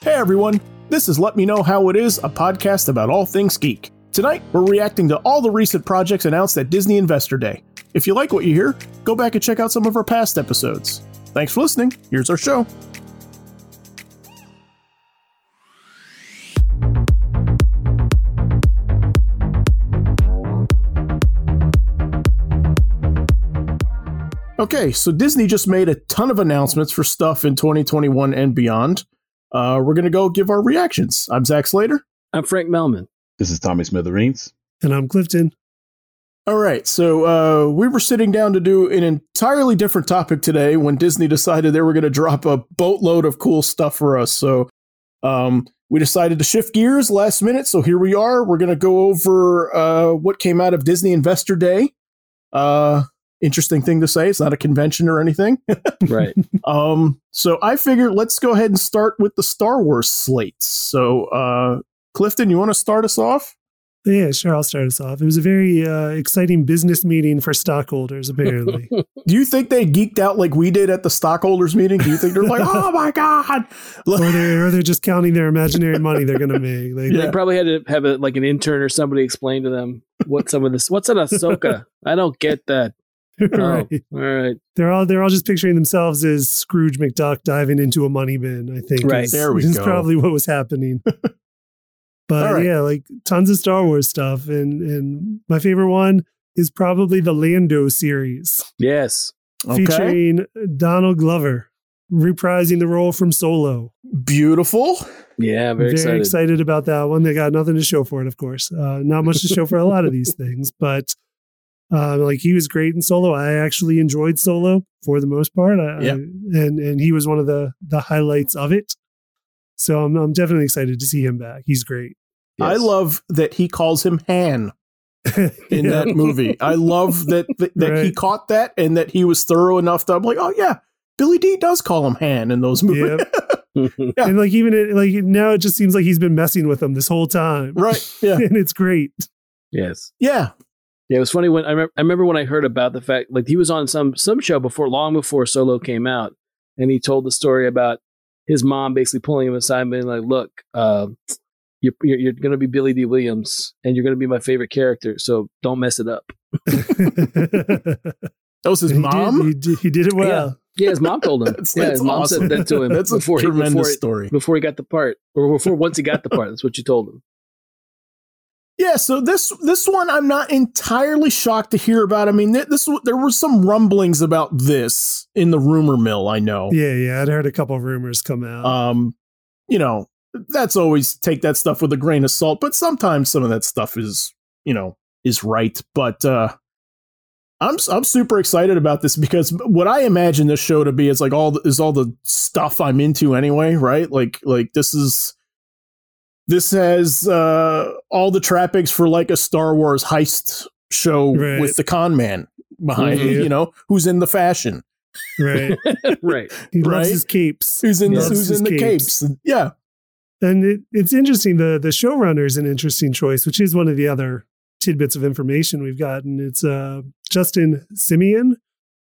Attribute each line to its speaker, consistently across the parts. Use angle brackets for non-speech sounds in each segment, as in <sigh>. Speaker 1: Hey everyone, this is Let Me Know How It Is, a podcast about all things geek. Tonight, we're reacting to all the recent projects announced at Disney Investor Day. If you like what you hear, go back and check out some of our past episodes. Thanks for listening. Here's our show. Okay, so Disney just made a ton of announcements for stuff in 2021 and beyond. Uh, we're going to go give our reactions. I'm Zach Slater.
Speaker 2: I'm Frank Melman.
Speaker 3: This is Tommy Smithereens.
Speaker 4: And I'm Clifton.
Speaker 1: All right, so uh, we were sitting down to do an entirely different topic today when Disney decided they were going to drop a boatload of cool stuff for us. So um, we decided to shift gears last minute. So here we are. We're going to go over uh, what came out of Disney Investor Day. Uh, interesting thing to say. It's not a convention or anything. <laughs>
Speaker 2: Right.
Speaker 1: Um, so I figured let's go ahead and start with the Star Wars slates. So, uh, Clifton, you want to start us off?
Speaker 4: Yeah, sure. I'll start us off. It was a very uh, exciting business meeting for
Speaker 1: <laughs>
Speaker 4: stockholders, apparently.
Speaker 1: Do you think they geeked out like we did at the stockholders meeting? Do you think they're like, oh my god?
Speaker 4: or, they're, or they're just counting their imaginary money they're going to make. They,
Speaker 1: Yeah.
Speaker 2: They probably had to have a, like an intern or somebody explain to them what some of this. What's an Ahsoka? I don't get that. Oh,
Speaker 4: <laughs> right.
Speaker 2: all right.
Speaker 4: They're all they're all just picturing themselves as Scrooge McDuck diving into a money bin. I think
Speaker 2: Right.
Speaker 4: is-
Speaker 1: There we
Speaker 4: is
Speaker 1: go.
Speaker 4: probably what was happening. <laughs> but
Speaker 1: All right.
Speaker 4: yeah, like tons of Star Wars stuff, and and my favorite one is probably the Lando series
Speaker 2: Yes.
Speaker 1: Okay,
Speaker 4: featuring Donald Glover reprising the role from Solo.
Speaker 1: beautiful.
Speaker 2: Yeah. Very, excited.
Speaker 4: about that one. They got nothing to show for it, of course. Uh, not much to show for a lot of these things, but uh, like he was great in solo. I actually enjoyed solo for the most part. I,
Speaker 1: Yeah.
Speaker 4: I, and and he was one of the the highlights of it. So I'm I'm definitely excited to see him back. He's
Speaker 1: <laughs>
Speaker 4: great.
Speaker 1: I
Speaker 2: Yes.
Speaker 1: love that he calls him Han in
Speaker 4: Yeah.
Speaker 1: that movie. I love that that, that he
Speaker 4: Right.
Speaker 1: caught that and that he was thorough enough to. I'm like, oh yeah, Billy D does call him Han in those movies, yeah.
Speaker 4: And like even it, like now it just seems like he's been messing with them this whole
Speaker 1: <laughs>
Speaker 4: time.
Speaker 1: right? Yeah,
Speaker 4: <laughs> And
Speaker 1: <laughs>
Speaker 4: it's great.
Speaker 2: <laughs> yes.
Speaker 1: yeah.
Speaker 2: Yeah. It was funny when I, remem- I remember when I heard about the fact like he was on some some show before long before Solo came out, and he told the story about his mom basically pulling him aside and being like, "Look, uh, you're you're, you're going to be Billy D. Williams, and you're going to be my favorite character, so don't mess it up."
Speaker 1: That was his
Speaker 4: And he did-
Speaker 1: mom.
Speaker 4: he, did, he did it well.
Speaker 2: Yeah, his
Speaker 1: <laughs>
Speaker 2: mom told him.
Speaker 1: That's-
Speaker 2: yeah,
Speaker 1: that's
Speaker 2: his mom
Speaker 1: awesome.
Speaker 2: said that to
Speaker 1: <laughs>
Speaker 2: him.
Speaker 1: That's a
Speaker 2: before he- before
Speaker 1: tremendous
Speaker 2: it-
Speaker 1: story.
Speaker 2: before he got the part, or before once he got the part. That's what you told him.
Speaker 1: <laughs> Yeah, so this this one I'm not entirely shocked to hear about. I mean, th- this w- there were some rumblings about this in the rumor mill. I know,
Speaker 4: Yeah, yeah. I'd heard a couple rumors come out.
Speaker 1: um, you know, that's always take that stuff with a grain of salt. But sometimes some of that stuff is you know is right. But uh, I'm s- I'm super excited about this because what I imagine this show to be is like all the, is all the stuff I'm into anyway, right? Like like this is this has uh, all the trappings for like a Star Wars heist show
Speaker 4: Right.
Speaker 1: with the con man behind it,
Speaker 4: Mhm.
Speaker 1: you know, who's in the fashion, <laughs>
Speaker 4: right.
Speaker 2: right.
Speaker 4: He
Speaker 1: Right?
Speaker 4: loves his capes.
Speaker 1: who's in
Speaker 2: Yes.
Speaker 1: the, who's in the capes.
Speaker 4: Capes.
Speaker 1: Yeah,
Speaker 4: And it, it's interesting. The the showrunner is an interesting choice, which is one of the other tidbits of information we've gotten. It's uh, Justin Simeon,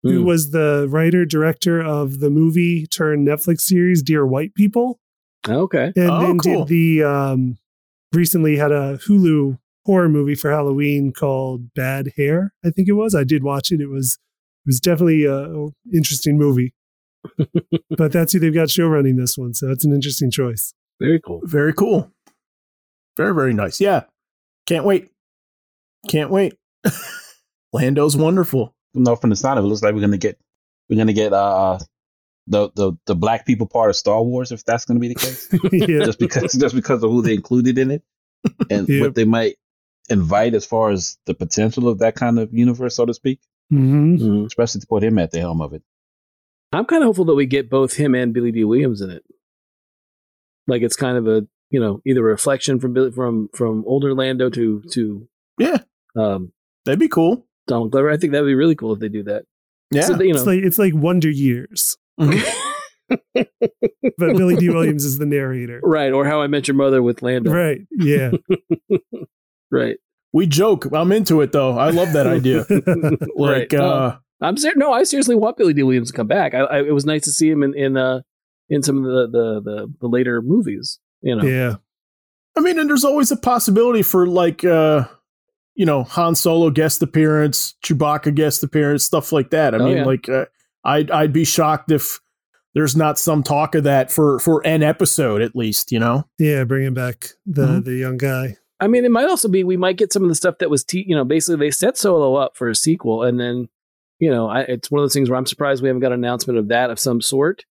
Speaker 4: who
Speaker 1: Hmm.
Speaker 2: Mm.
Speaker 4: was the writer director of the movie turned Netflix series Dear White People,
Speaker 2: Okay.
Speaker 4: and
Speaker 1: Oh,
Speaker 4: then
Speaker 1: cool.
Speaker 4: did the um, recently had a Hulu horror movie for Halloween called Bad Hair. I think it was. I did watch it. It was it was definitely a interesting movie.
Speaker 1: <laughs>
Speaker 4: but that's who they've got show running this one, so that's an interesting choice. <laughs>
Speaker 2: Very cool.
Speaker 1: very cool, very very nice. Yeah, can't wait, can't wait. <laughs> Lando's wonderful.
Speaker 3: No, from the sound of it, looks like we're gonna get we're gonna get uh the the the black people part of Star Wars if that's gonna be the
Speaker 4: <laughs>
Speaker 3: case.
Speaker 4: yeah.
Speaker 3: just because just because of who they included in it and
Speaker 4: Yep.
Speaker 3: what they might invite as far as the potential of that kind of universe, so to speak.
Speaker 4: hmm
Speaker 1: Mm-hmm.
Speaker 2: Mhm.
Speaker 3: Especially to put him at the helm of it.
Speaker 2: I'm kind of hopeful that we get both him and Billy D. Williams in it. Like it's kind of a you know either a reflection from Billy, from from older Lando to to
Speaker 1: Yeah.
Speaker 2: um,
Speaker 1: That'd be cool.
Speaker 2: Donald Glover. I think that would be really cool if they do that.
Speaker 1: Yeah,
Speaker 2: So that, you know.
Speaker 4: It's like it's like Wonder Years, but Billy D. Williams is the narrator.
Speaker 2: <laughs> right. Or How I Met Your Mother with Lando. <laughs> Right.
Speaker 4: Right.
Speaker 2: <laughs>
Speaker 4: Yeah.
Speaker 1: we joke. I'm into it though. I love that
Speaker 4: <laughs>
Speaker 1: idea. <laughs> Like,
Speaker 2: <laughs> Right.
Speaker 1: uh,
Speaker 2: I'm ser- no, I seriously want Billy D. Williams to come back. I, I, it was nice to see him in in uh, in some of the the the, the later movies. You know,
Speaker 4: Yeah.
Speaker 1: I mean, and there's always a possibility for like, uh, you know, Han Solo guest appearance, Chewbacca guest appearance, stuff like that. I
Speaker 2: Oh,
Speaker 1: mean,
Speaker 2: yeah.
Speaker 1: like, uh, I'd I'd be shocked if there's not some talk of that for for an episode at least. You know,
Speaker 4: Yeah. Bringing back the,
Speaker 2: Mm-hmm.
Speaker 1: Mhm.
Speaker 4: the young guy.
Speaker 2: I mean, it might also be we might get some of the stuff that was, te- you know, basically they set Solo up for a sequel, and then, you know, I, it's one of those things where I'm surprised we haven't got an announcement of that of some sort.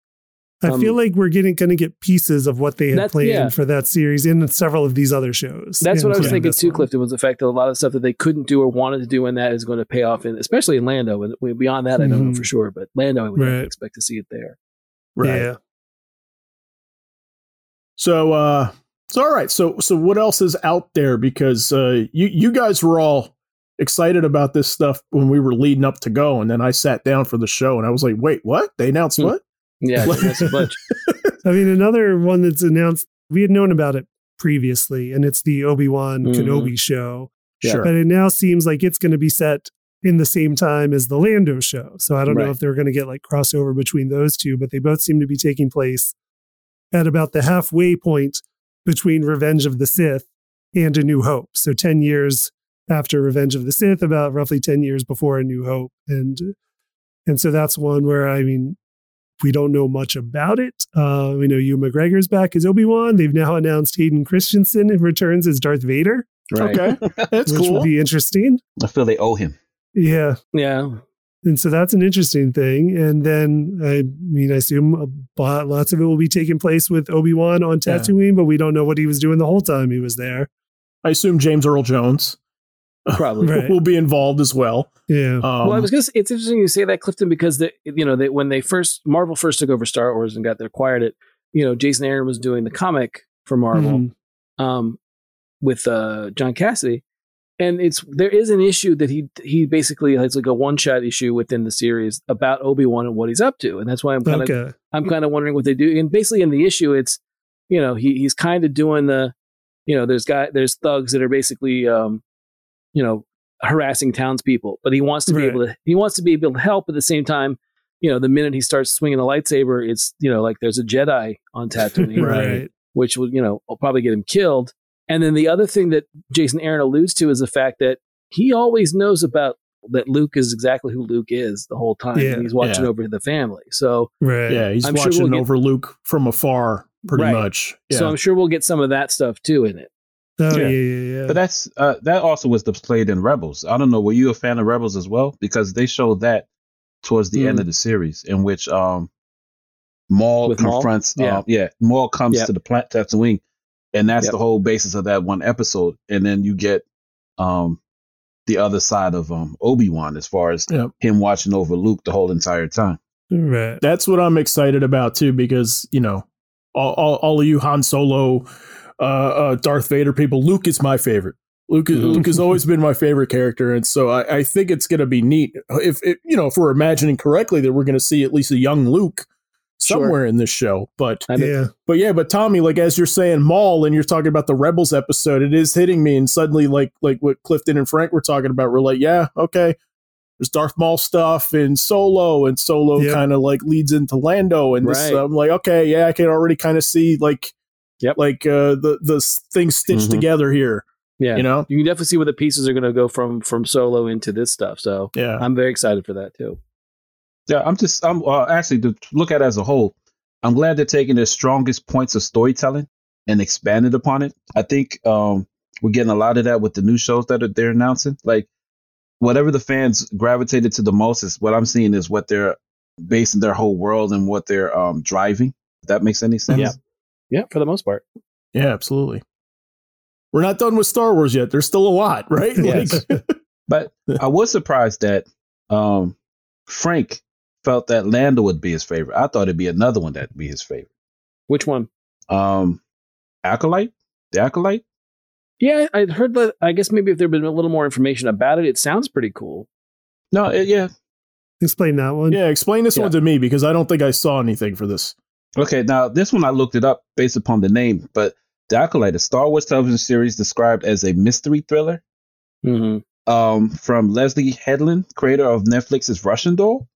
Speaker 4: I
Speaker 2: Um,
Speaker 4: feel like we're getting going to get pieces of what they had
Speaker 2: That's-
Speaker 4: planned
Speaker 2: yeah.
Speaker 4: for that series and several of these other shows.
Speaker 2: That's what I was
Speaker 4: including
Speaker 2: thinking
Speaker 4: this
Speaker 2: too,
Speaker 4: one.
Speaker 2: Clifton, was the fact that a lot of stuff that they couldn't do or wanted to do in that is going to pay off, in, especially in Lando. And we- beyond that, I don't know
Speaker 4: Mhm.
Speaker 2: for sure, but Lando, I would
Speaker 4: Right.
Speaker 2: expect to see it there.
Speaker 4: Yeah.
Speaker 1: So, uh, so all right. So, so what else is out there? Because uh, you you guys were all excited about this stuff when we were leading up to go, and then I sat down for the show, and I was like, wait, what? They announced
Speaker 2: Hmm.
Speaker 1: what?
Speaker 4: <laughs>
Speaker 2: Yeah, that's a bunch.
Speaker 4: I mean, another one that's announced, we had known about it previously, and it's the Obi Wan
Speaker 2: Mhm.
Speaker 4: Kenobi show.
Speaker 2: Yeah.
Speaker 1: Sure.
Speaker 4: But it now seems like it's going to be set in the same time as the Lando show. So I don't
Speaker 2: Right.
Speaker 4: know if they're going to get like crossover between those two, but they both seem to be taking place at about the halfway point between Revenge of the Sith and A New Hope. So 10 years after Revenge of the Sith, about roughly 10 years before A New Hope. And and so that's one where I mean we don't know much about it. Uh, we know Hugh McGregor's back as Obi Wan. They've now announced Hayden Christensen returns as Darth Vader,
Speaker 2: Right.
Speaker 1: Okay, that's
Speaker 4: which
Speaker 1: cool.
Speaker 4: will be interesting.
Speaker 3: I feel they owe him.
Speaker 4: Yeah,
Speaker 2: Yeah.
Speaker 4: and so that's an interesting thing. And then, I mean, I assume a lot, lots of it will be taking place with Obi Wan on
Speaker 1: Yeah.
Speaker 4: Tatooine, but we don't know what he was doing the whole time he was there.
Speaker 1: I assume James Earl Jones
Speaker 2: Probably.
Speaker 4: Right.
Speaker 1: will be involved as well.
Speaker 4: Yeah.
Speaker 1: Um,
Speaker 2: well, I was gonna. Say, it's interesting you say that, Clifton, because the you know they, when they first Marvel first took over Star Wars and got they acquired it, you know Jason Aaron was doing the comic for Marvel
Speaker 4: Mhm.
Speaker 2: um, with uh, John Cassidy, and it's there is an issue that he he basically has like a one shot issue within the series about Obi Wan and what he's up to, and that's why I'm kind of
Speaker 4: Okay.
Speaker 2: I'm kind of wondering what they do. And basically, in the issue, it's you know he he's kind of doing the you know there's guy there's thugs that are basically um you know harassing townspeople, but he wants to be
Speaker 4: Right.
Speaker 2: able to he wants to be able to help at the same time. You know, the minute he starts swinging a lightsaber, it's you know like there's a Jedi on Tatooine,
Speaker 1: Right.
Speaker 2: which will you know will probably get him killed. And then the other thing that Jason Aaron alludes to is the fact that he always knows about that Luke is exactly who Luke is the whole time,
Speaker 4: Yeah.
Speaker 2: and he's watching
Speaker 1: Yeah.
Speaker 2: over the family. So
Speaker 4: Right.
Speaker 1: yeah, he's
Speaker 2: I'm sure
Speaker 1: watching
Speaker 2: we'll get-
Speaker 1: over Luke from afar, pretty
Speaker 2: Right.
Speaker 1: much. Yeah.
Speaker 2: So I'm sure we'll get some of that stuff too in it.
Speaker 4: Oh,
Speaker 1: Yeah.
Speaker 4: yeah. Yeah. Yeah.
Speaker 3: But that's uh, that also was displayed in Rebels. I don't know. Were you a fan of Rebels as well? Because they showed that towards the end
Speaker 2: Mm.
Speaker 3: of the series, in which um, Maul
Speaker 2: With Maul?
Speaker 3: confronts.
Speaker 2: Yeah.
Speaker 3: Um, yeah, Maul comes
Speaker 2: Yep.
Speaker 3: to the plant Tatooine, and that's
Speaker 2: Yep.
Speaker 3: the whole basis of that one episode. And then you get um, the other side of um, Obi Wan as far as
Speaker 1: Yep.
Speaker 3: him watching over Luke the whole entire time.
Speaker 4: right.
Speaker 1: that's what I'm excited about too, because you know, all, all, all of you Han Solo, uh, uh, Darth Vader people, Luke is my favorite. Luke, is-
Speaker 2: Mhm.
Speaker 1: Luke has always been my favorite character, and so I, I think it's going to be neat if, if you know if we're imagining correctly that we're going to see at least a young Luke
Speaker 2: Sure.
Speaker 1: somewhere in this show. But
Speaker 2: I mean,
Speaker 4: Yeah.
Speaker 1: but yeah, but Tommy, like as you're saying Maul, and you're talking about the Rebels episode, it is hitting me, and suddenly like like what Clifton and Frank were talking about, we're like, yeah, okay, there's Darth Maul stuff and Solo, and Solo
Speaker 4: Yeah.
Speaker 1: kind of like leads into Lando, and this,
Speaker 2: Right.
Speaker 1: I'm like, okay, yeah, I can already kind of see like,
Speaker 2: Yep. Mm-hmm.
Speaker 1: like uh, the the s- things stitched
Speaker 3: Mhm.
Speaker 1: together here,
Speaker 2: yeah.
Speaker 1: you
Speaker 2: You,
Speaker 1: know,
Speaker 2: can definitely see where the pieces are going to go from from Solo into this stuff. So
Speaker 1: yeah,
Speaker 2: I'm very excited for that too.
Speaker 3: Yeah, I'm just I'm uh, actually to look at it as a whole. I'm glad they're taking their strongest points of storytelling and expanded upon it. I think um, we're getting a lot of that with the new shows that are, they're announcing. Like whatever the fans gravitated to the most is what I'm seeing is what they're basing their whole world and what they're um, driving. If that makes any sense.
Speaker 2: Yeah. Yeah, for the most part.
Speaker 1: yeah, absolutely. We're not done with Star Wars yet. There's still a lot, <laughs> right?
Speaker 4: Yes.
Speaker 1: Like,
Speaker 3: But I was surprised that um, Frank felt that Lando would be his favorite. I thought it'd be another one that'd be his favorite.
Speaker 2: Which one?
Speaker 3: Um, Acolyte, the Acolyte.
Speaker 2: Yeah, I- I'd heard that. I guess maybe if there'd been a little more information about it, it sounds pretty cool.
Speaker 3: No, it, yeah.
Speaker 4: Explain that one.
Speaker 1: yeah, explain this
Speaker 2: Yeah.
Speaker 1: one to me because I don't think I saw anything for this.
Speaker 3: Okay, now this one I looked it up based upon the name, but The Acolyte, a Star Wars television series described as a mystery thriller
Speaker 2: Mm-hmm.
Speaker 3: um, from Leslie Headland, creator of Netflix's Russian Doll.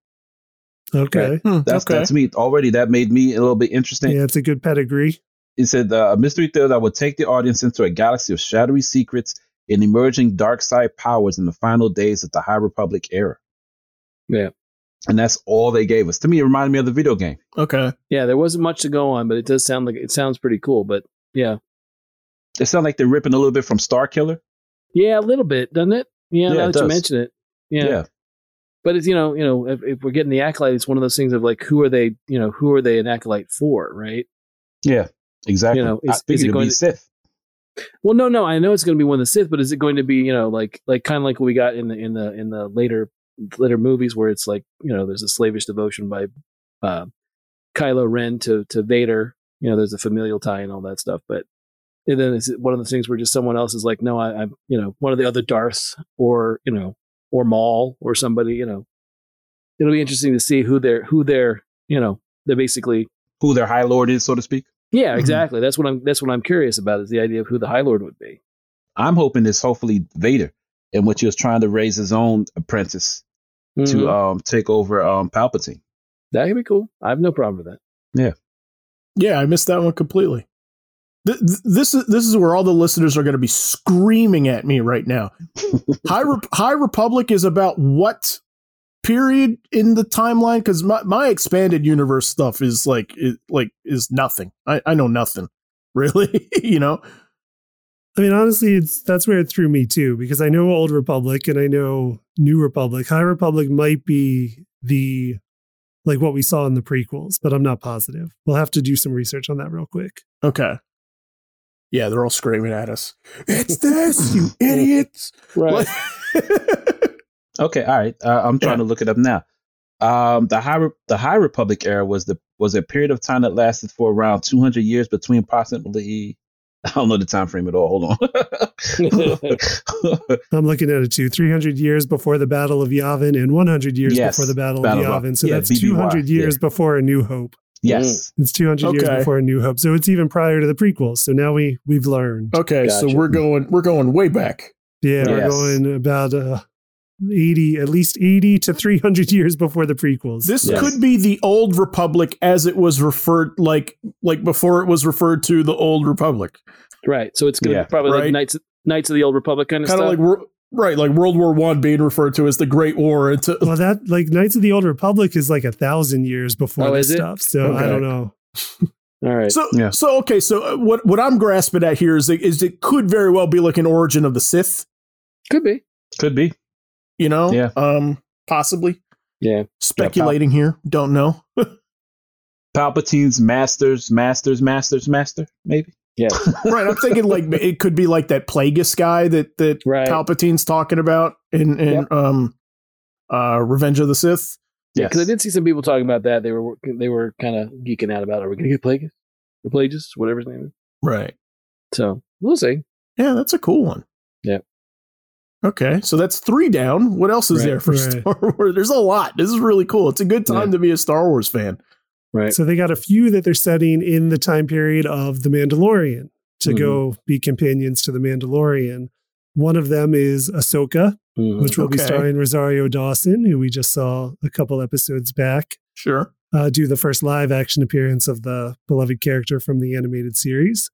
Speaker 4: Okay.
Speaker 1: Hmm,
Speaker 3: That's
Speaker 1: okay.
Speaker 3: that's me already. That made me a little bit interesting.
Speaker 4: Yeah, it's a good pedigree.
Speaker 3: It said uh, a mystery thriller that would take the audience into a galaxy of shadowy secrets and emerging dark side powers in the final days of the High Republic era.
Speaker 2: Yeah.
Speaker 3: And that's all they gave us. To me, it reminded me of the video game.
Speaker 1: okay.
Speaker 2: Yeah, there wasn't much to go on, but it does sound like it sounds pretty cool. But yeah,
Speaker 3: It sounded like they're ripping a little bit from Star Killer.
Speaker 2: yeah, a little bit, doesn't it? Yeah,
Speaker 3: Yeah,
Speaker 2: now
Speaker 3: it
Speaker 2: that you
Speaker 3: does.
Speaker 2: mention it. Yeah. but it's you know, you know, if, if we're getting the acolyte, it's one of those things of like, who are they? You know, who are they an acolyte for? Right?
Speaker 3: Yeah, exactly.
Speaker 2: You know,
Speaker 3: I
Speaker 2: is- is
Speaker 3: figured
Speaker 2: it
Speaker 3: it'd
Speaker 2: going
Speaker 3: be
Speaker 2: to-
Speaker 3: Sith.
Speaker 2: Well, no, no, I know it's going to be one of the Sith, but is it going to be you know like like kind of like what we got in the in the in the later later movies where it's like you know there's a slavish devotion by uh, Kylo Ren to to Vader. You know, there's a familial tie and all that stuff, but. And then it's one of the things where just someone else is like, no, I, I'm, you know, one of the other Darths or, you know, or Maul or somebody, you know. It'll be interesting to see who they're, who they're, you know, they're basically
Speaker 3: Who their High Lord is, so to speak.
Speaker 2: Yeah,
Speaker 1: Mhm.
Speaker 2: exactly. That's what I'm. That's what I'm curious about is the idea of who the High Lord would be.
Speaker 3: I'm hoping it's hopefully Vader, in which he was trying to raise his own apprentice to
Speaker 2: Mhm.
Speaker 3: um, take over um, Palpatine.
Speaker 2: that could be cool. I have no problem with that.
Speaker 1: Yeah, I missed that one completely. Th- th- This is this is where all the listeners are going to be screaming at me right now. High Rep- High Republic is about what period in the timeline? Because my, my expanded universe stuff is like it, like is nothing. I, I know nothing <laughs> really. you know,
Speaker 4: I mean, honestly, it's that's where it threw me too, because I know Old Republic and I know New Republic. High Republic might be the like what we saw in the prequels, but I'm not positive. We'll have to do some research on that real quick.
Speaker 1: okay. Yeah, they're all screaming at us. It's this, you idiots! Like-
Speaker 3: Okay, all right. Uh, I'm trying to look it up now. Um, the high Re- the High Republic era was the was a period of time that lasted for around 200 years between approximately. <laughs> I don't know the time frame at
Speaker 2: <laughs>
Speaker 3: all. Hold on.
Speaker 4: I'm looking at it too. 300 years before the Battle of Yavin and 100 years
Speaker 3: Yes,
Speaker 4: before the Battle,
Speaker 3: Battle of-
Speaker 4: of Yavin. So
Speaker 3: yeah,
Speaker 4: that's
Speaker 3: BBY,
Speaker 4: 200 years
Speaker 3: yeah.
Speaker 4: before A New Hope.
Speaker 3: <laughs> yes.
Speaker 4: It's 200
Speaker 1: Okay.
Speaker 4: years before A New Hope. So it's even prior to the prequels. So now we we've learned.
Speaker 1: <laughs> okay, so
Speaker 2: Gotcha.
Speaker 1: we're going we're going way back.
Speaker 4: Yeah, we're
Speaker 3: Oh, Yes.
Speaker 4: going about uh, 80, at least 80 to 300 years before the prequels.
Speaker 1: This
Speaker 3: Yes.
Speaker 1: could be the old republic as it was referred like like before it was referred to the old republic.
Speaker 2: Right. So it's gonna
Speaker 3: Yeah,
Speaker 2: be probably
Speaker 1: right.
Speaker 2: like Knights Knights of the Old Republic kind of
Speaker 1: Kind of like
Speaker 2: stuff.
Speaker 1: wor- right, like World War 1 being referred to as the Great War into
Speaker 4: well, that like Knights of the Old Republic is like a thousand years before
Speaker 2: Oh,
Speaker 4: this
Speaker 2: is it?
Speaker 4: stuff. So I
Speaker 1: Okay.
Speaker 4: don't know.
Speaker 2: All
Speaker 1: <laughs>
Speaker 2: right.
Speaker 1: So
Speaker 3: Yeah.
Speaker 1: so okay, so uh, what what I'm grasping at here is it, is it could very well be like an origin of the Sith,
Speaker 2: Could be.
Speaker 3: Could be.
Speaker 1: you know?
Speaker 3: Yeah.
Speaker 1: Um possibly
Speaker 2: Yeah.
Speaker 1: speculating here, don't know.
Speaker 3: Palpatine's masters, masters, masters, master, maybe.
Speaker 2: Yeah.
Speaker 1: right, I'm thinking like it could be like that Plagueis guy that that
Speaker 2: Right.
Speaker 1: Palpatine's talking about in in
Speaker 2: Yep.
Speaker 1: um uh Revenge of the Sith.
Speaker 2: Yeah. Because I did see some people talking about that. They were they were kind of geeking out about. Are we gonna get Plagueis? Or Plagueis, whatever his name is.
Speaker 1: Right.
Speaker 2: So we'll see.
Speaker 1: Yeah, that's a cool one.
Speaker 2: Yep.
Speaker 1: Okay, so that's three down. What else is
Speaker 2: Right,
Speaker 1: there for
Speaker 4: right.
Speaker 1: Star Wars? There's a lot. This is really cool. It's a good time
Speaker 2: Yeah.
Speaker 1: to be a Star Wars fan.
Speaker 2: Right.
Speaker 4: So they got a few that they're setting in the time period of The Mandalorian to go
Speaker 2: Mm-hmm.
Speaker 4: be companions to The Mandalorian. One of them is Ahsoka,
Speaker 2: Mhm.
Speaker 4: which will be
Speaker 1: Okay.
Speaker 4: starring Rosario Dawson, who we just saw a couple episodes back,
Speaker 1: Sure.
Speaker 4: uh, do the first live action appearance of the beloved character from the animated series.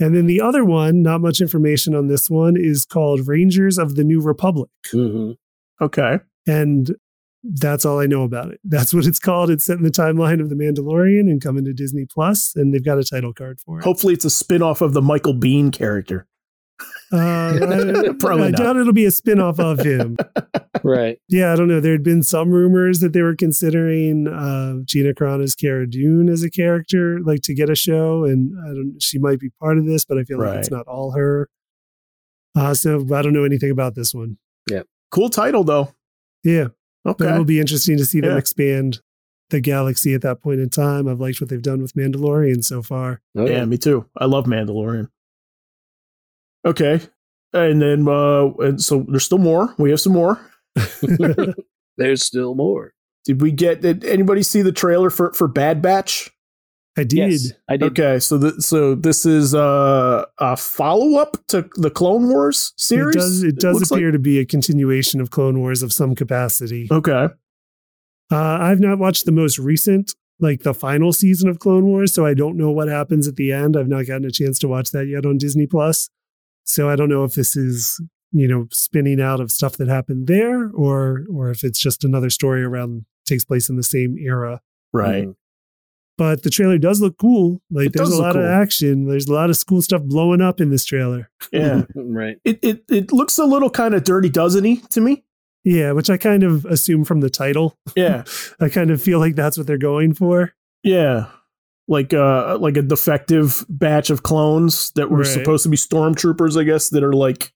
Speaker 4: And then the other one, not much information on this one, is called Rangers of the New Republic.
Speaker 2: Mhm.
Speaker 1: Okay.
Speaker 4: And that's all I know about it. That's what it's called. It's set in the timeline of The Mandalorian and coming to Disney Plus, and they've got a title card for it.
Speaker 1: Hopefully, it's a spin off of the Michael Bean
Speaker 2: <laughs>
Speaker 1: character.
Speaker 4: Uh, I,
Speaker 1: <laughs> Probably
Speaker 4: I
Speaker 1: not.
Speaker 4: doubt it'll be a spin off of
Speaker 1: <laughs>
Speaker 4: him.
Speaker 2: Right.
Speaker 4: Yeah, I don't know. There had been some rumors that they were considering uh, Gina Carano's Cara Dune as a character, like to get a show, and I don't. She might be part of this, but I feel like it's not all her. Uh, so I don't know anything about this one.
Speaker 1: Cool title, though.
Speaker 4: Yeah, but
Speaker 1: Okay.
Speaker 4: it'll be interesting to see them
Speaker 1: Yeah.
Speaker 4: expand the galaxy at that point in time. I've liked what they've done with Mandalorian so far. <laughs>
Speaker 2: Okay.
Speaker 1: Yeah, me too. I love Mandalorian. Okay. And then, uh, and so there's still more. We have some more.
Speaker 2: There's still more.
Speaker 1: Did we get? Did anybody see the trailer for for Bad Batch?
Speaker 4: I did.
Speaker 2: Yes, I did.
Speaker 1: Okay, so th- so this is uh, a follow up to the Clone Wars
Speaker 4: It
Speaker 1: series.
Speaker 4: does. It does
Speaker 1: looks
Speaker 4: appear to be a continuation of Clone Wars of some capacity.
Speaker 1: Like, okay,
Speaker 4: Uh, I've not watched the most recent, like the final season of Clone Wars, so I don't know what happens at the end. I've not gotten a chance to watch that yet on Disney Plus, so I don't know if this is you know spinning out of stuff that happened there, or or if it's just another story around takes place in the same era.
Speaker 1: Right.
Speaker 4: But the trailer does look cool. Like
Speaker 1: It
Speaker 4: there's
Speaker 1: does
Speaker 4: a
Speaker 1: look
Speaker 4: lot of
Speaker 1: cool.
Speaker 4: action. There's a lot of cool stuff blowing up in this trailer.
Speaker 1: Yeah.
Speaker 2: Mm-hmm. right.
Speaker 1: It, it it looks a little kind of dirty, doesn't he? To me.
Speaker 4: Yeah, which I kind of assume from the title.
Speaker 1: Yeah.
Speaker 4: I kind of feel like that's what they're going for.
Speaker 1: Yeah. Like uh like a defective batch of clones that were
Speaker 4: Right.
Speaker 1: supposed to be stormtroopers, I guess, that are like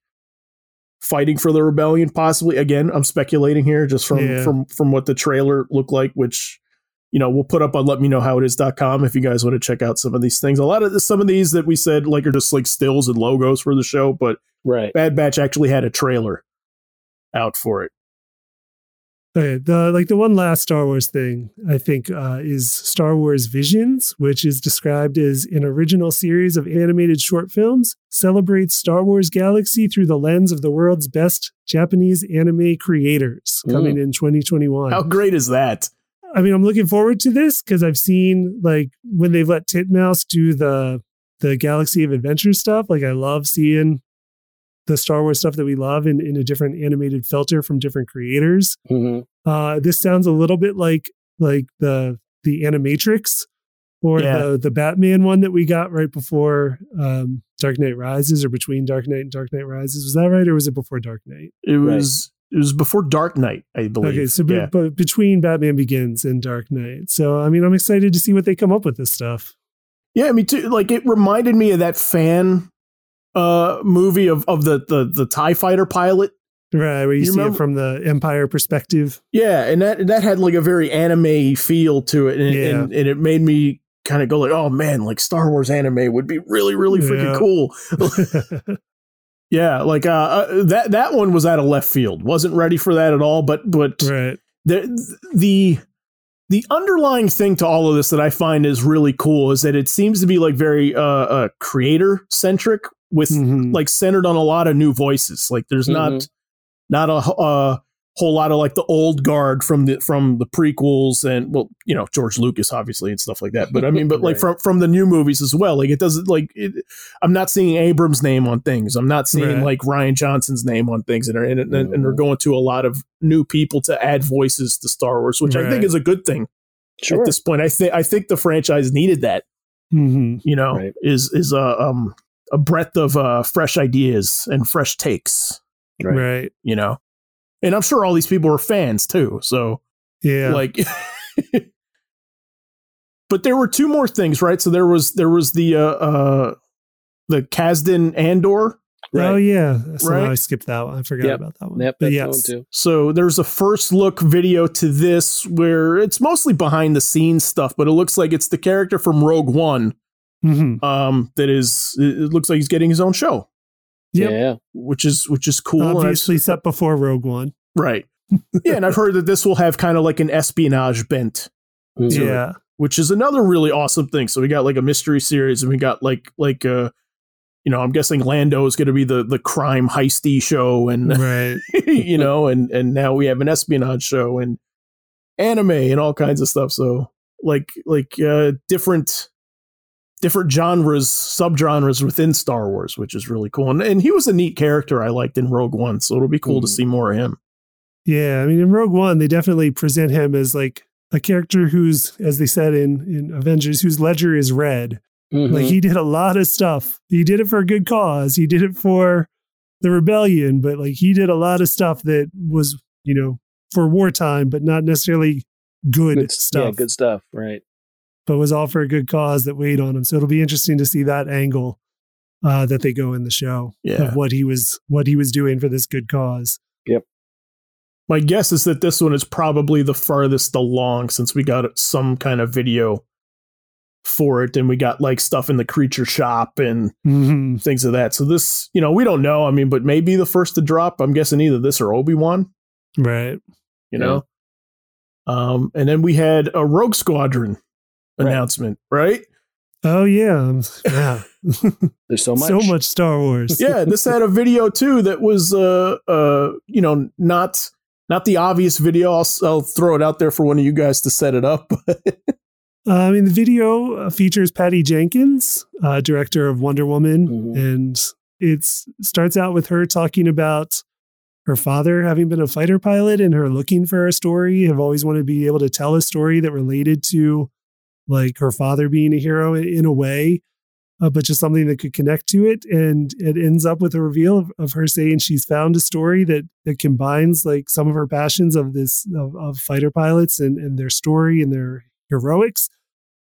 Speaker 1: fighting for the rebellion possibly. Again, I'm speculating here just from
Speaker 4: Yeah.
Speaker 1: from from what the trailer looked like, which you know, we'll put up on let me know how it is.com if you guys want to check out some of these things. A lot of the, some of these that we said like are just like stills and logos for the show, but
Speaker 2: Right.
Speaker 1: Bad Batch actually had a trailer out for it.
Speaker 4: Okay, the like the one last Star Wars thing I think uh, is Star Wars Visions, which is described as an original series of animated short films celebrates Star Wars galaxy through the lens of the world's best Japanese anime creators, coming in
Speaker 1: Mm.
Speaker 4: 2021.
Speaker 1: How great is that?
Speaker 4: I mean, I'm looking forward to this because I've seen like when they've let Titmouse do the the Galaxy of Adventure stuff. Like, I love seeing the Star Wars stuff that we love in, in a different animated filter from different creators.
Speaker 2: Mhm.
Speaker 4: Uh, this sounds a little bit like like the the Animatrix or
Speaker 1: Yeah.
Speaker 4: the the Batman one that we got right before um, Dark Knight Rises or between Dark Knight and Dark Knight Rises. Was that right, or was it before Dark Knight?
Speaker 1: It was it was before Dark Knight, I believe.
Speaker 4: Okay, so be-
Speaker 1: Yeah.
Speaker 4: but between Batman Begins and Dark Knight. So I mean, I'm excited to see what they come up with this stuff.
Speaker 1: Yeah, I mean, too, like it reminded me of that fan uh movie of of the the the Tie Fighter pilot.
Speaker 4: Right, where you,
Speaker 1: You
Speaker 4: see
Speaker 1: remember-
Speaker 4: it from the Empire perspective.
Speaker 1: Yeah, and that that had like a very anime feel to it, and
Speaker 4: Yeah.
Speaker 1: and, and it made me kind of go like, oh man, like Star Wars anime would be really really freaking
Speaker 4: Yeah.
Speaker 1: cool.
Speaker 4: <laughs>
Speaker 1: <laughs> Yeah, like uh, uh that that one was out of left field. wasn't ready for that at all. But but
Speaker 4: right.
Speaker 1: the the the underlying thing to all of this that I find is really cool is that it seems to be like very uh, uh creator centric with
Speaker 4: Mhm.
Speaker 1: like centered on a lot of new voices. Like there's not
Speaker 2: Mhm.
Speaker 1: not a, uh whole lot of like the old guard from the from the prequels and well you know George Lucas obviously and stuff like that. But I mean, but like
Speaker 2: Right.
Speaker 1: from from the new movies as well. Like it doesn't like it, I'm not seeing Abrams' name on things. I'm not seeing
Speaker 4: Right.
Speaker 1: like Ryan Johnson's name on things, and they're- and, and, and they're
Speaker 2: Mhm.
Speaker 1: going to a lot of new people to add voices to Star Wars, which I think
Speaker 4: Right.
Speaker 1: is a good thing
Speaker 2: Sure.
Speaker 1: at this point. I think I think the franchise needed that
Speaker 4: Mhm.
Speaker 1: you know
Speaker 2: Right.
Speaker 1: is is a um a breadth of uh fresh ideas and fresh takes
Speaker 2: Right.
Speaker 4: Right.
Speaker 1: you know and i'm sure all these people were fans too so
Speaker 4: Yeah.
Speaker 1: like <laughs> but there were two more things right so there was there was the uh uh the Kazdan Andor
Speaker 4: Oh yeah. So
Speaker 1: Right.
Speaker 4: I skipped that one. I forgot
Speaker 2: Yep.
Speaker 4: about that one.
Speaker 2: Yep,
Speaker 4: But
Speaker 2: that's
Speaker 4: yes.
Speaker 2: going to.
Speaker 1: So there's a first look video to this where it's mostly behind the scenes stuff, but it looks like it's the character from Rogue One
Speaker 4: Mhm.
Speaker 1: um, that is. It it looks like he's getting his own show,
Speaker 4: Yep.
Speaker 2: Yeah.
Speaker 1: which is which is cool. And I've-
Speaker 4: Obviously set before Rogue One.
Speaker 1: Right. <laughs> Yeah, and I've heard that this will have kind of like an espionage bent,
Speaker 2: Mhm.
Speaker 4: Yeah.
Speaker 1: which is another really awesome thing. So we got like a mystery series and we got like like uh you know, I'm guessing Lando is going to be the the crime heisty show and <laughs>
Speaker 4: Right.
Speaker 1: you know, and and now we have an espionage show and anime and all kinds of stuff. So like like uh different different genres, subgenres within Star Wars, which is really cool. And and he was a neat character I liked in Rogue One, so it'll be cool to
Speaker 2: Mhm.
Speaker 1: see more of him.
Speaker 4: Yeah, I mean, in Rogue One, they definitely present him as like a character who's, as they said in in Avengers, whose ledger is red.
Speaker 2: Mhm.
Speaker 4: Like he did a lot of stuff. He did it for a good cause. He did it for the rebellion, but like he did a lot of stuff that was, you know, for wartime, but not necessarily good,
Speaker 2: good
Speaker 4: stuff.
Speaker 2: Yeah, good stuff. Right.
Speaker 4: But was all for a good cause that weighed on him. So it'll be interesting to see that angle uh, that they go in the show
Speaker 1: Yeah.
Speaker 4: of what he was what he was doing for this good cause.
Speaker 1: My guess is that this one is probably the farthest along since we got some kind of video for it and we got like stuff in the creature shop and
Speaker 2: Mm-hmm.
Speaker 4: hmm
Speaker 1: things of that. So this, you know, we don't know. I mean, but maybe the first to drop, I'm guessing either this or Obi-Wan,
Speaker 4: Right.
Speaker 1: you know. Um and then we had a Rogue Squadron
Speaker 2: Right.
Speaker 1: announcement, right?
Speaker 4: Oh yeah. Yeah.
Speaker 2: There's <laughs> so much.
Speaker 4: so much Star Wars.
Speaker 1: yeah, this had a video too that was uh uh you know, not Not the obvious video. I'll, I'll throw it out there for one of you guys to set it up. <laughs>
Speaker 4: Uh, I mean, the video uh, features Patty Jenkins, uh, director of Wonder Woman,
Speaker 2: Mhm.
Speaker 4: and it starts out with her talking about her father having been a fighter pilot and her looking for a story, have always wanted to be able to tell a story that related to like her father being a hero in, in a way, uh, but just something that could connect to it. And it ends up with a reveal of, of her saying she's found a story that that combines like some of her passions of this of, of fighter pilots and, and their story and their heroics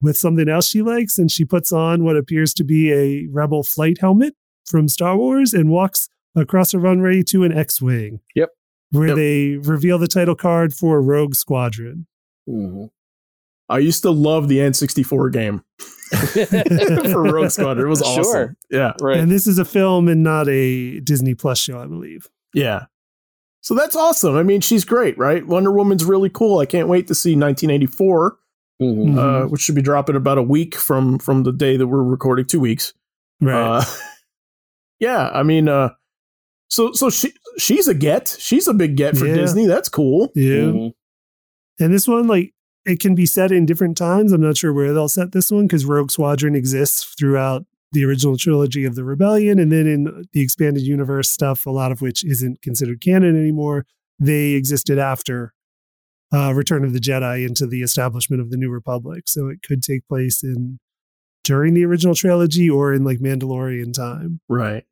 Speaker 4: with something else she likes and she puts on what appears to be a rebel flight helmet from Star Wars and walks across a runway to an X-wing.
Speaker 2: Yep.
Speaker 4: Where
Speaker 1: Yep.
Speaker 4: they reveal the title card for Rogue Squadron.
Speaker 2: Mm-hmm.
Speaker 1: I used to love the N64
Speaker 4: <laughs>
Speaker 1: game <laughs> for Rogue Squadron. It was
Speaker 2: Sure.
Speaker 1: awesome. Yeah.
Speaker 2: right.
Speaker 4: And this is a film and not a Disney Plus show, I believe.
Speaker 1: Yeah. So that's awesome. I mean, she's great, right? Wonder Woman's really cool. I can't wait to see 1984.
Speaker 2: Mhm.
Speaker 1: uh,
Speaker 4: Mm-hmm.
Speaker 1: which should be dropping about a week from from the day that we're recording two weeks
Speaker 4: right.
Speaker 1: uh, <laughs> yeah i mean uh so so she she's a get she's a big get for
Speaker 4: Yeah.
Speaker 1: disney that's cool
Speaker 4: yeah.
Speaker 2: Mhm.
Speaker 4: And this one, like, it can be set in different times. I'm not sure where they'll set this one because Rogue Squadron exists throughout the original trilogy of the Rebellion, and then in the expanded universe stuff, a lot of which isn't considered canon anymore. They existed after uh, Return of the Jedi into the establishment of the New Republic, so it could take place in during the original trilogy or in like Mandalorian time.
Speaker 1: right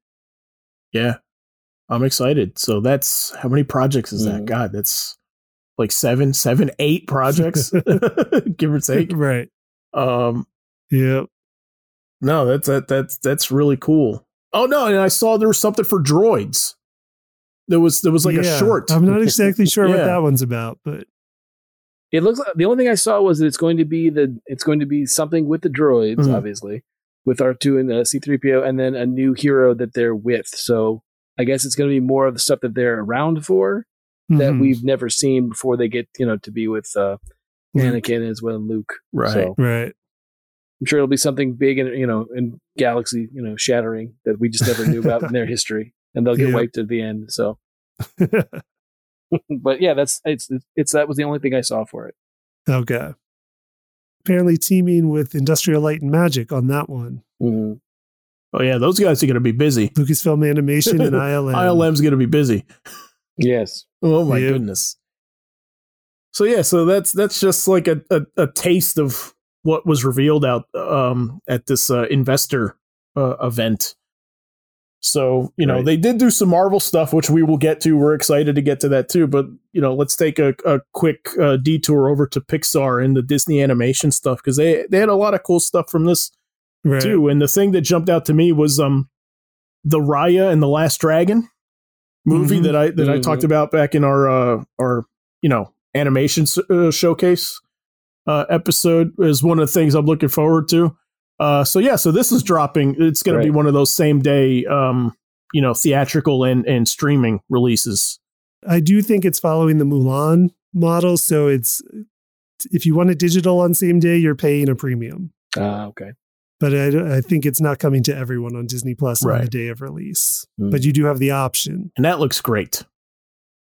Speaker 1: yeah i'm excited so that's how many projects is that
Speaker 4: Mm-hmm.
Speaker 2: Mhm.
Speaker 1: god that's like seven seven eight
Speaker 4: <laughs>
Speaker 1: projects <laughs> give or take
Speaker 4: right?
Speaker 1: um
Speaker 4: Yeah.
Speaker 1: No, that's that that's that's really cool. Oh no, and I saw there was something for droids. There was there was like a
Speaker 4: Yeah.
Speaker 1: short.
Speaker 4: I'm not exactly sure what
Speaker 1: Yeah.
Speaker 4: that one's about, but
Speaker 2: It looks like the only thing I saw was that it's going to be the it's going to be something with the droids,
Speaker 4: Mm-hmm.
Speaker 1: Mhm.
Speaker 2: obviously, with R two and uh, C three PO, and then a new hero that they're with. So I guess it's going to be more of the stuff that they're around for that
Speaker 4: Mhm.
Speaker 2: we've never seen before they get you know to be with uh, Anakin as well and Luke.
Speaker 1: <laughs> right.
Speaker 2: So
Speaker 4: right. <laughs>
Speaker 2: I'm sure it'll be something big and you know and galaxy you know shattering that we just never knew about in their history, and they'll get
Speaker 4: <laughs> Yeah.
Speaker 2: wiped at the end. So, but yeah, that's it's it's that was the only thing I saw for it.
Speaker 4: Okay. Apparently teaming with Industrial Light and Magic on that one.
Speaker 2: Mhm.
Speaker 1: Oh yeah, those guys are gonna be busy.
Speaker 4: Lucasfilm
Speaker 1: <laughs>
Speaker 4: Animation and ILM.
Speaker 1: ILM's gonna be busy.
Speaker 2: Yes.
Speaker 1: Oh my
Speaker 4: Yeah.
Speaker 1: goodness. So yeah, so that's that's just like a, a, a taste of what was revealed out um at this uh, investor uh, event. So, you know,
Speaker 3: Right.
Speaker 1: they did do some Marvel stuff, which we will get to. We're excited to get to that too. But, you know, let's take a, a quick uh, detour over to Pixar and the Disney animation stuff because they, they had a lot of cool stuff from this
Speaker 4: Right.
Speaker 1: too. And the thing that jumped out to me was um the Raya and the Last Dragon movie
Speaker 4: Mhm.
Speaker 1: that I that I talked about back in our uh, our you know animation s- uh, showcase uh, episode is one of the things I'm looking forward to. Uh, so yeah, so this is dropping. It's going to be
Speaker 2: Right.
Speaker 1: one of those same day um you know theatrical and and streaming releases.
Speaker 4: I do think it's following the Mulan model. So it's if you want it digital on same day, you're paying a premium.
Speaker 2: Ah, okay.
Speaker 4: But I, I think it's not coming to everyone on Disney Plus on the
Speaker 1: Right.
Speaker 4: day of release.
Speaker 2: Mm.
Speaker 4: But you do have the option.
Speaker 1: And that looks great.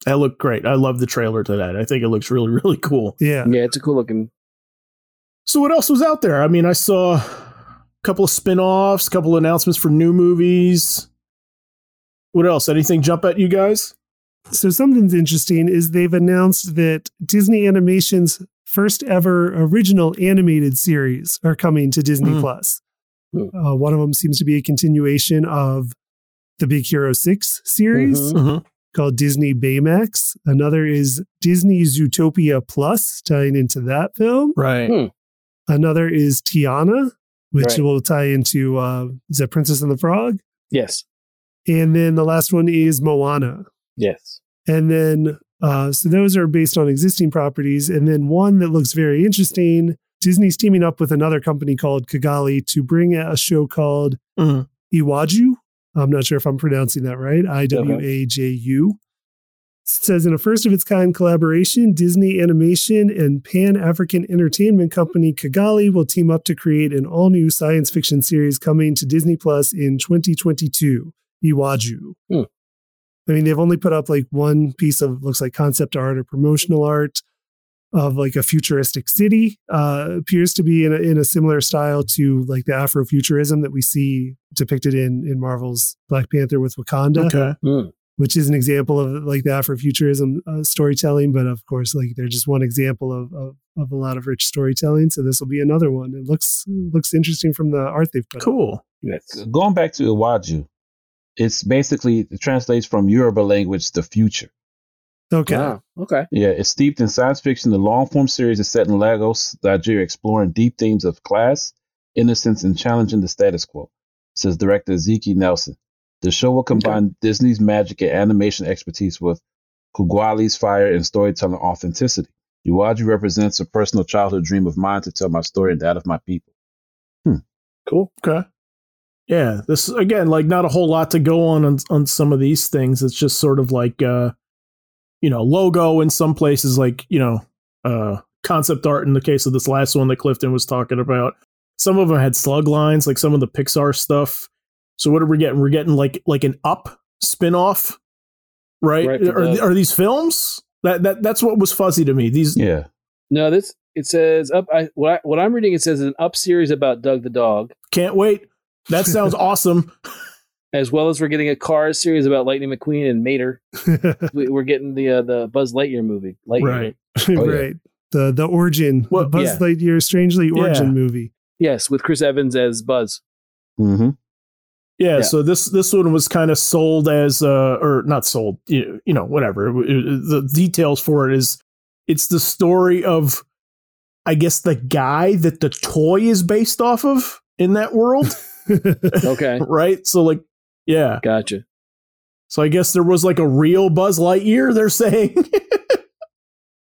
Speaker 1: That looked great. I love the trailer to that. I think it looks really <laughs> really cool.
Speaker 4: Yeah.
Speaker 2: Yeah, it's a cool looking.
Speaker 1: So what else was out there? I mean, I saw a couple of spin-offs, a couple of announcements for new movies. What else? Anything jump at you guys?
Speaker 4: So something's interesting is they've announced that Disney Animation's first ever original animated series are coming to Disney
Speaker 1: Mm.
Speaker 4: Plus.
Speaker 2: Mm.
Speaker 4: Uh, one of them seems to be a continuation of the Big Hero Six series
Speaker 2: Mhm.
Speaker 1: Mm-hmm.
Speaker 4: called Disney Baymax. Another is Disney's Zootopia Plus, tying into that film.
Speaker 1: Right.
Speaker 4: Another is Tiana, which
Speaker 2: Right.
Speaker 4: will tie into uh, is that Princess and the Frog.
Speaker 2: Yes.
Speaker 4: And then the last one is Moana.
Speaker 2: Yes.
Speaker 4: And then, uh, so those are based on existing properties. And then one that looks very interesting Disney's teaming up with another company called Kigali to bring a show called
Speaker 1: Mhm.
Speaker 4: Iwaju. I'm not sure if I'm pronouncing that right. I W A J U. Says in a first of its kind collaboration, Disney Animation and Pan African entertainment company Kigali will team up to create an all new science fiction series coming to Disney Plus in 2022, Iwaju. I mean, they've only put up like one piece of looks like concept art or promotional art of like a futuristic city. Uh, appears to be in a, in a similar style to like the Afrofuturism that we see depicted in in Marvel's Black Panther with Wakanda,
Speaker 1: Okay.
Speaker 2: Mm.
Speaker 4: which is an example of like the Afrofuturism uh, storytelling. But of course, like they're just one example of, of of a lot of rich storytelling. So this will be another one. It looks looks interesting from the art they've put. up.
Speaker 1: Cool.
Speaker 2: Yes.
Speaker 3: Going back to Iwaju, it's basically it translates from Yoruba language to future.
Speaker 4: Okay.
Speaker 2: Wow. Ah, Okay.
Speaker 3: Yeah, it's steeped in science fiction. The long form series is set in Lagos, Nigeria, exploring deep themes of class, innocence, and challenging the status quo, says director Zeke Nelson. The show will combine Disney's magic and animation expertise with Kugwali's fire and storytelling authenticity. Iwaji represents a personal childhood dream of mine to tell my story and that of my people.
Speaker 1: Cool. Okay. Yeah. This again, like not a whole lot to go on on, on some of these things. It's just sort of like uh you know, logo in some places like, you know, uh concept art in the case of this last one that Clifton was talking about. Some of them had slug lines, like some of the Pixar stuff. So what are we getting? We're getting like like an up spin-off, right?
Speaker 2: Right, for
Speaker 1: are
Speaker 2: the-
Speaker 1: are these films? That that that's what was fuzzy to me. These
Speaker 3: Yeah.
Speaker 2: No, this it says up. I what, I what I'm reading it says is an up series about Doug the dog,
Speaker 1: can't wait. That sounds
Speaker 2: <laughs>
Speaker 1: awesome.
Speaker 2: as well as we're getting a Cars series about Lightning McQueen and Mater.
Speaker 4: <laughs>
Speaker 2: We, we're getting the uh, the Buzz Lightyear movie, Lightyear.
Speaker 1: Right.
Speaker 3: yeah.
Speaker 4: right. The the origin,
Speaker 1: Oh, Well,
Speaker 4: the Buzz
Speaker 2: yeah.
Speaker 4: Lightyear strangely origin
Speaker 1: Yeah.
Speaker 4: movie.
Speaker 2: Yes, with Chris Evans as Buzz.
Speaker 3: Mm-hmm.
Speaker 1: Yeah,
Speaker 2: Yeah.
Speaker 1: so this this one was kind of sold as uh or not sold, you, you know, whatever. It- it- the details for it is it's the story of I guess the guy that the toy is based off of in that world,
Speaker 2: <laughs>
Speaker 4: <laughs>
Speaker 2: Okay,
Speaker 1: right? So like yeah.
Speaker 2: gotcha.
Speaker 1: So I guess there was like a real Buzz Lightyear they're saying. <laughs>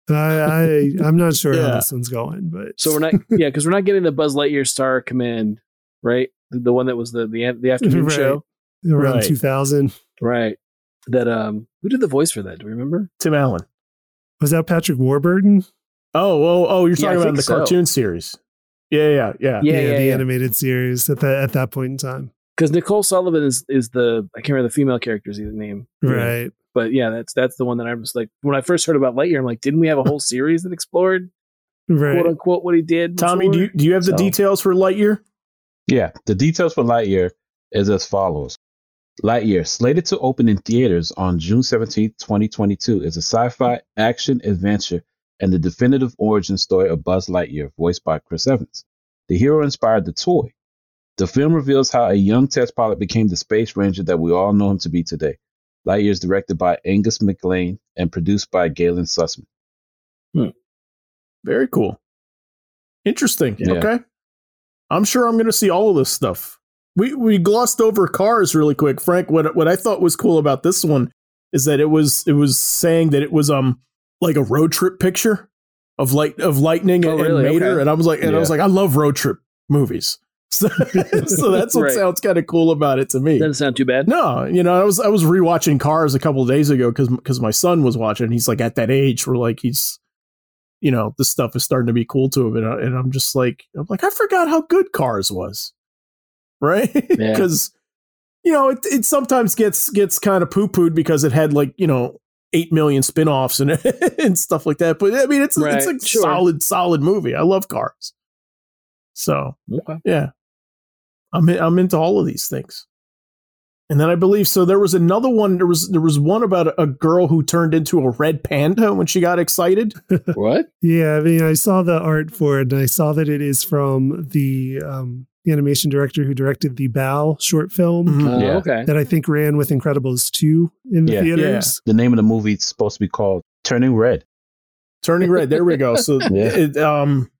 Speaker 4: I, I I'm not sure how
Speaker 1: Yeah.
Speaker 4: this one's going, but
Speaker 2: So we're not, yeah, because we're not getting the Buzz Lightyear Star Command, right? The, the one that was the the, the afternoon
Speaker 4: <laughs> Right.
Speaker 2: show,
Speaker 4: around
Speaker 1: Right.
Speaker 4: 2000
Speaker 2: right? That um, who did the voice for that? Do you remember?
Speaker 1: Tim Allen.
Speaker 4: was that Patrick Warburton?
Speaker 1: Oh, oh, oh, you're
Speaker 2: Yeah, I
Speaker 1: talking about in
Speaker 2: think
Speaker 1: the
Speaker 2: so.
Speaker 1: cartoon series. Yeah, yeah, yeah.
Speaker 2: Yeah, yeah,
Speaker 4: the
Speaker 2: yeah.
Speaker 4: animated series at that at that point in time,
Speaker 2: Because Nicole Sullivan is is the I can't remember the female character's either name,
Speaker 4: right?
Speaker 2: But yeah, that's that's the one that I was like when I first heard about Lightyear, I'm like, didn't we have a whole series that explored
Speaker 4: Right.
Speaker 2: quote unquote what he did?
Speaker 1: Tommy,
Speaker 2: before?
Speaker 1: do you do you have the
Speaker 2: So-
Speaker 1: details for Lightyear?
Speaker 3: Yeah, the details for Lightyear is as follows. Lightyear, slated to open in theaters on June 17, 2022, is a sci fi action adventure and the definitive origin story of Buzz Lightyear, voiced by Chris Evans. The hero inspired the toy. The film reveals how a young test pilot became the space ranger that we all know him to be today. Lightyear is directed by Angus McLean and produced by Galen Sussman.
Speaker 1: Very cool. Interesting.
Speaker 3: Yeah.
Speaker 1: Okay. I'm sure I'm going to see all of this stuff. We we glossed over cars really quick, Frank. What what I thought was cool about this one is that it was it was saying that it was um like a road trip picture of light of lightning
Speaker 2: Oh,
Speaker 1: and,
Speaker 2: really?
Speaker 1: and Mater,
Speaker 2: Okay.
Speaker 1: and I was like and I was like I love road trip movies, <laughs> so, so that's what
Speaker 2: <laughs> Right.
Speaker 1: sounds kind of cool about it to me.
Speaker 2: Doesn't sound too bad.
Speaker 1: No, you know, I was I was rewatching Cars a couple of days ago because my son was watching. He's like at that age where like he's, you know, this stuff is starting to be cool to him, and, I, and I'm just like I'm like I forgot how good Cars was, right?
Speaker 2: Yeah.
Speaker 1: <laughs> Because you know it it sometimes gets gets kind of poo pooed because it had like you know eight million spin offs and <laughs> and stuff like that. But I mean, it's a it's
Speaker 2: Right,
Speaker 1: a
Speaker 2: sure.
Speaker 1: solid solid movie. I love Cars, so
Speaker 2: Okay.
Speaker 1: yeah. I'm in, I'm into all of these things. And then I believe so there was another one there was there was one about a, a girl who turned into a red panda when she got excited.
Speaker 2: <laughs> What?
Speaker 4: Yeah, I mean, I saw the art for it, and I saw that it is from the um, animation director who directed the Bow short film
Speaker 1: Mm-hmm.
Speaker 2: Uh,
Speaker 3: Yeah.
Speaker 2: Okay.
Speaker 4: that I think ran with Incredibles two in the
Speaker 3: Yeah.
Speaker 4: theaters.
Speaker 3: The name of the movie is supposed to be called Turning Red.
Speaker 1: Turning red. There we go. So it, um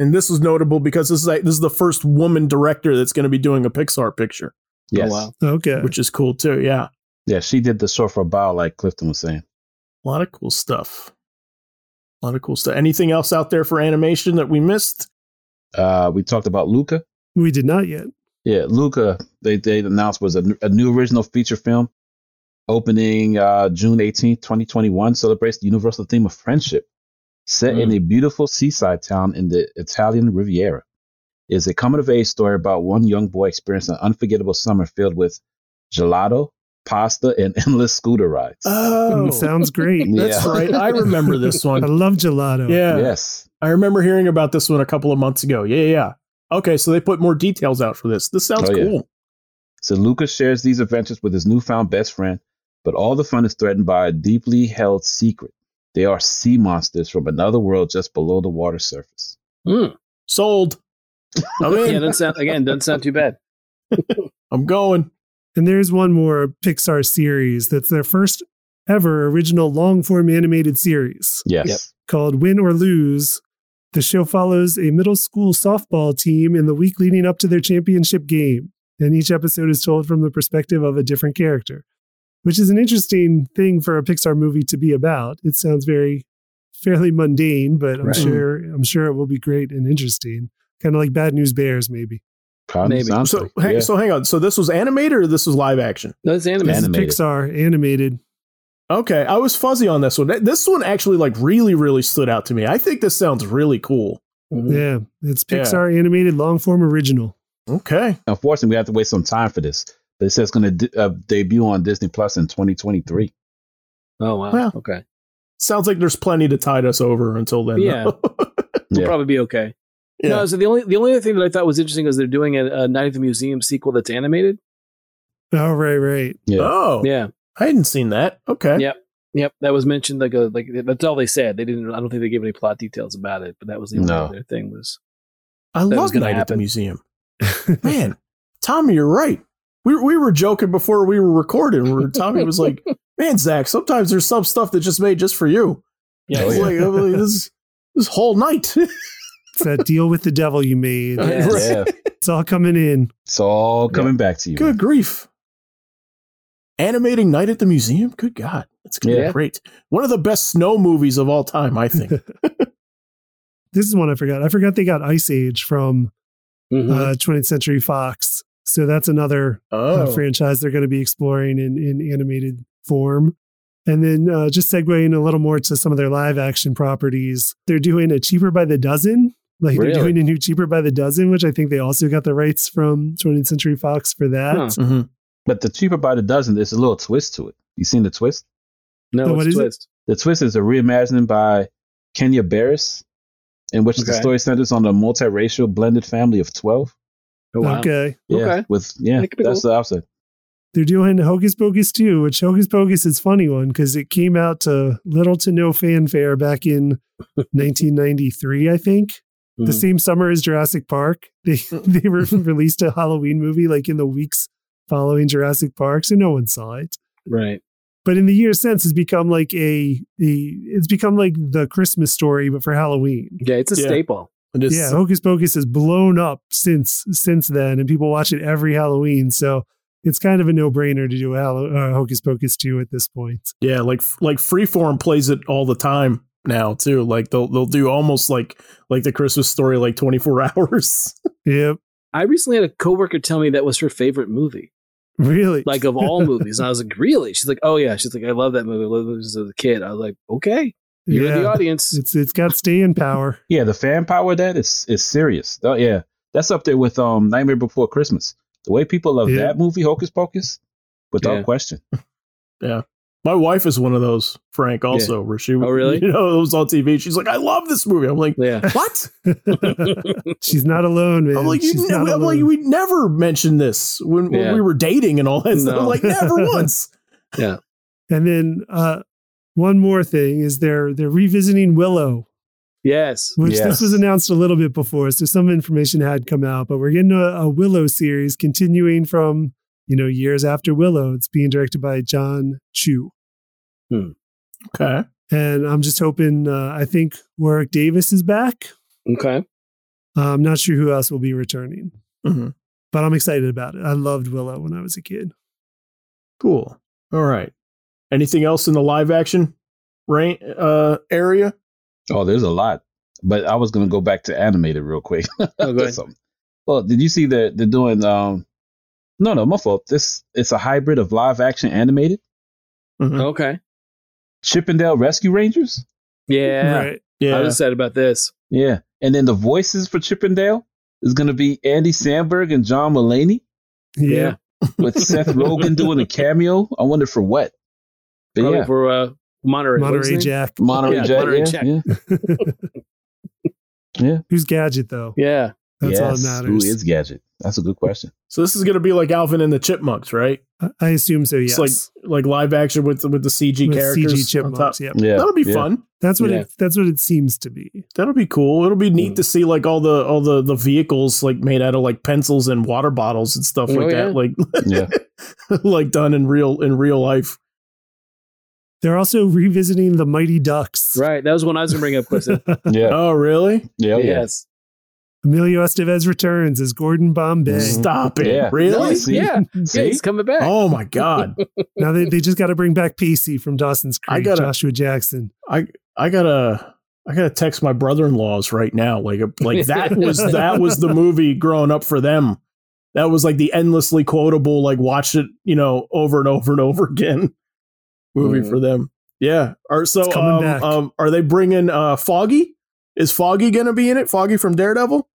Speaker 1: and this was notable because this is like, this is the first woman director that's going to be doing a Pixar picture,
Speaker 3: Yes.
Speaker 2: Oh, wow.
Speaker 4: Okay,
Speaker 1: which is cool too. Yeah.
Speaker 3: Yeah, she did the short for a bow, like Clifton was saying.
Speaker 1: A lot of cool stuff. A lot of cool stuff. Anything else out there for animation that we missed?
Speaker 3: Uh, we talked about Luca.
Speaker 4: we did not yet.
Speaker 3: Yeah, Luca. They they announced was a, a new original feature film, opening uh, June eighteenth, twenty twenty one. Celebrates the universal theme of friendship, set in a beautiful seaside town in the Italian Riviera. It is a coming of age story about one young boy experiencing an unforgettable summer filled with gelato, pasta, and <laughs> endless scooter rides.
Speaker 1: Oh,
Speaker 4: Sounds great.
Speaker 1: that's
Speaker 3: Yeah.
Speaker 1: right. I remember <laughs>
Speaker 4: <laughs>
Speaker 1: this
Speaker 4: I
Speaker 1: one.
Speaker 4: love gelato.
Speaker 1: Yeah.
Speaker 3: Yes.
Speaker 1: I remember hearing about this one a couple of months ago. Yeah, yeah. yeah. Okay, so they put more details out for this. This sounds
Speaker 3: Oh, yeah.
Speaker 1: cool.
Speaker 3: So Lucas shares these adventures with his newfound best friend, but all the fun is threatened by a deeply held secret. They are sea monsters from another world just below the water surface.
Speaker 2: Mm.
Speaker 1: Sold.
Speaker 2: <laughs>
Speaker 1: I'm
Speaker 2: Yeah,
Speaker 1: in.
Speaker 2: doesn't sound again. Doesn't sound too bad.
Speaker 1: I'm going.
Speaker 4: And there's one more Pixar series that's their first ever original long form animated series
Speaker 3: Yes.
Speaker 4: called Win or Lose. The show follows a middle school softball team in the week leading up to their championship game. And each episode is told from the perspective of a different character, which is an interesting thing for a Pixar movie to be about. It sounds very fairly mundane, but I'm
Speaker 2: Right.
Speaker 4: sure I'm sure it will be great and interesting. Kind of like Bad News Bears, maybe.
Speaker 3: Kinda
Speaker 2: Maybe.
Speaker 3: sounds
Speaker 1: So,
Speaker 3: like-
Speaker 1: hang,
Speaker 3: yeah.
Speaker 1: so hang on. So this was animated or this was live action?
Speaker 2: No, it's
Speaker 4: This
Speaker 2: animated.
Speaker 3: Anim- Animated.
Speaker 4: is Pixar animated.
Speaker 1: Okay, I was fuzzy on this one. Th- This one actually like really, really stood out to me. I think this sounds really cool.
Speaker 2: Mhm.
Speaker 4: Yeah, it's
Speaker 1: Yeah.
Speaker 4: Pixar animated long form original.
Speaker 1: Okay,
Speaker 3: Unfortunately, we have to wait some time for this. But it says it's going to uh, debut on Disney Plus in 2023.
Speaker 2: Oh wow.
Speaker 1: Well,
Speaker 2: okay.
Speaker 1: sounds like there's plenty to tide us over until then. <laughs>
Speaker 2: Yeah. We'll
Speaker 3: Yeah.
Speaker 2: probably be okay.
Speaker 1: yeah.
Speaker 2: No, so the only the only other thing that I thought was interesting is they're doing a, a Night at the Museum sequel that's animated.
Speaker 4: Oh, right, right. <laughs>
Speaker 3: Yeah.
Speaker 1: Oh,
Speaker 2: Yeah,
Speaker 1: I hadn't seen that. Okay.
Speaker 2: Yeah. yep, that was mentioned. Like a like that's all they said. They didn't. I don't think they gave any plot details about it. But that was the only
Speaker 3: No.
Speaker 2: other thing was.
Speaker 1: I
Speaker 2: was
Speaker 1: love
Speaker 2: gonna
Speaker 1: Night at the
Speaker 2: happen.
Speaker 1: Museum. Man, Tommy, you're right. We, we were joking before we were recording. Where Tommy was like, "Man, Zach, sometimes there's some stuff that's just made just for you."
Speaker 2: Yeah,
Speaker 3: Oh,
Speaker 1: It's like, I'm like, this this whole night. <laughs>
Speaker 4: It's that deal with the devil you made.
Speaker 2: Yeah.
Speaker 1: Right.
Speaker 3: Yeah.
Speaker 4: It's all coming in.
Speaker 3: It's all coming back to you.
Speaker 1: Good grief. Animating Night at the Museum? Good God. It's gonna
Speaker 2: Yeah.
Speaker 1: be great. One of the best snow movies of all time, I
Speaker 2: <laughs>
Speaker 1: think.
Speaker 4: This is one I forgot. I forgot they got Ice Age from
Speaker 2: Mhm.
Speaker 4: uh, 20th Century Fox. So that's another uh,
Speaker 1: Oh.
Speaker 4: franchise they're going to be exploring in, in animated form. And then uh, just segueing a little more to some of their live action properties, they're doing a Cheaper by the Dozen. Like they're
Speaker 2: Really?
Speaker 4: doing a new Cheaper by the Dozen, which I think they also got the rights from 20th Century Fox for that.
Speaker 2: Huh.
Speaker 1: Mhm.
Speaker 3: But the cheaper by the dozen, there's a little twist to it. You seen the twist?
Speaker 2: No,
Speaker 4: So
Speaker 2: it's
Speaker 4: what
Speaker 2: a
Speaker 4: is it?
Speaker 2: twist.
Speaker 3: The twist is a reimagining by Kenya Barris, in which the
Speaker 2: Okay.
Speaker 3: story centers on a multiracial blended family of 12.
Speaker 2: Oh, wow.
Speaker 4: Okay.
Speaker 3: Yeah,
Speaker 2: Okay.
Speaker 3: With, yeah,
Speaker 2: That could be
Speaker 3: that's
Speaker 2: cool.
Speaker 3: the opposite.
Speaker 4: they're doing Hocus Pocus 2, which Hocus Pocus is a funny one because it came out to little to no fanfare back in 1993, I think. The
Speaker 2: Mhm.
Speaker 4: same summer as Jurassic Park. <laughs> They they re- released a Halloween movie like in the weeks following Jurassic Park, so no one saw it.
Speaker 2: Right.
Speaker 4: But in the years since, it's become like a, a it's become like the Christmas story, but for Halloween.
Speaker 2: Yeah, it's a
Speaker 1: Yeah.
Speaker 2: staple.
Speaker 1: It is-
Speaker 4: Yeah, Hocus Pocus has blown up since since then, and people watch it every Halloween. So it's kind of a no brainer to do a Hallow- uh, Hocus Pocus two at this point.
Speaker 1: Yeah, like like Freeform plays it all the time now too. Like they'll they'll do almost like like the Christmas story like 24 <laughs> hours.
Speaker 4: Yep,
Speaker 2: I recently had a coworker tell me that was her favorite movie,
Speaker 4: really.
Speaker 2: like of
Speaker 4: <laughs>
Speaker 2: all movies. And I was like, really? She's like, oh yeah. She's like, I love that movie. I love it as a kid. I was like, okay, you're the
Speaker 4: yeah,
Speaker 2: audience.
Speaker 4: it's it's got staying power. <laughs>
Speaker 3: Yeah, the fan power of that is is serious. Oh, yeah, that's up there with um Nightmare Before Christmas. The way people love
Speaker 4: Yeah.
Speaker 3: that movie, Hocus Pocus, without
Speaker 2: Yeah.
Speaker 3: question.
Speaker 1: My wife is one of those, Frank, also, where she
Speaker 2: Oh, really?
Speaker 1: <laughs> you know, it was on TV. She's like, I love this movie. I'm
Speaker 2: <laughs>
Speaker 1: like,
Speaker 2: Yeah.
Speaker 1: what?
Speaker 4: She's not alone, man.
Speaker 1: I'm like, you
Speaker 4: She's
Speaker 1: ne-
Speaker 4: not
Speaker 1: I'm like,
Speaker 4: alone.
Speaker 1: we never mentioned this when, when
Speaker 2: Yeah.
Speaker 1: we were dating and all that stuff. I'm
Speaker 2: No.
Speaker 1: like, never once.
Speaker 4: and then uh, one more thing is they're they're revisiting Willow,
Speaker 2: Yes.
Speaker 4: which this
Speaker 3: Yes.
Speaker 4: was announced a little bit before, so some information had come out. But we're getting a, a Willow series continuing from you know years after Willow. It's being directed by John Chu.
Speaker 1: Okay.
Speaker 4: and I'm just hoping. Uh, I think Warwick Davis is back. <laughs>
Speaker 2: Okay.
Speaker 4: Uh, I'm not sure who else will be returning,
Speaker 1: Mhm.
Speaker 4: but I'm excited about it. I loved Willow when I was a kid.
Speaker 1: Cool. All right. Anything else in the live action rain, uh, area?
Speaker 3: Oh, there's a lot. But I was gonna go back to animated real quick.
Speaker 2: Oh, go
Speaker 3: <laughs>
Speaker 2: ahead.
Speaker 3: That's something. Well, did you see that they're doing um no no my fault. This it's a hybrid of live action animated.
Speaker 1: Mhm.
Speaker 2: Okay.
Speaker 3: Chippendale Rescue Rangers?
Speaker 2: Yeah.
Speaker 4: Right.
Speaker 1: Yeah.
Speaker 2: I was excited about this.
Speaker 3: Yeah. And then the voices for Chippendale is gonna be Andy Sandberg and John Mulaney.
Speaker 4: Yeah.
Speaker 3: with Seth Rogen doing a cameo. I wonder for what. But
Speaker 2: Probably
Speaker 3: yeah,
Speaker 2: for uh, Monterey. What's
Speaker 4: Monterey
Speaker 2: his name?
Speaker 4: Jack.
Speaker 3: Monterey
Speaker 2: yeah,
Speaker 3: Jack.
Speaker 2: Monterey
Speaker 3: yeah,
Speaker 2: Jack.
Speaker 3: yeah.
Speaker 4: Who's Gadget though?
Speaker 2: Yeah.
Speaker 4: That's all
Speaker 3: Yes,
Speaker 4: that
Speaker 3: Who
Speaker 4: matters.
Speaker 3: is Gadget? That's a good question.
Speaker 1: So this is going to be like Alvin and the Chipmunks, right?
Speaker 4: I- I assume so. Yes.
Speaker 1: It's like like live action with with the CG
Speaker 4: With
Speaker 1: characters
Speaker 4: CG
Speaker 1: on top.
Speaker 4: chipmunks. Yep.
Speaker 3: Yeah,
Speaker 1: That'll be
Speaker 3: yeah.
Speaker 1: fun.
Speaker 4: That's what
Speaker 2: Yeah.
Speaker 4: it. That's what it seems to be.
Speaker 1: That'll be cool. It'll be neat
Speaker 2: Hmm.
Speaker 3: Mm.
Speaker 1: to see like all the all the the vehicles like made out of like pencils and water bottles and stuff
Speaker 2: Oh,
Speaker 1: like that.
Speaker 2: yeah.
Speaker 1: Like
Speaker 3: Yeah,
Speaker 1: like <laughs> done in real in real life.
Speaker 4: They're also revisiting the Mighty Ducks.
Speaker 2: Right. That was one I was going to bring up, Clifton.
Speaker 1: <laughs>
Speaker 3: yeah,
Speaker 1: Oh really?
Speaker 3: yeah, yeah.
Speaker 2: Yes.
Speaker 4: Emilio Estevez returns as Gordon Bombay.
Speaker 1: Stop it.
Speaker 3: Yeah.
Speaker 1: Really?
Speaker 3: Nice. See?
Speaker 2: Yeah. Yeah,
Speaker 3: See?
Speaker 2: he's coming back.
Speaker 1: Oh
Speaker 2: <laughs>
Speaker 1: my god.
Speaker 4: now they, they just got to bring back PC from Dawson's
Speaker 1: I
Speaker 4: Creek.
Speaker 1: gotta-
Speaker 4: Joshua Jackson.
Speaker 1: I gotta I gotta text my brother in laws right now. Like uh,
Speaker 2: <laughs>
Speaker 1: like that was that was the movie growing up for them. That was like the endlessly quotable, like watch it, you know, over and over and over again <laughs> movie
Speaker 2: Mhm.
Speaker 1: for them. Yeah. Or so
Speaker 4: It's coming
Speaker 1: um,
Speaker 4: back.
Speaker 1: um are they bringing uh Foggy? Is Foggy gonna be in it? Foggy from Daredevil?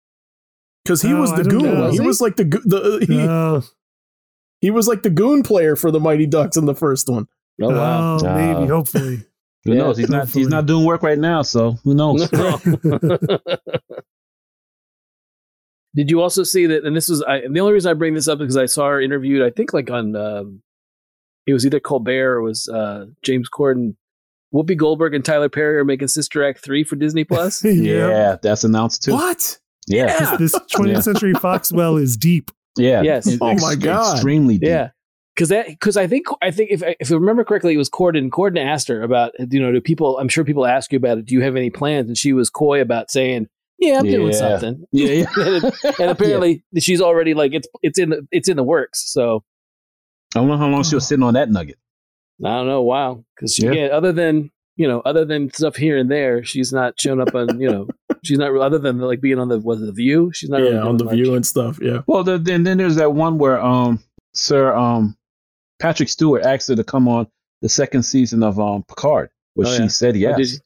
Speaker 1: Because he
Speaker 4: Oh,
Speaker 1: was
Speaker 4: I
Speaker 1: the
Speaker 4: don't
Speaker 1: goon.
Speaker 4: know.
Speaker 1: He,
Speaker 4: Was he?
Speaker 1: was like the goo- the uh, he,
Speaker 4: Oh,
Speaker 1: he was like the goon player for the Mighty Ducks in the first one.
Speaker 2: Oh, wow.
Speaker 4: oh,
Speaker 3: Wow.
Speaker 4: maybe, hopefully. <laughs>
Speaker 3: Who knows? He's not. He's not doing work right now. So who
Speaker 2: <laughs>
Speaker 4: Uh,
Speaker 3: knows?
Speaker 4: oh.
Speaker 2: <laughs> Did you also see that? And this was I, and the only reason I bring this up is because I saw her interviewed. I think like on um, it was either Colbert or it was uh, James Corden. Whoopi Goldberg and Tyler Perry are making Sister Act three for Disney
Speaker 4: <laughs>
Speaker 2: Plus.
Speaker 4: yeah.
Speaker 3: Yeah, that's announced too.
Speaker 1: What?
Speaker 3: Yeah,
Speaker 1: Yeah.
Speaker 4: This 20th
Speaker 3: Yeah.
Speaker 4: century Fox well is deep.
Speaker 3: yeah.
Speaker 2: Yes.
Speaker 3: It's
Speaker 1: Oh my God.
Speaker 3: Extremely deep.
Speaker 2: Yeah, because that because I think I think if if I remember correctly, it was Corden. Corden asked her about you know do people? I'm sure people ask you about it. Do you have any plans? And she was coy about saying, "Yeah, I'm doing
Speaker 3: Yeah.
Speaker 2: something." <laughs>
Speaker 3: Yeah, yeah.
Speaker 2: And apparently she's already like it's it's in the it's in the works. So
Speaker 3: I don't know how long she was sitting on that nugget.
Speaker 2: I don't know. Wow, because
Speaker 3: Yeah.
Speaker 2: again, other than you know, other than stuff here and there, she's not shown up on you know, she's not other than like being on the was it the View. She's not really
Speaker 1: Yeah, on
Speaker 2: doing
Speaker 1: the
Speaker 2: much.
Speaker 1: view and stuff. Yeah.
Speaker 3: Well, the, then then there's that one where um Sir um Patrick Stewart asked her to come on the second season of um Picard, which
Speaker 2: Oh,
Speaker 3: she
Speaker 2: yeah.
Speaker 3: said
Speaker 2: Oh,
Speaker 3: yes.
Speaker 2: did you-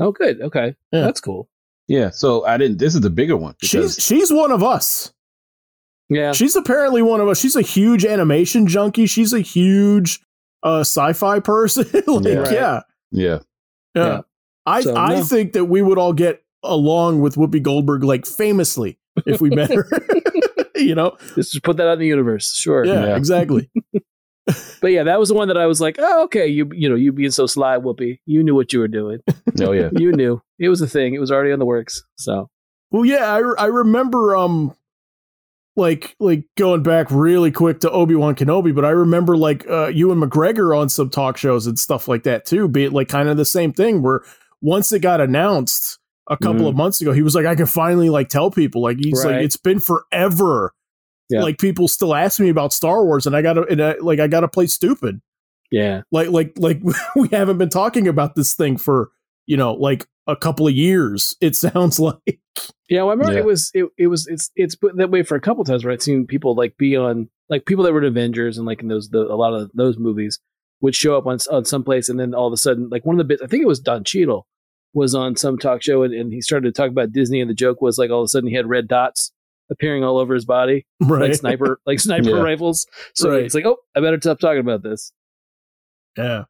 Speaker 2: Oh, good. Okay,
Speaker 1: Yeah.
Speaker 2: that's cool.
Speaker 3: yeah, so I didn't. This is the bigger one.
Speaker 1: She's
Speaker 3: because-
Speaker 1: she's one of us.
Speaker 2: Yeah,
Speaker 1: She's apparently one of us. She's a huge animation junkie. She's a huge uh, sci-fi person. <laughs> like,
Speaker 3: Yeah.
Speaker 1: yeah.
Speaker 2: Right.
Speaker 1: yeah,
Speaker 3: yeah,
Speaker 2: Yeah.
Speaker 1: I
Speaker 2: So,
Speaker 1: I
Speaker 2: no.
Speaker 1: think that we would all get along with Whoopi Goldberg like famously if we met her. <laughs> you know?
Speaker 2: let's just put that out in the universe. Sure.
Speaker 1: Yeah,
Speaker 3: Yeah.
Speaker 1: exactly.
Speaker 2: But yeah, that was the one that I was like, oh, okay, you you know, you being so sly, Whoopi, you knew what you were doing.
Speaker 3: oh yeah,
Speaker 2: you knew it was a thing. It was already on the works. So
Speaker 1: Well, yeah, I I remember um like like going back really quick to Obi-Wan Kenobi, but I remember like uh you and McGregor on some talk shows and stuff like that too, be it like kind of the same thing where once it got announced a couple
Speaker 2: Mhm.
Speaker 1: of months ago, he was like, I can finally like tell people. Like he's
Speaker 2: Right.
Speaker 1: like, it's been forever.
Speaker 2: Yeah.
Speaker 1: Like people still ask me about Star Wars and I gotta and I, like I gotta play stupid.
Speaker 2: yeah,
Speaker 1: Like like like <laughs> we haven't been talking about this thing for, you know, like a couple of years, it sounds <laughs> like.
Speaker 2: yeah. Well, I remember
Speaker 3: Yeah.
Speaker 2: it was it, it was it's it's put that way for a couple times where I'd seen people like be on like people that were in Avengers and like in those the, a lot of those movies would show up on s- on someplace and then all of a sudden like one of the bits I think it was Don Cheadle was on some talk show and, and he started to talk about Disney and the joke was like all of a sudden he had red dots appearing all over his body
Speaker 1: Right.
Speaker 2: like sniper like sniper
Speaker 3: Yeah.
Speaker 2: rifles. So
Speaker 1: Right.
Speaker 2: it's like, oh, I better stop talking about this.
Speaker 1: Yeah.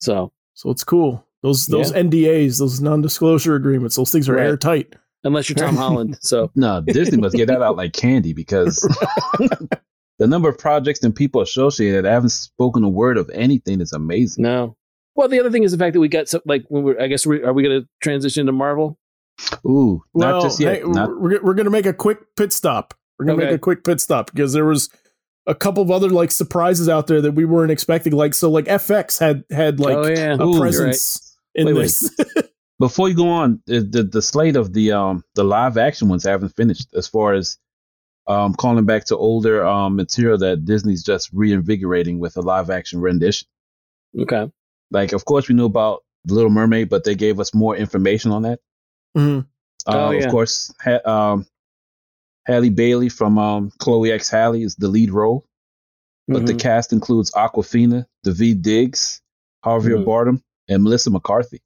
Speaker 2: So
Speaker 1: So it's cool. Those those NDAs, those non-disclosure agreements, those things are
Speaker 2: Right.
Speaker 1: airtight.
Speaker 2: unless you're Tom Holland,
Speaker 3: <laughs>
Speaker 2: so
Speaker 3: no, Disney must get that out like candy because
Speaker 2: <laughs>
Speaker 3: the number of projects and people associated, I haven't spoken a word of anything. It's amazing.
Speaker 2: no. Well, the other thing is the fact that we got so like when we're I guess we are we going to transition to Marvel?
Speaker 3: Ooh,
Speaker 1: Well,
Speaker 3: not just yet.
Speaker 1: hey,
Speaker 3: not,
Speaker 1: we're, we're going to make a quick pit stop. We're going to
Speaker 2: Okay.
Speaker 1: make a quick pit stop because there was a couple of other like surprises out there that we weren't expecting. Like so, like FX had had like
Speaker 2: oh yeah,
Speaker 1: a
Speaker 3: Ooh, you're
Speaker 1: presence in
Speaker 3: Wait, wait.
Speaker 1: this. <laughs>
Speaker 3: before you go on, the, the the slate of the um the live action ones haven't finished as far as um calling back to older um material that Disney's just reinvigorating with a live action rendition.
Speaker 2: okay,
Speaker 3: Like of course we knew about The Little Mermaid, but they gave us more information on that.
Speaker 1: Mhm.
Speaker 3: Uh,
Speaker 2: Oh, yeah.
Speaker 3: Of course, ha- um, Halle Bailey from um Chloe X Halle is the lead role, but the
Speaker 1: Mm-hmm.
Speaker 2: Mhm.
Speaker 3: cast includes Aquafina, David Diggs, Harvey
Speaker 2: Mhm.
Speaker 3: Barnum, and Melissa McCarthy.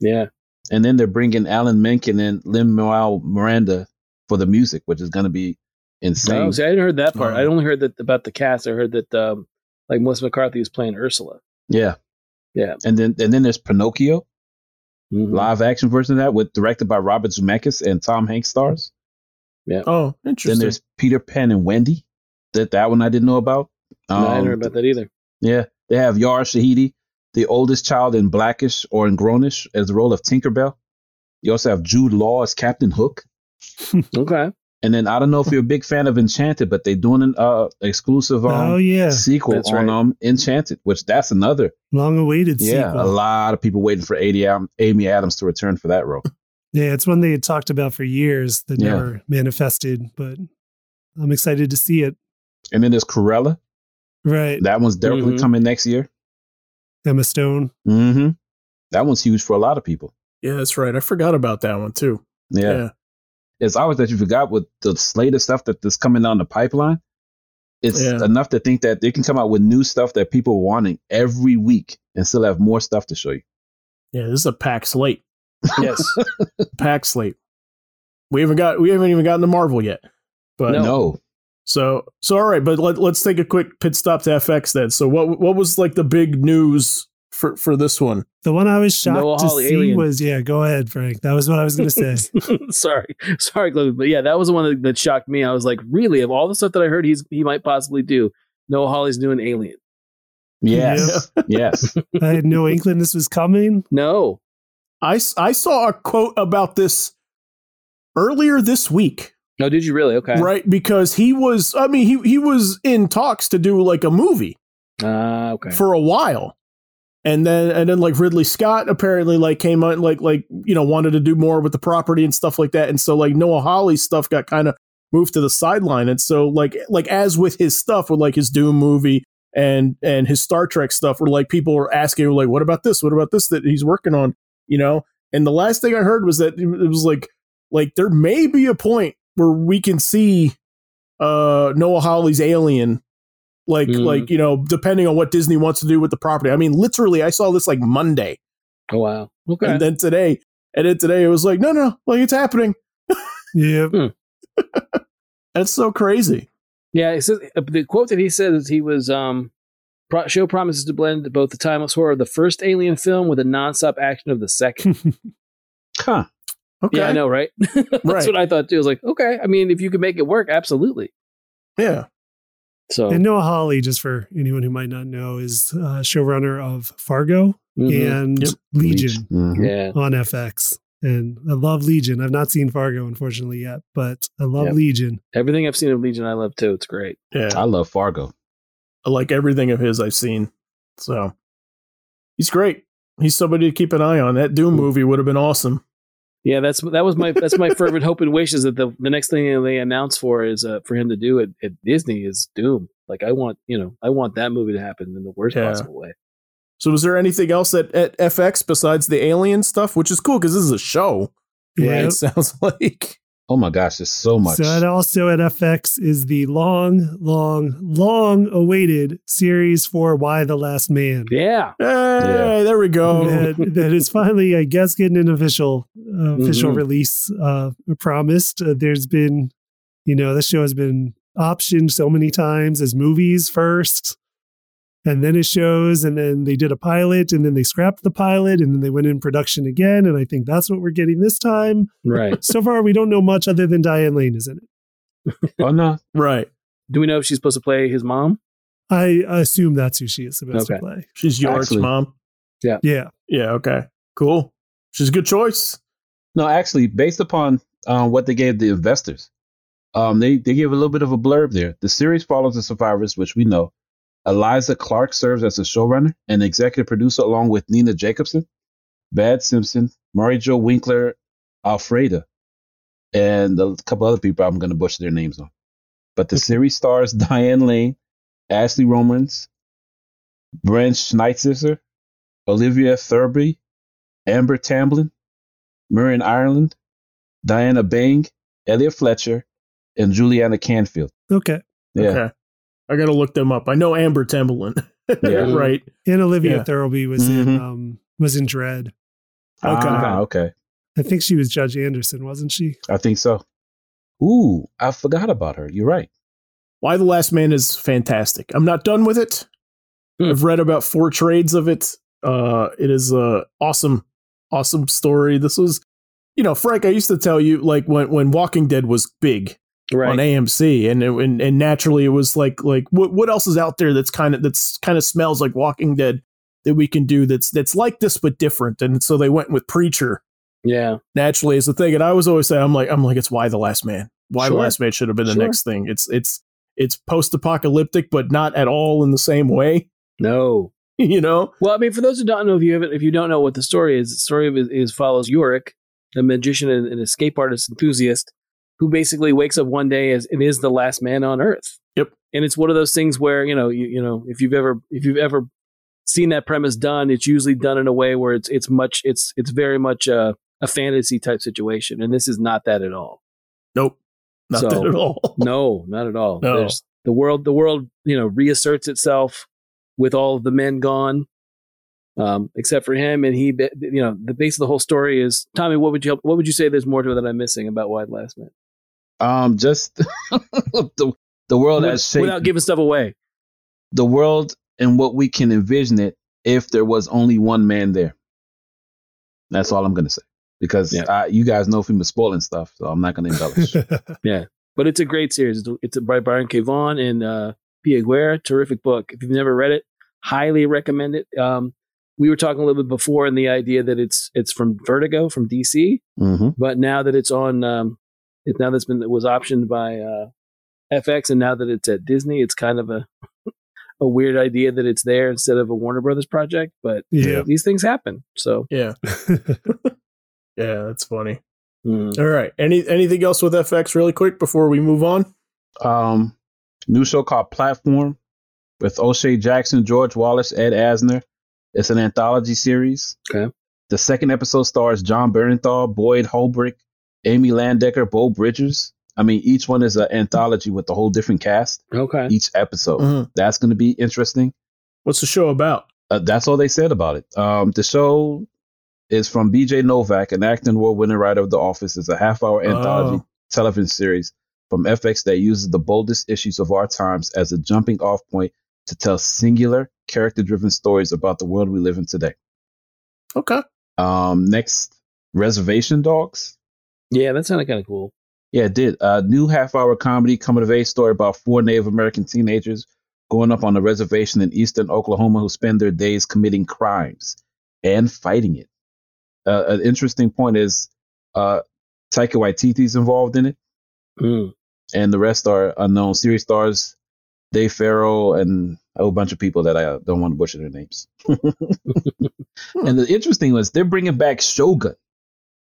Speaker 2: yeah,
Speaker 3: And then they're bringing Alan Menken and Lin Manuel Miranda for the music, which is going to be insane.
Speaker 2: Oh, see, I didn't heard that part.
Speaker 1: Oh.
Speaker 2: I only heard that about the cast. I heard that um, like Melissa McCarthy was playing Ursula.
Speaker 3: Yeah.
Speaker 2: Yeah.
Speaker 3: And then and then there's Pinocchio,
Speaker 2: Mhm.
Speaker 3: live action version of that with directed by Robert Zemeckis and Tom Hanks stars.
Speaker 1: Oh,
Speaker 3: Then
Speaker 1: interesting.
Speaker 3: there's Peter Pan and Wendy. That that one I didn't know about.
Speaker 2: No, I didn't
Speaker 3: Um,
Speaker 1: oh.
Speaker 2: hear about that either.
Speaker 3: Yeah. They have Yara Shahidi, the oldest child in Blackish or in Grownish, as the role of Tinkerbell. You also have Jude Law as Captain Hook.
Speaker 1: <laughs>
Speaker 2: Okay.
Speaker 3: And then I don't know if you're a big fan of Enchanted, but they're doing an uh, exclusive um,
Speaker 4: oh yeah,
Speaker 3: sequel
Speaker 2: That's
Speaker 3: on
Speaker 2: right.
Speaker 3: um, Enchanted, which that's another.
Speaker 4: long-awaited
Speaker 3: Yeah,
Speaker 4: sequel.
Speaker 3: a lot of people waiting for AD Am- Amy Adams to return for that role.
Speaker 4: Yeah, it's one they had talked about for years that
Speaker 3: Yeah.
Speaker 4: never manifested, but I'm excited to see it.
Speaker 3: And then there's Corella.
Speaker 4: Right.
Speaker 3: That one's definitely
Speaker 2: Mhm.
Speaker 3: coming next year.
Speaker 4: Emma Stone.
Speaker 3: hmm That one's huge for a lot of people.
Speaker 1: yeah, that's right. I forgot about that one too.
Speaker 3: Yeah.
Speaker 1: Yeah.
Speaker 3: It's always that you forgot with the slate of stuff that is coming down the pipeline. It's
Speaker 1: Yeah.
Speaker 3: enough to think that they can come out with new stuff that people are wanting every week and still have more stuff to show you.
Speaker 1: Yeah, this is a packed slate.
Speaker 2: Yes.
Speaker 1: Packed slate. We haven't got we haven't even gotten to Marvel yet. But
Speaker 2: No.
Speaker 3: No.
Speaker 1: so so all right, but let, let's take a quick pit stop to FX then. So what what was like the big news for for this one?
Speaker 4: The one I was shocked
Speaker 2: Noah
Speaker 4: to
Speaker 2: Hawley,
Speaker 4: see
Speaker 2: Alien.
Speaker 4: was yeah, go ahead, Frank. That was what I was gonna say.
Speaker 2: <laughs> sorry, sorry, Chloe, but yeah, that was the one that, that shocked me. I was like, really, of all the stuff that I heard, he's he might possibly do. Noah Hawley's doing Alien.
Speaker 3: Yes. yes.
Speaker 4: I had no inkling this was coming.
Speaker 2: No,
Speaker 1: I s- I saw a quote about this earlier this week.
Speaker 2: no, did you really? Okay,
Speaker 1: Right, because he was I mean he he was in talks to do like a movie.
Speaker 2: Ah, okay,
Speaker 1: for a while. And then and then like Ridley Scott apparently like came out and, like like you know wanted to do more with the property and stuff like that. And so like Noah Hawley's stuff got kind of moved to the sideline. And so like like as with his stuff with like his Doom movie and and his Star Trek stuff where like people were asking like what about this? What about this that he's working on? You know? And the last thing I heard was that it was like like there may be a point where we can see uh Noah Hawley's alien like
Speaker 2: Mhm.
Speaker 1: like you know depending on what Disney wants to do with the property. I mean literally I saw this like Monday
Speaker 2: oh wow, okay,
Speaker 1: and then today and then today it was like no no like it's happening.
Speaker 4: Yep.
Speaker 1: That's so crazy.
Speaker 2: yeah. It says, uh, the quote that he said is he was um, pro- show promises to blend both the timeless horror of the first Alien film with the nonstop action of the second.
Speaker 3: Huh.
Speaker 1: Okay.
Speaker 2: Yeah, I know, right? <laughs> That's
Speaker 1: Right.
Speaker 2: what I thought too. I was like, okay, I mean, if you can make it work, absolutely.
Speaker 1: Yeah.
Speaker 2: So
Speaker 4: And Noah Hawley, just for anyone who might not know, is uh, showrunner of Fargo
Speaker 2: mhm.
Speaker 4: and
Speaker 1: Yep.
Speaker 4: Legion
Speaker 3: Mhm.
Speaker 2: yeah,
Speaker 4: on FX. And I love Legion. I've not seen Fargo, unfortunately, yet, but I love
Speaker 2: Yep.
Speaker 4: Legion.
Speaker 2: everything I've seen of Legion, I love too. It's great.
Speaker 1: Yeah.
Speaker 3: I love Fargo.
Speaker 1: I like everything of his I've seen. So he's great. He's somebody to keep an eye on. That Doom
Speaker 2: Mm.
Speaker 1: movie would have been awesome.
Speaker 2: Yeah, that's that was my that's my fervent hope and wishes that the, the next thing they announce for is uh, for him to do at, at Disney is Doom. Like I want you know I want that movie to happen in the worst
Speaker 1: Yeah.
Speaker 2: possible way.
Speaker 1: So was there anything else at, at FX besides the alien stuff, which is cool because this is a show.
Speaker 4: Yeah.
Speaker 1: It <laughs> sounds like.
Speaker 3: Oh my gosh, there's so much.
Speaker 4: So and also at FX is the long, long, long awaited series for Why the Last Man.
Speaker 2: Yeah,
Speaker 1: Hey, there we go. <laughs>
Speaker 4: That, Oh, that is finally, I guess, getting an official uh, official
Speaker 2: Mhm.
Speaker 4: release uh, promised. Uh, there's been, you know, the show has been optioned so many times as movies first, and then as shows, and then they did a pilot, and then they scrapped the pilot, and then they went in production again. And I think that's what we're getting this time.
Speaker 2: right.
Speaker 4: So far, we don't know much other than Diane Lane is in it.
Speaker 3: oh no.
Speaker 1: Right.
Speaker 2: Do we know if she's supposed to play his mom?
Speaker 4: I assume that's who she is supposed
Speaker 2: Okay.
Speaker 4: to play.
Speaker 1: She's York's
Speaker 3: Actually-
Speaker 1: mom.
Speaker 4: Yeah.
Speaker 1: Yeah. Okay. Cool. She's a good choice.
Speaker 3: No, actually, based upon um, what they gave the investors, um, they, they give a little bit of a blurb there. The series follows the survivors, which we know. Eliza Clark serves as the showrunner and executive producer, along with Nina Jacobson, Bad Simpson, Murray Joe Winkler, Alfreda, and a couple other people I'm going to butcher their names on. But the series stars <laughs> Diane Lane, Ashley Romans, Brent Schneitzer, Olivia Thurby, Amber Tamblyn, Murrin Ireland, Diana Bang, Elliot Fletcher, and Juliana Canfield.
Speaker 4: Okay.
Speaker 3: Yeah.
Speaker 1: Okay. I gotta look them up. I know Amber <laughs> Timberland.
Speaker 3: Yeah.
Speaker 1: right.
Speaker 4: And Olivia
Speaker 1: Yeah.
Speaker 4: Thirlby was in
Speaker 3: Mhm.
Speaker 4: um was in Dread.
Speaker 1: Okay.
Speaker 3: Ah, okay.
Speaker 4: I think she was Judge Anderson, wasn't she?
Speaker 3: I think so. Ooh, I forgot about her. You're right.
Speaker 1: Why the Last Man is fantastic. I'm not done with it.
Speaker 2: Hmm.
Speaker 1: I've read about four trades of it. Uh, it is a awesome, awesome story. This was, you know, Frank. I used to tell you like when when Walking Dead was big on
Speaker 2: Right.
Speaker 1: AMC, and, it, and and naturally it was like like what what else is out there that's kind of that's kind of smells like Walking Dead that we can do that's that's like this but different. And so they went with Preacher
Speaker 2: Yeah.
Speaker 1: naturally is the thing. And I was always saying, I'm like, I'm like, it's why the last man. Why the
Speaker 2: Sure.
Speaker 1: last man should have been the
Speaker 2: Sure.
Speaker 1: next thing. It's it's it's post apocalyptic, but not at all in the same way. <laughs>
Speaker 2: No.
Speaker 1: you know?
Speaker 2: Well, I mean, for those who don't know, if you haven't, if you don't know what the story is, the story of it is follows Yorick, a magician and an escape artist enthusiast, who basically wakes up one day as and is the last man on Earth.
Speaker 1: Yep.
Speaker 2: And it's one of those things where you know, you, you know, if you've ever if you've ever seen that premise done, it's usually done in a way where it's it's much it's it's very much a, a fantasy type situation, and this is not that at all.
Speaker 1: Nope. Not
Speaker 2: So-
Speaker 1: that at all.
Speaker 2: No, not at all.
Speaker 1: No.
Speaker 2: There's the world the world, you know, reasserts itself with all of the men gone. Um, except for him and he be- you know, the base of the whole story is Tommy, what would you help, what would you say there's more to it that I'm missing about Wide Last Man?
Speaker 3: Um, just <laughs> the the world as shaped,
Speaker 2: Without giving stuff away.
Speaker 3: the world and what we can envision it if there was only one man there. That's all I'm gonna say because
Speaker 2: Yeah.
Speaker 3: I, you guys know if I'm spoiling stuff, so I'm not gonna
Speaker 4: <laughs>
Speaker 3: <laughs> embellish.
Speaker 2: But it's a great series. It's, it's by Brian K. Vaughan and uh, Pia Guerra. Terrific book. If you've never read it, highly recommend it. Um, we were talking a little bit before in the idea that it's it's from Vertigo from DC.
Speaker 3: mm-hmm.
Speaker 2: but now that it's on um it now that's been it was optioned by uh FX and now that it's at Disney it's kind of a a weird idea that it's there instead of a Warner Brothers project but
Speaker 4: Yeah.
Speaker 2: these things happen so
Speaker 1: <laughs>
Speaker 2: <laughs>
Speaker 1: Yeah. Yeah, that's funny.
Speaker 2: mm,
Speaker 1: All right. Any anything else with FX really quick before we move on?
Speaker 3: um, new show called Platform with O'Shea Jackson, George Wallace, Ed Asner. It's an anthology series.
Speaker 2: Okay.
Speaker 3: The second episode stars John Bernthal, Boyd Holbrook, Amy Landecker, Bo Bridgers. I mean, each one is an anthology with a whole different cast
Speaker 2: okay Mm.
Speaker 3: each
Speaker 2: Oh.
Speaker 3: episode. That's going to be interesting.
Speaker 1: Uh-huh. What's the show about?
Speaker 3: Uh, that's all they said about it. Um, the show is from B.J. Novak, an acting award-winning writer of The Office. It's a half-hour anthology
Speaker 1: Oh.
Speaker 3: television series from FX that uses the boldest issues of our times as a jumping off point to tell singular, character driven stories about the world we live in today.
Speaker 1: Okay.
Speaker 3: Um, next, Reservation Dogs.
Speaker 2: yeah that sounded kind of cool
Speaker 3: Yeah, it did. A new half hour comedy coming of age story about four Native American teenagers going up on a reservation in eastern Oklahoma who spend their days committing crimes and fighting it. Uh, an interesting point is uh, Taika Waititi's involved in it.
Speaker 2: Mm,
Speaker 3: and the rest are unknown series stars Dave Farrell and a whole bunch of people that I uh, don't want to butcher their names. <laughs> and the interesting was they're bringing back Shogun.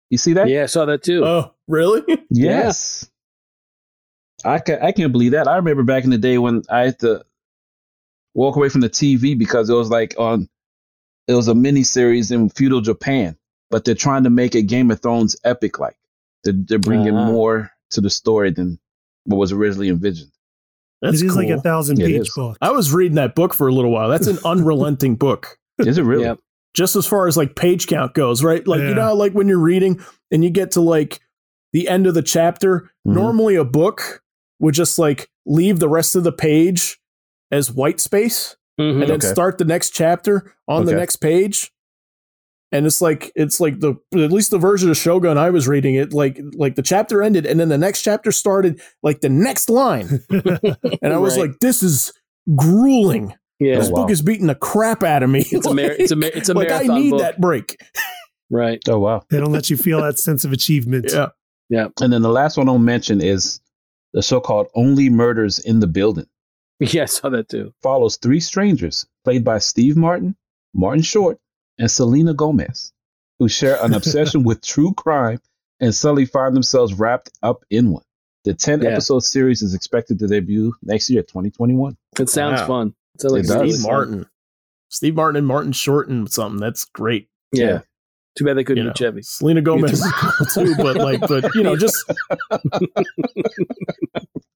Speaker 3: You see that?
Speaker 2: yeah I saw that too
Speaker 1: Oh, really? <laughs>
Speaker 3: Yes. I can I can't believe that. I remember back in the day when I had to walk away from the TV because it was like on it was a mini series in feudal Japan, but they're trying to make a Game of Thrones epic like. They're, they're bringing
Speaker 2: Ah.
Speaker 3: more to the story than what was originally envisioned.
Speaker 4: it
Speaker 1: That's
Speaker 4: is like a
Speaker 1: cool.
Speaker 4: thousand
Speaker 3: It
Speaker 4: page
Speaker 3: is.
Speaker 4: book.
Speaker 1: I was reading that book for a little while.
Speaker 4: <laughs>
Speaker 1: That's an unrelenting book.
Speaker 3: Is it really?
Speaker 2: Yep.
Speaker 1: just as far as like page count goes, right? Like
Speaker 4: Yeah.
Speaker 1: you know, how, like when you're reading and you get to like the end of the chapter,
Speaker 4: Mm-hmm.
Speaker 3: Mhm.
Speaker 1: normally a book would just like leave the rest of the page as white space
Speaker 2: Mhm.
Speaker 1: and then
Speaker 3: Okay.
Speaker 1: start the next chapter on the
Speaker 3: Okay.
Speaker 1: next page. And it's like it's like the at least the version of Shogun I was reading it like like the chapter ended and then the next chapter started like the next
Speaker 3: <laughs>
Speaker 1: line and I was
Speaker 2: Right.
Speaker 1: like this is grueling.
Speaker 2: yeah
Speaker 1: This
Speaker 3: Oh, wow.
Speaker 1: book is beating the crap out of me. <laughs>
Speaker 2: it's a mar- it's a mar- it's a
Speaker 1: like I
Speaker 2: marathon
Speaker 1: need
Speaker 2: book
Speaker 1: that break.
Speaker 2: right <laughs>
Speaker 3: Oh wow.
Speaker 4: They don't let you feel that sense of achievement.
Speaker 1: Yeah.
Speaker 3: And then the last one I'll mention is the so-called "Only Murders in the Building."
Speaker 2: yeah I saw that too
Speaker 3: Follows three strangers played by Steve Martin, Martin Short, and Selena Gomez, who share
Speaker 2: <laughs>
Speaker 3: an obsession with true crime and suddenly find themselves wrapped up in one. The
Speaker 2: Yeah.
Speaker 3: ten-episode series is expected to debut next year, 2021.
Speaker 2: it sounds
Speaker 1: Wow.
Speaker 2: fun it sounds
Speaker 3: It
Speaker 2: like
Speaker 3: does.
Speaker 2: really
Speaker 1: Steve
Speaker 2: fun.
Speaker 1: Martin. Steve Martin and Martin Short and something. That's great.
Speaker 2: yeah.
Speaker 3: Yeah.
Speaker 2: too bad they couldn't
Speaker 1: You know,
Speaker 2: do Chevy
Speaker 1: Selena Gomez is cool too, but like, but you know, just <laughs>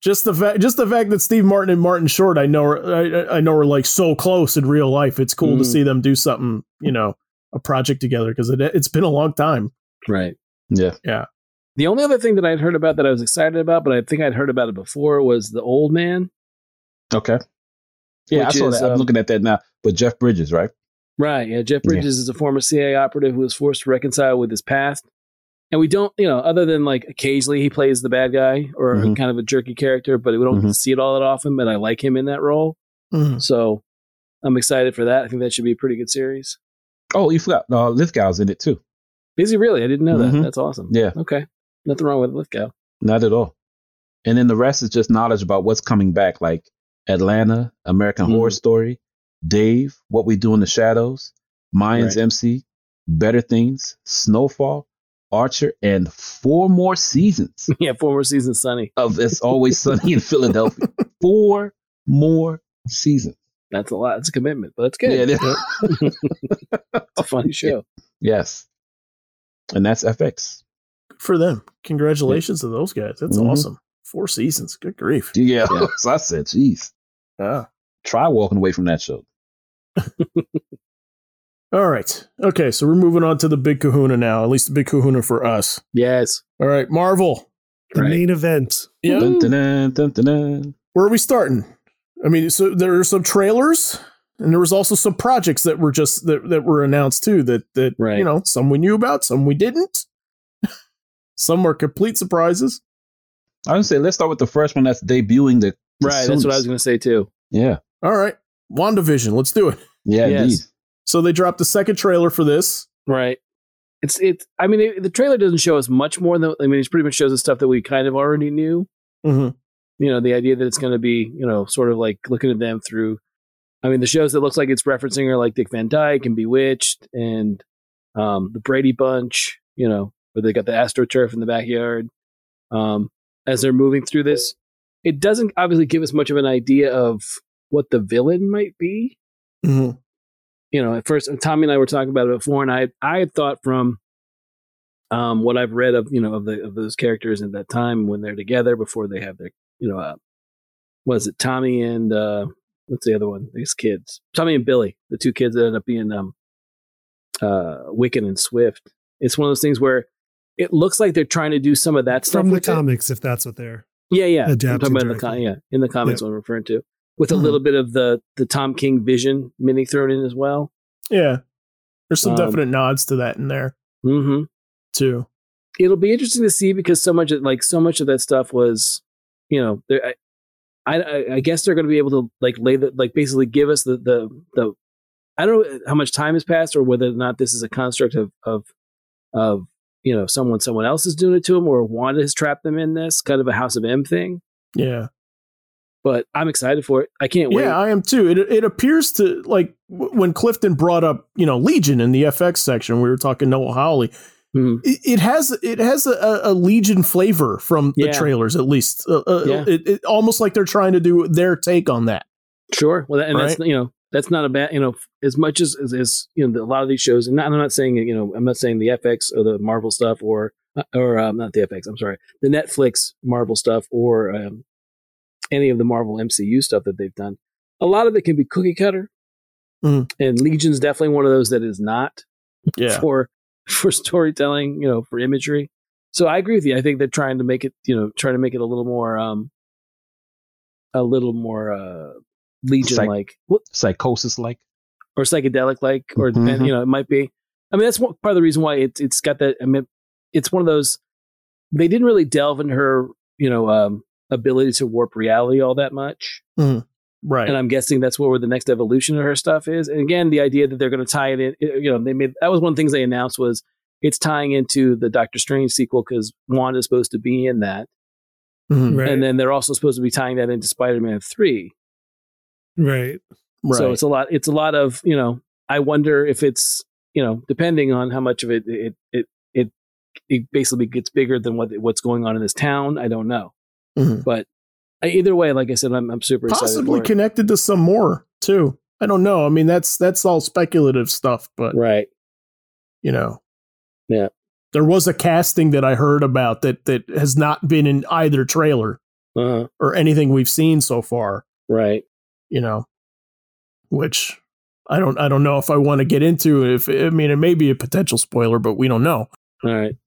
Speaker 1: just the fact, just the fact that Steve Martin and Martin Short, I know, are, I, I know, are like so close in real life. It's cool to
Speaker 2: Mhm.
Speaker 1: see them do something, you know, a project together because it, it's been a long time.
Speaker 2: right
Speaker 3: Yeah.
Speaker 1: Yeah.
Speaker 2: The only other thing that I'd heard about that I was excited about, but I think I'd heard about it before, was the old man.
Speaker 3: Okay. Yeah, I
Speaker 2: Which
Speaker 3: saw
Speaker 2: is,
Speaker 3: that. I'm
Speaker 2: um,
Speaker 3: looking at that now. But Jeff Bridges, right?
Speaker 2: Right. Yeah. Jeff Bridges is a former CIA operative who was forced to reconcile with his past. And we don't, you know, other than like occasionally he plays the bad guy or
Speaker 3: Mhm.
Speaker 2: kind of a jerky character, but we don't
Speaker 3: Mhm.
Speaker 2: see it all that often. But I like him in that role.
Speaker 1: Mm,
Speaker 2: So I'm excited for that. I think that should be a pretty good series.
Speaker 3: Oh, you forgot. Uh, Lithgow's in it too.
Speaker 2: Is he really? I didn't know
Speaker 3: Mhm.
Speaker 2: that. That's awesome.
Speaker 3: Yeah,
Speaker 2: Okay. Nothing wrong with Lithgow.
Speaker 3: not at all. And then the rest is just knowledge about what's coming back, like Atlanta, American Horror
Speaker 2: Mhm.
Speaker 3: Story, Dave, What We Do in the Shadows, Mayans
Speaker 2: Right.
Speaker 3: MC, Better Things, Snowfall, Archer, and four more seasons
Speaker 2: <laughs> yeah. Former season Sunny.
Speaker 3: of It's Always Sunny in Philadelphia. Four more seasons.
Speaker 2: That's a lot. It's a commitment, but that's good.
Speaker 3: Yeah, they-
Speaker 2: it's a funny show.
Speaker 3: yes. And that's FX.
Speaker 1: Good for them. Congratulations to those guys. That's
Speaker 3: Mhm.
Speaker 1: awesome. Four seasons. Good grief.
Speaker 3: Yeah. so I said, geez,
Speaker 1: Yeah.
Speaker 3: try walking away from that show.
Speaker 1: All right. Okay. So we're moving on to the big kahuna now, at least the big kahuna for us.
Speaker 2: Yes.
Speaker 1: All right. Marvel.
Speaker 4: The
Speaker 2: Right.
Speaker 4: main event.
Speaker 1: Yeah.
Speaker 3: Dun, dun, dun, dun, dun, dun.
Speaker 1: Where are we starting? I mean, so there are some trailers and there was also some projects that were just that, that were announced too that that
Speaker 2: Right.
Speaker 1: you know, some we knew about, some we didn't. <laughs> some were complete surprises.
Speaker 3: I would say let's start with the first one that's debuting the, the
Speaker 2: Right. That's what I was
Speaker 3: soonest.
Speaker 2: going to say too.
Speaker 3: Yeah.
Speaker 1: All right. WandaVision, let's do it.
Speaker 3: Yeah,
Speaker 2: Yes.
Speaker 3: indeed.
Speaker 1: So they dropped the second trailer for this.
Speaker 2: Right. It's it's. I mean, it, the trailer doesn't show us much more than. I mean, it pretty much shows us stuff that we kind of already knew.
Speaker 1: Mm-hmm.
Speaker 2: You know, the idea that it's going to be, you know, sort of like looking at them through. I mean, the shows that looks like it's referencing are like Dick Van Dyke and Bewitched and um, the Brady Bunch. You know, where they got the astroturf in the backyard. Um, as they're moving through this, it doesn't obviously give us much of an idea of what the villain might be
Speaker 1: Mm-hmm.
Speaker 2: you know, at first Tommy and I were talking about it before, and I I had thought from um, what I've read of you know of the of those characters at that time when they're together before they have their you know uh, was it Tommy and uh, what's the other one these kids Tommy and Billy the two kids that end up being um uh Wiccan and Swift. It's one of those things where it looks like they're trying to do some of that stuff
Speaker 4: From the
Speaker 2: with it.
Speaker 4: comics, if that's what they're.
Speaker 2: Yeah, yeah. I'm
Speaker 4: Adapted
Speaker 2: talking
Speaker 4: Mm-hmm.
Speaker 2: about in the
Speaker 4: directly.
Speaker 2: con- yeah, in the comics what I'm referring to. With a little bit of the the Tom King vision mini thrown in as well.
Speaker 1: Yeah. There's some
Speaker 2: Um,
Speaker 1: definite nods to that in there
Speaker 2: hmm
Speaker 1: too.
Speaker 2: it'll be interesting to see because so much of- like so much of that stuff was you know there- I, I i guess they're going to be able to like lay the like basically give us the the the i don't know how much time has passed or whether or not this is a construct of of of you know someone someone else is doing it to them or wanda has trapped them in this kind of a house of m thing
Speaker 1: Yeah.
Speaker 2: but i'm excited for it i can't wait
Speaker 1: Yeah, I am too. It it appears to like w- when Clifton brought up, you know, Legion in the FX section, we were talking Noah Hawley.
Speaker 2: Mhm.
Speaker 1: It, it has it has a- a, a Legion flavor from the
Speaker 2: Yeah.
Speaker 1: trailers, at least. Uh, uh,
Speaker 2: Yeah.
Speaker 1: it, it almost like they're trying to do their take on that.
Speaker 2: Sure. Well, that, and that's you know that's not a bad you know as much as as, as you know a lot of these shows. And I'm not saying you know I'm not saying the FX or the Marvel stuff or or um, not the FX. I'm sorry, the Netflix Marvel stuff or um, any of the Marvel MCU stuff that they've done. A lot of it can be cookie cutter,
Speaker 1: Mhm.
Speaker 2: and Legion's definitely one of those that is not
Speaker 1: Yeah,
Speaker 2: for for storytelling. You know, for imagery. So I agree with you. I think they're trying to make it you know trying to make it a little more um a little more uh Legion like. Well,
Speaker 3: Psychosis like.
Speaker 2: or psychedelic like or depend,
Speaker 3: Mhm.
Speaker 2: you know it might be i mean that's one, part of the reason why it's it's got that i mean it's one of those they didn't really delve in her you know um ability to warp reality all that much
Speaker 1: <laughs> right.
Speaker 2: and i'm guessing that's where the next evolution of her stuff is and again the idea that they're going to tie it in you know they made that was one of the things they announced was it's tying into the doctor strange sequel because wanda's supposed to be in that
Speaker 1: Mhm.
Speaker 4: Right.
Speaker 2: Hmm. and then they're also supposed to be tying that into spider-man 3
Speaker 4: right.
Speaker 1: right.
Speaker 2: So it's a lot. It's a lot of you know. I wonder if it's you know depending on how much of it it it it, it basically gets bigger than what what's going on in this town. I don't know,
Speaker 1: Mhm.
Speaker 2: but I- either way, like I said, I'm I'm super
Speaker 1: possibly
Speaker 2: excited. for it.
Speaker 1: connected to some more too. I don't know. I mean, that's that's all speculative stuff, but
Speaker 2: right.
Speaker 1: you know.
Speaker 2: Yeah.
Speaker 1: There was a casting that I heard about that that has not been in either trailer
Speaker 2: Uh,
Speaker 1: or anything we've seen so far,
Speaker 2: right.
Speaker 1: you know. Which I don't I don't know if I want to get into if I mean it may be a potential spoiler, but we don't know.
Speaker 2: All right.
Speaker 3: Ah,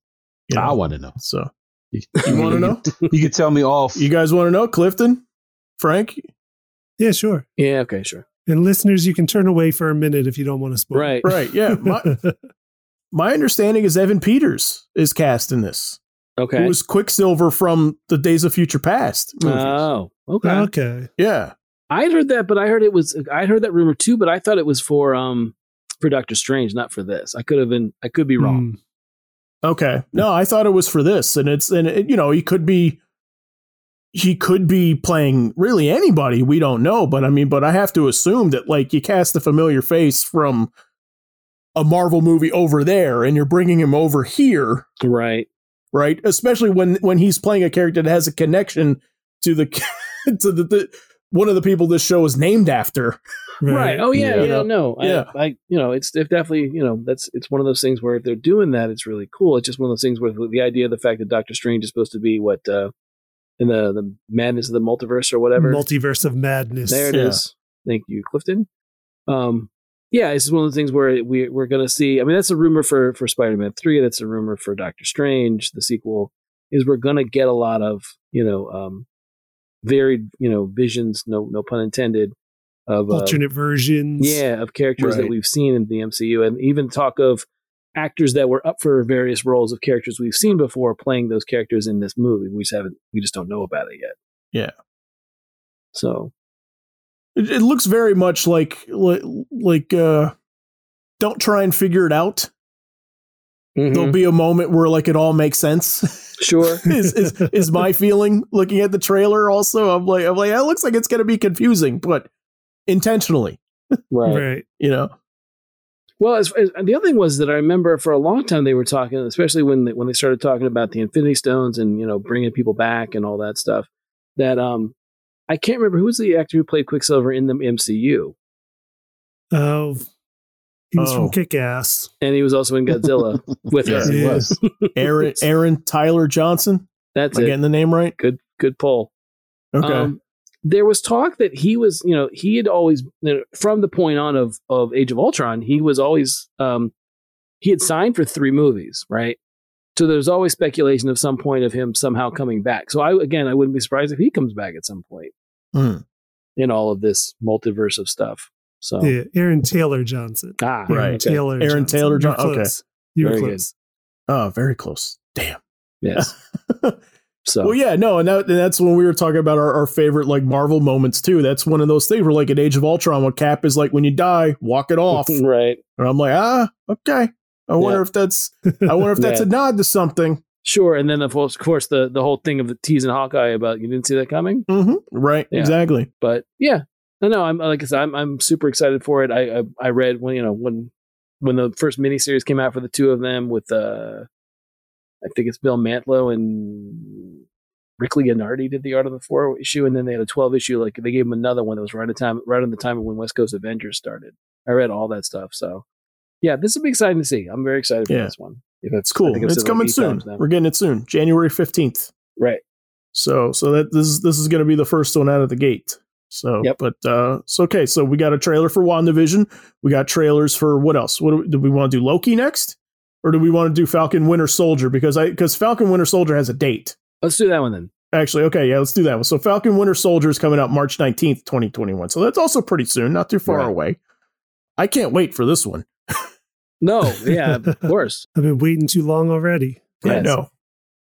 Speaker 1: you know,
Speaker 3: I want to know.
Speaker 1: so
Speaker 3: <laughs>
Speaker 1: You want to know?
Speaker 3: You can tell me off.
Speaker 1: You guys want to know, Clifton, Frank?
Speaker 4: Yeah, sure.
Speaker 2: Yeah. Okay. Sure.
Speaker 4: And listeners, you can turn away for a minute if you don't want to spoil.
Speaker 2: Right.
Speaker 1: Right? Yeah. My,
Speaker 4: <laughs>
Speaker 1: my understanding is Evan Peters is cast in this. Who
Speaker 2: Okay.
Speaker 1: was Quicksilver from the Days of Future Past movies.
Speaker 2: Oh. Okay.
Speaker 4: Okay.
Speaker 1: yeah.
Speaker 2: I'd heard that, but I heard it was I heard that rumor too, but I thought it was for um for Doctor Strange, not for this. I could have been I could be wrong.
Speaker 4: Hmm.
Speaker 1: Okay. No, I thought it was for this, and it's and it, you know he could be, he could be playing really anybody. We don't know, but I mean, but I have to assume that like you cast a familiar face from a Marvel movie over there, and you're bringing him over here,
Speaker 2: Right.
Speaker 1: right? Especially when when he's playing a character that has a connection to the <laughs> to the, the one of the people this show is named after.
Speaker 4: Hmm.
Speaker 2: Right. Oh yeah,
Speaker 3: Yeah.
Speaker 2: yeah, no. I,
Speaker 1: Yeah.
Speaker 2: I you know, it's it definitely, you know, that's it's one of those things where if they're doing that, it's really cool. It's just one of those things where the idea of the fact that Doctor Strange is supposed to be what uh in the the madness of the multiverse or whatever.
Speaker 4: Multiverse of madness.
Speaker 2: There it is.
Speaker 1: Yeah.
Speaker 2: Thank you, Clifton. Um, yeah, this is one of the things where we we're gonna see. I mean, that's a rumor for for Spider Man three. That's a rumor for Doctor Strange, the sequel. Is we're gonna get a lot of you know um, varied you know visions. No no pun intended. Of uh,
Speaker 4: Alternate versions.
Speaker 2: yeah of characters that
Speaker 1: Right.
Speaker 2: we've seen in the MCU, and even talk of actors that were up for various roles of characters we've seen before playing those characters in this movie. We just haven't. We just don't know about it yet.
Speaker 1: Yeah.
Speaker 2: So
Speaker 1: It, it looks very much like like, like uh, don't try and figure it out. There'll be a moment where like it all makes sense. <laughs>
Speaker 2: Mm-hmm. sure.
Speaker 1: is, is is my feeling looking at the trailer also i'm like i'm like that looks like it's going to be confusing but intentionally
Speaker 2: Right.
Speaker 4: Right.
Speaker 1: you know
Speaker 2: Well, as, as and the other thing was that I remember for a long time they were talking, especially when they, when they started talking about the Infinity Stones and you know bringing people back and all that stuff. That um, I can't remember who was the actor who played Quicksilver in the MCU,
Speaker 4: Oh, he was
Speaker 1: Oh.
Speaker 4: from Kick Ass.
Speaker 2: and he was also in Godzilla with
Speaker 3: Yes,
Speaker 2: her.
Speaker 3: it
Speaker 4: Yeah.
Speaker 3: was.
Speaker 2: <laughs>
Speaker 1: aaron aaron tyler johnson
Speaker 2: That's
Speaker 1: am i
Speaker 2: it.
Speaker 1: getting the name right
Speaker 2: Good good pull.
Speaker 1: okay
Speaker 2: Um, there was talk that he was, you know, he had always you know, from the point on of of Age of Ultron, he was always um he had signed for three movies, right? So there's always speculation of some point of him somehow coming back. So I again, I wouldn't be surprised if he comes back at some point
Speaker 1: Hmm.
Speaker 2: in all of this multiverse of stuff. So
Speaker 4: Yeah. Aaron Taylor Johnson.
Speaker 2: ah,
Speaker 1: Right.
Speaker 4: Aaron
Speaker 2: okay.
Speaker 4: Taylor.
Speaker 1: Aaron
Speaker 4: Johnson.
Speaker 1: Taylor
Speaker 4: You're
Speaker 1: John- okay.
Speaker 4: close. You were
Speaker 2: Very good.
Speaker 4: close.
Speaker 1: oh very close damn <laughs>
Speaker 2: yes. So
Speaker 1: well yeah no and, that, and that's when we were talking about our, our favorite like marvel moments too that's one of those things where like an age of ultron where cap is like when you die walk it
Speaker 2: <laughs>
Speaker 1: off and
Speaker 2: right,
Speaker 1: i'm like ah okay i wonder
Speaker 2: Yeah.
Speaker 1: if
Speaker 2: <laughs>
Speaker 1: that's i wonder if that's
Speaker 2: Yeah.
Speaker 1: a nod to something
Speaker 2: sure. And then of course, of course, the the whole thing of the teasing Hawkeye about you didn't see that coming.
Speaker 1: hmm right
Speaker 2: Yeah.
Speaker 1: exactly
Speaker 2: but yeah, no, no, I'm like I said, I'm I'm super excited for it. I I, I read when you know when when the first miniseries came out for the two of them with uh, I think it's Bill Mantlo and Rick Leonardi did the Art of the Four issue, and then they had a twelve issue. Like they gave him another one that was right at time right on the time of when West Coast Avengers started. I read all that stuff, so yeah, this will be exciting to see. I'm very excited for
Speaker 1: Yeah.
Speaker 2: this one. If it's
Speaker 1: It's cool. It's coming soon. We're getting it soon. January 15th.
Speaker 2: Right.
Speaker 1: So so that this is this is going to be the first one out of the gate. So
Speaker 2: Yep.
Speaker 1: but uh so okay, so we got a trailer for WandaVision. We got trailers for what else? What do we, do we want to do Loki next? Or do we want to do Falcon Winter Soldier because I cuz Falcon Winter Soldier has a date.
Speaker 2: Let's do that one then.
Speaker 1: Actually, okay, yeah, let's do that one. So Falcon Winter Soldier is coming out March 19th, 2021. So that's also pretty soon, not too far
Speaker 2: Right.
Speaker 1: away. I can't wait for this one.
Speaker 2: No, yeah,
Speaker 1: <laughs>
Speaker 2: of course.
Speaker 4: I've been waiting too long already.
Speaker 1: I
Speaker 2: Yes.
Speaker 1: know.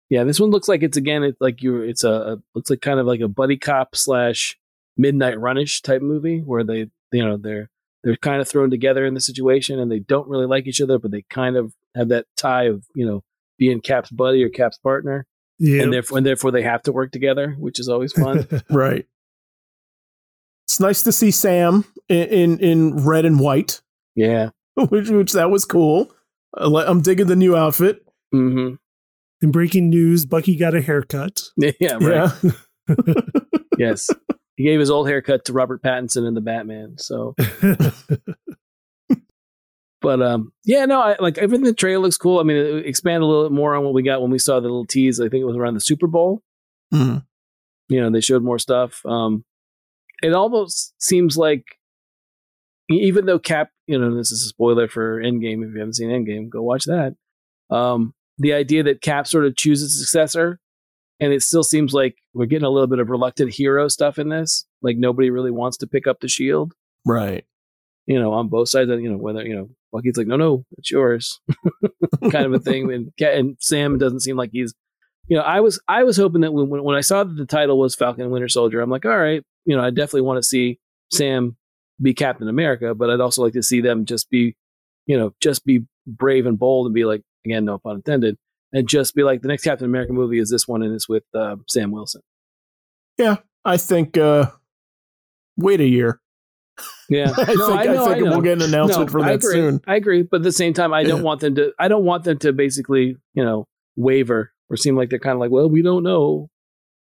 Speaker 2: Yeah, this one looks like it's again. It's like you. It's a, a looks like kind of like a buddy cop slash midnight runish type movie where they you know they're they're kind of thrown together in the situation and they don't really like each other, but they kind of have that tie of you know being Cap's buddy or Cap's partner,
Speaker 4: Yeah.
Speaker 2: and therefore and therefore they have to work together, which is always
Speaker 4: <laughs>
Speaker 2: fun.
Speaker 1: Right. It's nice to see Sam in in, in red and white, <laughs>
Speaker 2: yeah.
Speaker 1: which which that was cool. I li- I'm digging the new outfit.
Speaker 2: hmm
Speaker 4: In breaking news, Bucky got a haircut.
Speaker 2: <laughs>
Speaker 4: <laughs>
Speaker 2: Yeah. Right.
Speaker 1: Yeah. <laughs>
Speaker 2: yes. He gave his old haircut to Robert Pattinson in the Batman. So But um, yeah, no, I like everything. The trailer looks cool. I mean, it- expand a little bit more on what we got when we saw the little tease. I think it was around the Super Bowl.
Speaker 1: Mm.
Speaker 2: You know, they showed more stuff. Um, it almost seems like, e- even though Cap, you know, this is a spoiler for Endgame. If you haven't seen Endgame, go watch that. Um, the idea that Cap sort of chooses a successor and it still seems like we're getting a little bit of reluctant hero stuff in this. Like nobody really wants to pick up the shield,
Speaker 1: Right.
Speaker 2: you know, on both sides. And you know, whether you know, Bucky's like, no, no, it's yours, kind of a thing. And Ca- and Sam doesn't seem like he's, you know, I was I was hoping that when when when I saw that the title was Falcon and Winter Soldier, I'm like, all right, you know, I definitely want to see Sam be Captain America, but I'd also like to see them just be, you know, just be brave and bold and be like, again, no pun intended, and just be like, the next Captain America movie is this one and it's with uh, Sam Wilson.
Speaker 1: <laughs> I think uh wait a year. <laughs>
Speaker 2: Yeah,
Speaker 1: I think I,
Speaker 2: know,
Speaker 1: think
Speaker 2: know.
Speaker 1: we'll get an <laughs> announcement
Speaker 2: No,
Speaker 1: for
Speaker 2: I
Speaker 1: that
Speaker 2: agree.
Speaker 1: soon.
Speaker 2: I agree, but at the same time, I don't
Speaker 1: Yeah.
Speaker 2: want them to. I don't want them to basically, you know, waver or seem like they're kind of like, well, we don't know.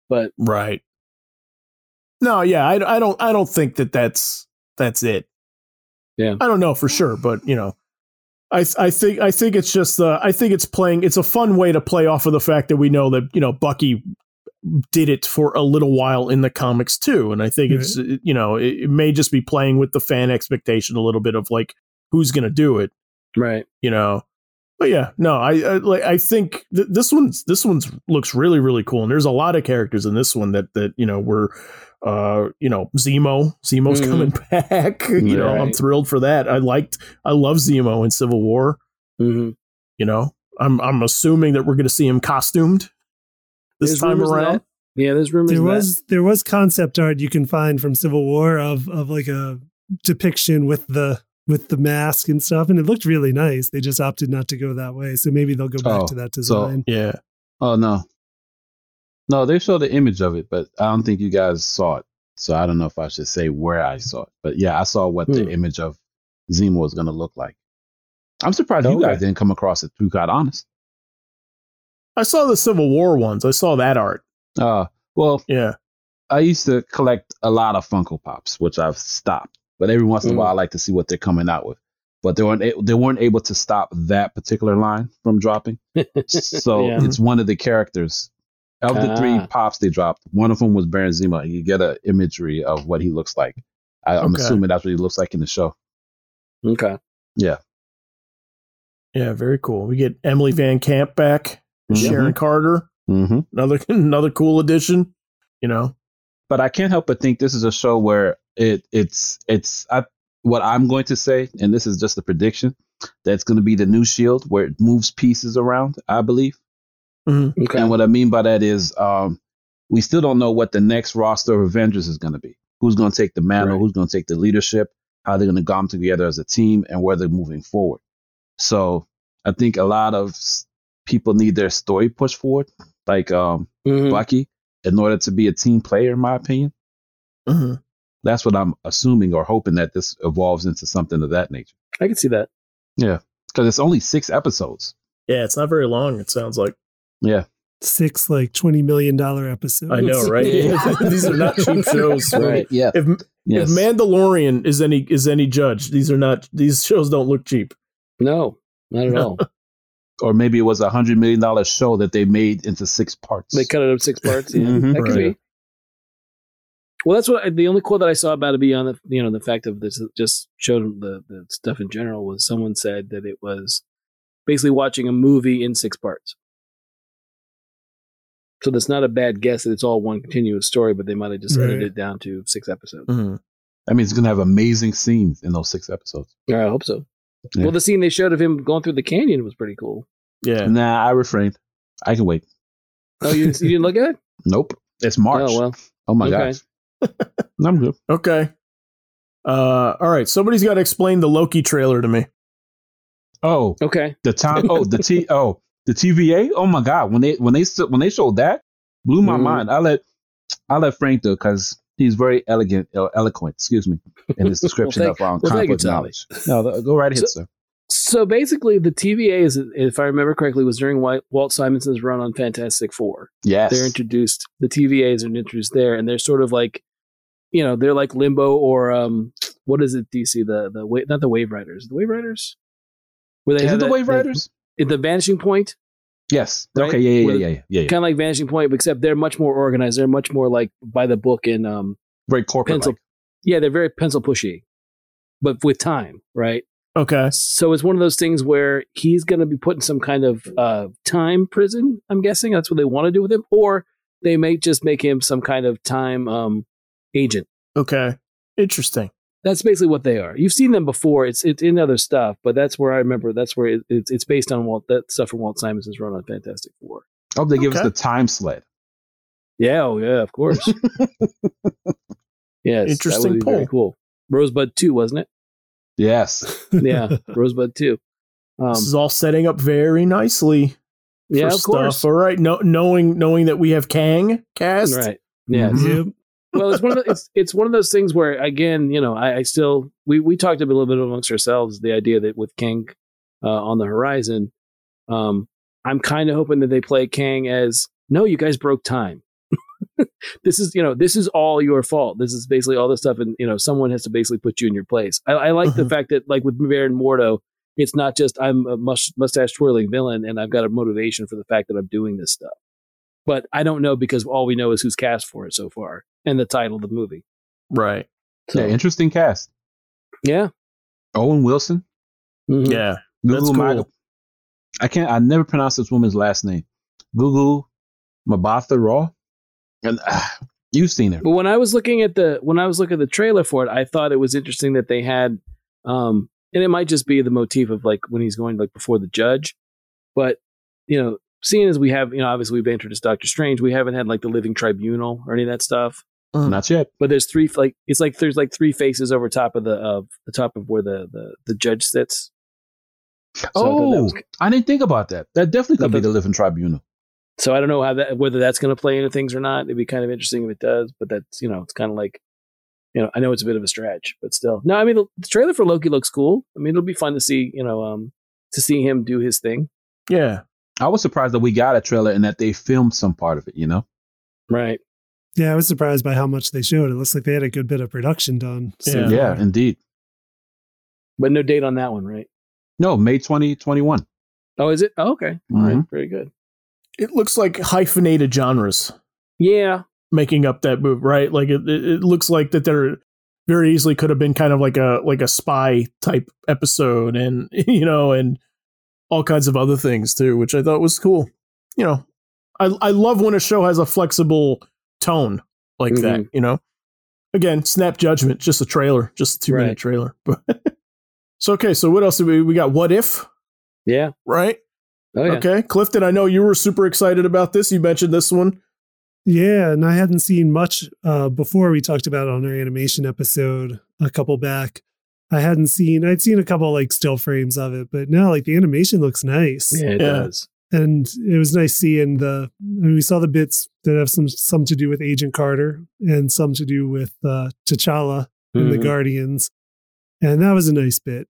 Speaker 2: But
Speaker 1: Right. No, yeah, I, I don't I don't think that that's that's it.
Speaker 2: Yeah.
Speaker 1: I don't know for sure, but you know, I I think I think it's just uh, I think it's playing. It's a fun way to play off of the fact that we know that you know Bucky did it for a little while in the comics too, and I think it's uh, you know it, it may just be playing with the fan expectation a little bit of like who's going to do it,
Speaker 2: right,
Speaker 1: you know. But yeah, no, I, I like I think th- this one's this one's looks really really cool, and there's a lot of characters in this one that that you know were, uh, you know Zemo, Zemo's
Speaker 2: Mhm.
Speaker 1: coming <laughs> back. you know, I'm
Speaker 2: Right.
Speaker 1: thrilled for that. I liked, I love Zemo in Civil War.
Speaker 2: mm-hmm.
Speaker 1: You know, I'm I'm assuming that we're going to see him costumed this time around.
Speaker 2: yeah, there's rumors.
Speaker 4: there
Speaker 2: of that.
Speaker 4: was there was concept art you can find from Civil War of of like a depiction with the with the mask and stuff, and it looked really nice. They just opted not to go that way, so maybe they'll go back
Speaker 3: Oh,
Speaker 4: to that
Speaker 3: so-
Speaker 4: design.
Speaker 1: Yeah,
Speaker 3: Oh no, no, they showed the image of it, but I don't think you guys saw it. So I don't know if I should say where I saw it, but yeah, I saw what
Speaker 2: Hmm.
Speaker 3: the image of Zemo was going to look like. I'm surprised you guys
Speaker 2: Okay.
Speaker 3: didn't come across it. To God honest,
Speaker 1: I saw the Civil War ones. I saw that art.
Speaker 3: uh, well,
Speaker 1: Yeah,
Speaker 3: I used to collect a lot of Funko Pops, which I've stopped. But every once in
Speaker 2: Mm.
Speaker 3: a while, I like to see what they're coming out with. But they weren't a- they weren't able to stop that particular line from
Speaker 2: <laughs>
Speaker 3: dropping. so
Speaker 2: Yeah.
Speaker 3: it's one of the characters of the three
Speaker 2: Ah.
Speaker 3: pops they dropped. One of them was Baron Zemo. You get an imagery of what he looks like. I, I'm
Speaker 1: Okay.
Speaker 3: assuming that's what he looks like in the show.
Speaker 2: okay.
Speaker 1: yeah, very cool. We get Emily Van Camp back,
Speaker 3: Mm-hmm.
Speaker 1: Sharon Carter,
Speaker 3: Mhm. Mhm.
Speaker 1: another <laughs> another cool addition. You know,
Speaker 3: But I can't help but think this is a show where it it's it's I, what I'm going to say, and this is just a prediction. That's going to be the new Shield, E where it moves pieces around. I believe.
Speaker 2: Okay.
Speaker 3: And what I mean by that is um, we still don't know what the next roster of Avengers is going to be. Who's going to take the mantle?
Speaker 2: Right.
Speaker 3: Who's going to take the leadership? How they're going to come together as a team and where they're moving forward. So I think a lot of s- people need their story pushed forward, like um,
Speaker 2: Mhm.
Speaker 3: Bucky, in order to be a team player, in my opinion.
Speaker 1: hmm
Speaker 3: That's what I'm assuming or hoping that this evolves into something of that nature.
Speaker 2: I can see that.
Speaker 3: Because it's only six episodes.
Speaker 1: Yeah, it's not very long. It sounds like
Speaker 4: Six like twenty million dollar episodes.
Speaker 1: I know,
Speaker 2: <laughs>
Speaker 1: right?
Speaker 3: Yeah.
Speaker 1: <laughs> these are not cheap shows.
Speaker 2: Right.
Speaker 3: Yeah.
Speaker 1: If,
Speaker 3: Yes.
Speaker 1: if Mandalorian is any is any judge, these are not these shows don't look cheap.
Speaker 2: No, not at all.
Speaker 3: or maybe it was a $100 million show that they made into six parts.
Speaker 2: they cut it up six
Speaker 4: <laughs>
Speaker 2: parts. Yeah,
Speaker 3: Mhm.
Speaker 2: that could
Speaker 1: Right.
Speaker 2: be. Well, that's what I, the only quote that I saw about it beyond the you know the fact of this just showed the the stuff in general was someone said that it was basically watching a movie in six parts. So that's not a bad guess that it's all one continuous story, but they might have just edited
Speaker 4: Right.
Speaker 2: it down to six episodes.
Speaker 3: I mean, it's going to have amazing scenes in those six episodes.
Speaker 2: Yeah, I hope so.
Speaker 3: Yeah.
Speaker 2: Well, the scene they showed of him going through the canyon was pretty cool. Mm.
Speaker 1: Yeah,
Speaker 3: Nah, I refrained. I can wait.
Speaker 2: Oh, you, you didn't look at it?
Speaker 3: Nope. It's <laughs> March.
Speaker 2: Oh
Speaker 3: Oh,
Speaker 2: well,
Speaker 3: my
Speaker 2: okay.
Speaker 3: gosh. <laughs> I'm good.
Speaker 1: okay. Uh, all right. Somebody's got to explain the Loki trailer to me.
Speaker 3: Oh,
Speaker 2: okay.
Speaker 3: the time.
Speaker 2: <laughs>
Speaker 3: Oh, the T. Oh, the TVA. Oh my God. When they when they s- when they showed that, blew my
Speaker 2: Mhm.
Speaker 3: mind. I let I let Frank do because he's very elegant, uh, eloquent. Excuse me, in his description
Speaker 2: thank-
Speaker 3: of um,
Speaker 2: <laughs> well, thank
Speaker 3: comic
Speaker 2: you,
Speaker 3: book
Speaker 2: Tommy.
Speaker 3: knowledge. No, th- go right ahead, sir.
Speaker 2: So basically, the TVA is, if I remember correctly, was during Wi- Walt Simonson's run on Fantastic Four.
Speaker 3: Yes.
Speaker 2: They're introduced. The TVAs are introduced there, and they're sort of like, you know, they're like Limbo or um, what is it? DC the the wa- not the Wave Riders, the Wave Riders. Where
Speaker 3: Is
Speaker 2: have
Speaker 3: it the
Speaker 2: that-
Speaker 3: Wave
Speaker 2: that-
Speaker 3: Riders?
Speaker 2: in the Vanishing Point,
Speaker 3: Yes.
Speaker 2: Right?
Speaker 3: Okay. Yeah. Yeah.
Speaker 2: With-
Speaker 3: Yeah. Yeah. Yeah. yeah.
Speaker 2: kind of like Vanishing Point, except they're much more organized. They're much more like by the book and um,
Speaker 3: Very corporate.
Speaker 2: pencil. Yeah, they're very pencil pushy, but with time, right?
Speaker 1: Okay.
Speaker 2: So it's one of those things where he's going to be put in some kind of uh, time prison. I'm guessing that's what they want to do with him, or they may just make him some kind of time um, agent.
Speaker 1: Okay. Interesting.
Speaker 2: That's basically what they are. You've seen them before. It's it's in other stuff, but that's where I remember. That's where it, it's it's based on Walt that stuff from Walt Simonson's run on Fantastic Four.
Speaker 3: I hope they give us
Speaker 1: Okay.
Speaker 3: the time sled.
Speaker 2: Yeah, oh yeah,
Speaker 1: <laughs>
Speaker 2: of course. yes, that
Speaker 1: Interesting
Speaker 2: would be very
Speaker 1: poll.
Speaker 2: cool. Rosebud two, wasn't it?
Speaker 3: Yes.
Speaker 1: <laughs>
Speaker 2: Yeah, Rosebud two. Um,
Speaker 1: this is all setting up very nicely. for
Speaker 2: yeah, of
Speaker 1: stuff.
Speaker 2: course.
Speaker 1: All right, no, knowing knowing that we have Kang cast,
Speaker 2: Right. Yeah.
Speaker 4: <laughs> Yep.
Speaker 2: well, it's one of the, it's it's one of those things where again, you know, I, I still we we talked a little bit amongst ourselves the idea that with Kang uh, on the horizon, um, I'm kind of hoping that they play Kang as no, you guys broke time. <laughs> this is you know this is all your fault. This is basically all this stuff, and you know someone has to basically put you in your place. I, I like
Speaker 3: Mm-hmm.
Speaker 2: the
Speaker 1: Mhm.
Speaker 2: fact that like with Baron Mordo, it's not just I'm a mus- mustache twirling villain and I've got a motivation for the fact that I'm doing this stuff. But I don't know because all we know is who's cast for it so far and the title of the movie.
Speaker 1: Right.
Speaker 2: So,
Speaker 3: Yeah, interesting cast.
Speaker 2: yeah.
Speaker 3: Owen Wilson.
Speaker 2: Mhm.
Speaker 1: Yeah. That's
Speaker 3: Gugu Maga-
Speaker 1: cool.
Speaker 3: I can't. I never pronounce this woman's last name. Gugu Mabatha Raw. And ah, you've seen her.
Speaker 2: But when I was looking at the when I was looking at the trailer for it, I thought it was interesting that they had um and it might just be the motif of like when he's going like before the judge. But, you know, seeing as we have, you know, obviously we've introduced Doctor Strange, we haven't had like the living tribunal or any of that stuff.
Speaker 3: Not yet.
Speaker 2: but there's three like it's like there's like three faces over top of the of the top of where the the, the judge sits. So I thought that
Speaker 3: oh,
Speaker 2: was-
Speaker 3: I didn't think about that. That definitely could
Speaker 2: That-
Speaker 3: be the Living Tribunal.
Speaker 2: so I don't know how that whether that's going to play into things or not. It'd be kind of interesting if it does, but that's you know it's kind of like you know I know it's a bit of a stretch, but still. No, I mean the, the trailer for Loki looks cool. I mean it'll be fun to see you know um to see him do his thing.
Speaker 1: Yeah.
Speaker 3: I was surprised that we got a trailer and that they filmed some part of it. You know,
Speaker 2: Right.
Speaker 4: Yeah, I was surprised by how much they showed. It looks like they had a good bit of production done. so
Speaker 1: Yeah.
Speaker 3: yeah,
Speaker 4: far.
Speaker 3: indeed.
Speaker 2: But no date on that one, right?
Speaker 3: No, May twenty twenty one.
Speaker 2: Oh, is it? Oh, okay. All right. Very good.
Speaker 1: It looks like hyphenated genres
Speaker 2: Yeah.
Speaker 1: making up that move, right? Like it, it, it looks like that there very easily could have been kind of like a like a spy type episode, and <laughs> you know, and all kinds of other things too, which I thought was cool. You know, I I love when a show has a flexible tone like that.
Speaker 2: Mm-hmm.
Speaker 1: You know, again, snap judgment, just a trailer, just a two
Speaker 2: Right.
Speaker 1: minute trailer. <laughs> But so okay, so what else did we we got? What if?
Speaker 2: Yeah.
Speaker 1: right?
Speaker 2: Oh, yeah.
Speaker 1: Okay. Clifton, I know you were super excited about this. You mentioned this one.
Speaker 4: Yeah, and I hadn't seen much uh, before we talked about it on our animation episode a couple back. I hadn't seen I'd seen a couple like still frames of it, but now like the animation looks nice.
Speaker 2: Yeah, it
Speaker 1: Yeah.
Speaker 2: does.
Speaker 4: And it was nice seeing the I mean, we saw the bits that have some some to do with Agent Carter and some to do with uh T'Challa and the
Speaker 2: Mhm.
Speaker 4: Guardians. And that was a nice bit.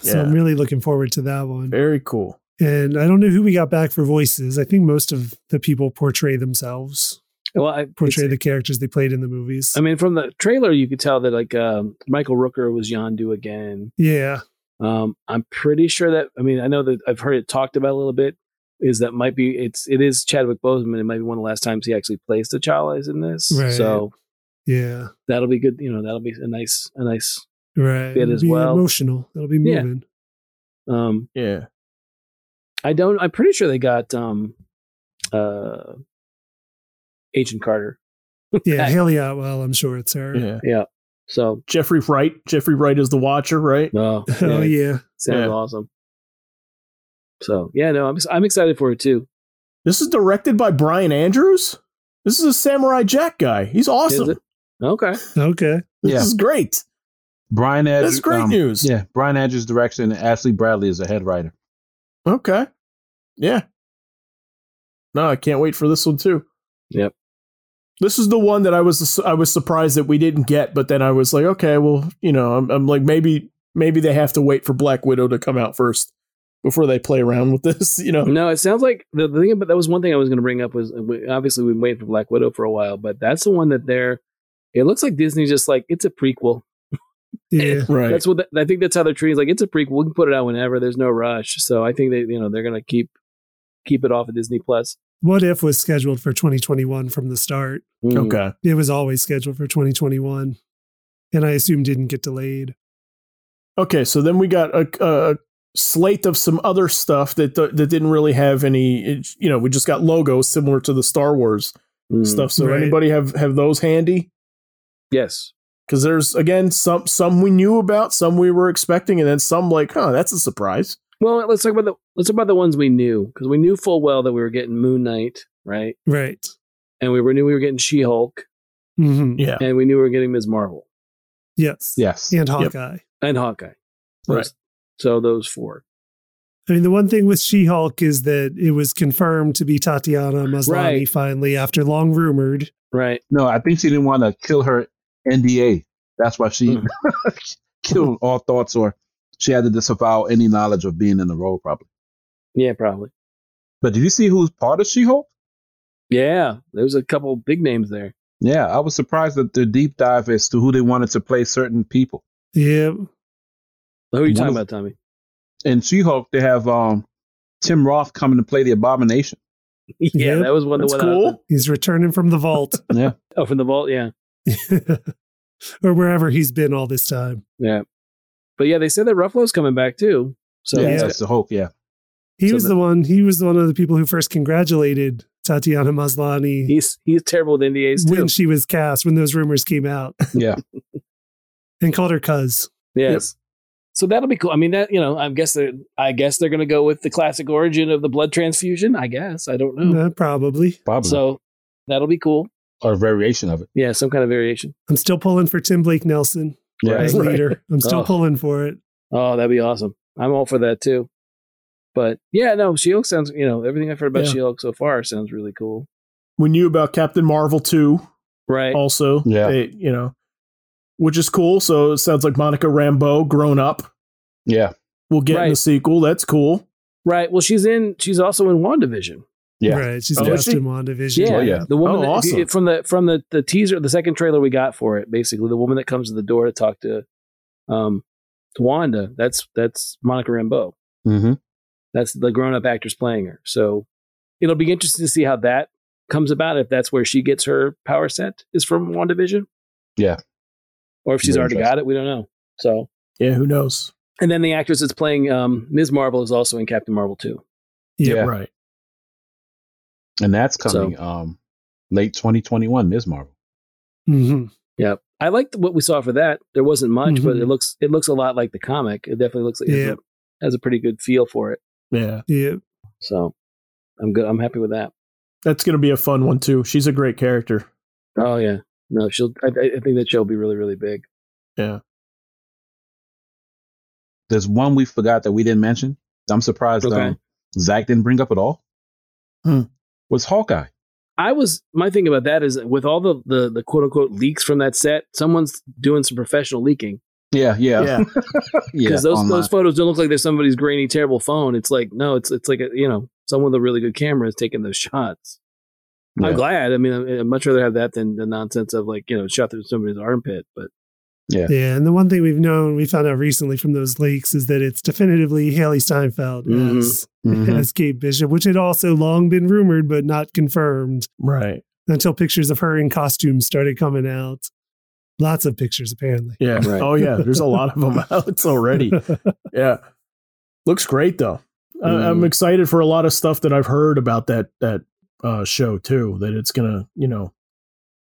Speaker 4: So I'm
Speaker 1: Yeah.
Speaker 4: really looking forward to that one.
Speaker 1: Very cool.
Speaker 4: And I don't know who we got back for voices. I think most of the people portray themselves,
Speaker 2: Well, I,
Speaker 4: portray
Speaker 2: it's-
Speaker 4: the characters they played in the movies.
Speaker 2: I mean, from the trailer, you could tell that like um, Michael Rooker was Yondu again.
Speaker 4: yeah.
Speaker 2: Um, I'm pretty sure that I mean I know that I've heard it talked about a little bit. Is that might be it's it is Chadwick Boseman. It might be one of the last times he actually plays T'Challa is in this.
Speaker 4: Right.
Speaker 2: So
Speaker 4: Yeah.
Speaker 2: that'll be good. You know, that'll be a nice a nice.
Speaker 4: Right.
Speaker 2: Bit
Speaker 4: It'll
Speaker 2: as
Speaker 4: be
Speaker 2: well.
Speaker 4: emotional. It'll be
Speaker 2: Yeah.
Speaker 4: moving.
Speaker 2: Um,
Speaker 1: Yeah.
Speaker 2: I don't. I'm pretty sure they got um, uh, Agent Carter.
Speaker 4: Yeah.
Speaker 2: Okay.
Speaker 4: Haley Atwell, I'm sure it's her.
Speaker 1: Yeah.
Speaker 2: So
Speaker 1: Jeffrey Wright. Jeffrey Wright is the watcher, right?
Speaker 2: no,
Speaker 4: <laughs> <laughs> Oh, yeah.
Speaker 2: sounds
Speaker 1: Yeah.
Speaker 2: awesome. So yeah, no, I'm I'm excited for it too.
Speaker 1: This is directed by Brian Andrews. This is a Samurai Jack guy. He's
Speaker 2: Is
Speaker 1: awesome.
Speaker 2: it? Okay.
Speaker 4: Okay.
Speaker 1: This
Speaker 3: Yeah.
Speaker 1: is great.
Speaker 3: Brian Andrews.
Speaker 1: That's great news.
Speaker 3: Yeah, Brian Andrews direction and Ashley Bradley is the head writer.
Speaker 1: Okay. Yeah. No, I can't wait for this one too.
Speaker 2: Yep.
Speaker 1: This is the one that I was I was surprised that we didn't get, but then I was like, okay, well, you know, I'm, I'm like maybe maybe they have to wait for Black Widow to come out first before they play around with this, <laughs> you know.
Speaker 2: <laughs> No, it sounds like the, the thing about that was one thing I was going to bring up was uh, we- obviously we've been waiting for Black Widow for a while, but that's the one that they're. It looks like Disney's just like it's a prequel.
Speaker 4: Yeah.
Speaker 1: Right.
Speaker 2: That's what the, I think. That's how they're treating. it. Like it's a prequel. We can put it out whenever. There's no rush. So I think they you know they're going to keep keep it off of Disney Plus.
Speaker 4: what If was scheduled for 2021 from the start.
Speaker 2: Mm.
Speaker 1: okay.
Speaker 4: It was always scheduled for 2021. And I assume didn't get delayed.
Speaker 1: Okay, so then we got a, a slate of some other stuff that that didn't really have any. You know, we just got logos similar to the Star Wars
Speaker 2: Mm.
Speaker 1: stuff. So
Speaker 4: Right.
Speaker 1: anybody have have those handy?
Speaker 2: Yes.
Speaker 1: Because there's again some some we knew about, some we were expecting, and then some like, huh, that's a surprise.
Speaker 2: Well, let's talk about the let's talk about the ones we knew because we knew full well that we were getting Moon Knight, right?
Speaker 4: Right.
Speaker 2: And we were, knew we were getting She Hulk,
Speaker 4: hmm
Speaker 1: Yeah,
Speaker 2: and we knew we were getting Ms. Marvel
Speaker 4: Yes.
Speaker 3: Yes.
Speaker 4: And Hawkeye.
Speaker 2: and Hawkeye. Those-
Speaker 1: Right.
Speaker 2: So those four.
Speaker 4: I mean, the one thing with She Hulk is that it was confirmed to be Tatiana Maslany
Speaker 2: Right.
Speaker 4: finally after long rumored.
Speaker 2: Right.
Speaker 3: No, I think she didn't want to kill her NDA. That's why she
Speaker 2: Mm.
Speaker 3: <laughs> killed all thoughts, or she had to disavow any knowledge of being in the role, probably.
Speaker 2: Yeah, probably.
Speaker 3: But did you see who's part of She Hulk?
Speaker 2: Yeah. There's a couple big names there.
Speaker 3: Yeah, I was surprised at the deep dive as to who they wanted to play certain people.
Speaker 4: Yeah.
Speaker 2: Who are you talking
Speaker 3: One
Speaker 2: about, Tommy?
Speaker 3: In She Hulk, they have um, Tim Roth coming to play the Abomination.
Speaker 2: yeah,
Speaker 4: Yep.
Speaker 2: that was one
Speaker 1: that's
Speaker 2: that went out.
Speaker 1: cool.
Speaker 4: He's returning from the vault
Speaker 3: Yeah,
Speaker 2: Oh, from the vault, yeah.
Speaker 4: <laughs> or wherever he's been all this time.
Speaker 2: Yeah. But yeah, they said that Ruffalo's coming back too. So
Speaker 3: yeah,
Speaker 4: yeah.
Speaker 3: that's the Hulk. Yeah,
Speaker 4: He
Speaker 2: So
Speaker 4: was
Speaker 2: the-
Speaker 4: the one, he was the one of the people who first congratulated Tatiana Maslany
Speaker 2: he's he's terrible with NDAs too.
Speaker 4: when she was cast, when those rumors came out, <laughs>
Speaker 3: yeah.
Speaker 4: and called her cuz.
Speaker 2: Yes. So that'll be cool. I mean, that you know, I guess they're I guess they're going to go with the classic origin of the blood transfusion. I guess I don't know.
Speaker 4: Uh, probably.
Speaker 3: Probably
Speaker 2: So that'll be cool.
Speaker 3: or a variation of it.
Speaker 2: Yeah, some kind of variation.
Speaker 4: I'm still pulling for Tim Blake Nelson
Speaker 3: Yeah,
Speaker 2: Right.
Speaker 4: as leader. I'm still
Speaker 2: Oh.
Speaker 4: pulling for it.
Speaker 2: Oh, that'd be awesome. I'm all for that too. But yeah, no, She Hulk sounds. You know, everything I've heard about
Speaker 1: Yeah.
Speaker 2: She Hulk so far sounds really cool.
Speaker 1: We knew about Captain Marvel too.
Speaker 2: Right.
Speaker 1: Also,
Speaker 3: Yeah.
Speaker 1: They- you know, which is cool. So it sounds like Monica Rambeau grown up
Speaker 3: yeah,
Speaker 1: will get in
Speaker 2: Right.
Speaker 1: the sequel. That's cool.
Speaker 2: Right. Well, she's in. She's also in WandaVision.
Speaker 3: Yeah.
Speaker 4: Right. She's
Speaker 1: Oh,
Speaker 4: cast
Speaker 1: is she?
Speaker 4: in WandaVision.
Speaker 2: Yeah.
Speaker 3: Oh, yeah.
Speaker 2: The woman
Speaker 1: Oh,
Speaker 2: that, if you-
Speaker 1: awesome.
Speaker 2: from the from the the teaser, the second trailer we got for it, basically the woman that comes to the door to talk to, um, to Wanda. That's that's Monica Rambeau.
Speaker 3: mm-hmm.
Speaker 2: That's the grown up actors playing her. So it'll be interesting to see how that comes about. If that's where she gets her power set is from WandaVision.
Speaker 3: Yeah.
Speaker 2: Or if she's
Speaker 3: Very
Speaker 2: already got it, we don't know. So
Speaker 1: Yeah, who knows?
Speaker 2: and then the actress that's playing um, Ms. Marvel is also in Captain Marvel too.
Speaker 4: Yeah.
Speaker 3: Yeah.
Speaker 1: Right.
Speaker 3: and that's coming um, late 2021. Ms. Marvel.
Speaker 1: Mm-hmm.
Speaker 4: hmm
Speaker 2: Yeah. I liked what we saw for that. There wasn't much, but
Speaker 4: Mhm.
Speaker 2: it looks it looks a lot like the comic. It definitely looks like it has a-
Speaker 4: Yeah.
Speaker 2: has a pretty good feel for it.
Speaker 1: Yeah,
Speaker 4: Yeah.
Speaker 2: So I'm good. I'm happy with that.
Speaker 1: that's gonna be a fun one too. She's a great character.
Speaker 2: Oh yeah. No, she'll. I, I think that she'll be really, really big.
Speaker 3: There's one we forgot that we didn't mention. I'm surprised
Speaker 2: Okay.
Speaker 3: um, Zach didn't bring up at all.
Speaker 1: Hmm.
Speaker 3: Was Hawkeye?
Speaker 2: I was my thing about that is with all the the, the quote unquote leaks from that set, someone's doing some professional leaking
Speaker 3: Yeah,
Speaker 2: <laughs>
Speaker 3: yeah,
Speaker 1: Yeah.
Speaker 3: <laughs> yeah.
Speaker 2: because those
Speaker 3: online.
Speaker 2: those photos don't look like they're somebody's grainy, terrible phone. It's like no, it's it's like a, you know someone with a really good camera is taking those shots.
Speaker 3: Yeah.
Speaker 2: I'm glad. I mean, I- I'd much rather have that than the nonsense of like you know shot through somebody's armpit. But
Speaker 4: Yeah, and the one thing we've known, we found out recently from those leaks, is that it's definitively Haley Steinfeld
Speaker 2: Mhm.
Speaker 4: as,
Speaker 3: <laughs>
Speaker 2: <laughs>
Speaker 3: Mhm.
Speaker 4: as Kate Bishop, which had also long been rumored but not confirmed
Speaker 1: Right.
Speaker 4: until pictures of her in costumes started coming out. Lots of pictures, apparently.
Speaker 1: Yeah.
Speaker 2: Right.
Speaker 1: Oh yeah. There's a lot of
Speaker 2: <laughs>
Speaker 1: them out already. Yeah. Looks great though. I, I'm
Speaker 2: Mm.
Speaker 1: excited for a lot of stuff that I've heard about that that uh, show too. That it's gonna, you know,